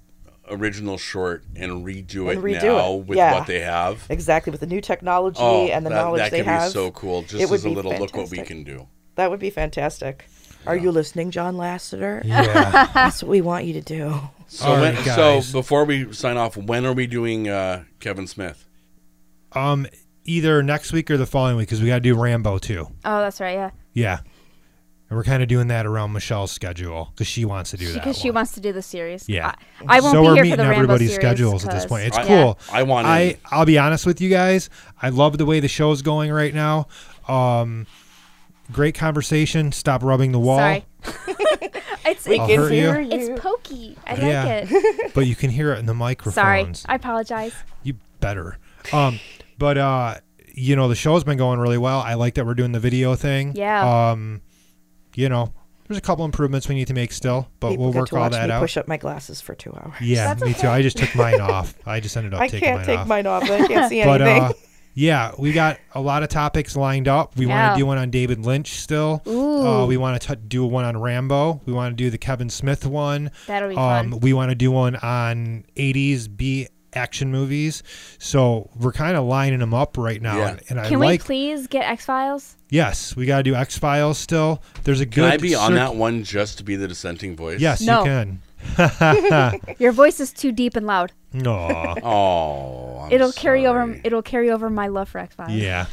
D: original short and redo
E: And
D: it
E: redo
D: now
E: it,
D: with
E: yeah.
D: what they have.
E: Exactly with the new technology
D: Oh,
E: and the
D: that,
E: knowledge
D: that
E: they
D: could
E: have.
D: be so cool. Just
E: It would
D: as a
E: be
D: little look what we
E: fantastic.
D: can do.
E: That would be fantastic. Are you listening, John Lasseter?
B: Yeah.
E: That's what we want you to do.
D: So,
B: All
D: when,
B: right,
D: so
B: guys.
D: before we sign off, when are we doing uh, Kevin Smith?
B: um, either next week or the following week because we got to do Rambo too.
C: Oh, that's right. Yeah.
B: Yeah. And we're kind of doing that around Michelle's schedule because she wants to do that.
C: Because she
B: one.
C: wants to do the series.
B: Yeah.
C: I, I won't
B: so
C: be
B: we're
C: here
B: meeting
C: for the Rambo
B: everybody's
C: series
B: schedules at this
C: 'cause-
B: point. It's
D: I-
B: cool.
D: I want in.
B: I I'll be honest with you guys. I love the way the show's going right now. Um, great conversation. Stop rubbing the wall.
C: Sorry. it's
E: We
B: I'll
E: can
B: hurt you.
E: hear you.
C: it's pokey. I
B: Yeah.
C: like it.
B: But you can hear it in the microphones.
C: Sorry. I apologize.
B: You better. Um, but uh, you know the show's been going really well. I like that we're doing the video thing.
C: Yeah.
B: Um, you know, there's a couple improvements we need to make still, but
E: People
B: we'll
E: got
B: work
E: to
B: all
E: watch
B: that
E: me
B: out.
E: push up my glasses for two hours.
B: Yeah,
C: That's
B: me
C: okay.
B: too. I just took mine off. I just ended up
E: I
B: taking
E: can't
B: mine
E: take
B: off.
E: mine off. I can't see
B: but
E: anything.
B: uh, yeah, we got a lot of topics lined up. We want
C: Yeah.
B: to do one on David Lynch still. Uh, we want to do one on Rambo. We want to do the Kevin Smith one.
C: That'll be
B: um,
C: fun.
B: We want to do one on 80s B action movies. So we're kind of lining them up right now.
D: Yeah.
B: And, and I
C: Can
B: like,
C: we please get X Files?
B: yes, we got to do X Files still. There's a
D: Can
B: good.
D: I be on
B: cir-
D: that one just to be the dissenting voice?
B: Yes,
C: No.
B: you can.
C: Your voice is too deep and loud.
B: No.
D: Oh, I'm
C: it'll carry over.
D: sorry.
C: It'll carry over my love for X Files.
B: Yeah.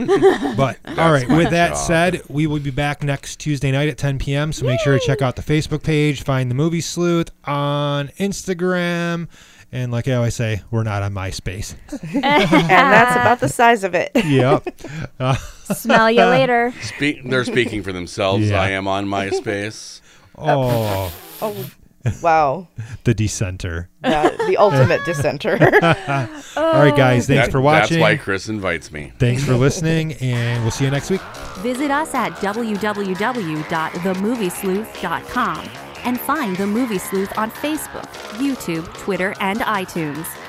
B: But all right, with that
D: job.
B: said, we will be back next Tuesday night at 10 p.m. So make sure to check out the Facebook page, find the movie sleuth on Instagram. And like I always say, we're not on MySpace.
E: and that's about the size of it.
B: Yep.
C: Smell you later.
D: Spe- they're speaking for themselves.
B: Yeah.
D: I am on MySpace.
B: Oh,
E: Oh, wow.
B: the dissenter.
E: Yeah, the ultimate dissenter.
B: All right, guys. Thanks
D: Oh. That-
B: for watching.
D: That's why Chris invites me.
B: Thanks for listening, and we'll see you next week.
A: Visit us at www.themoviesleuth.com and find The Movie Sleuth on Facebook, YouTube, Twitter, and iTunes.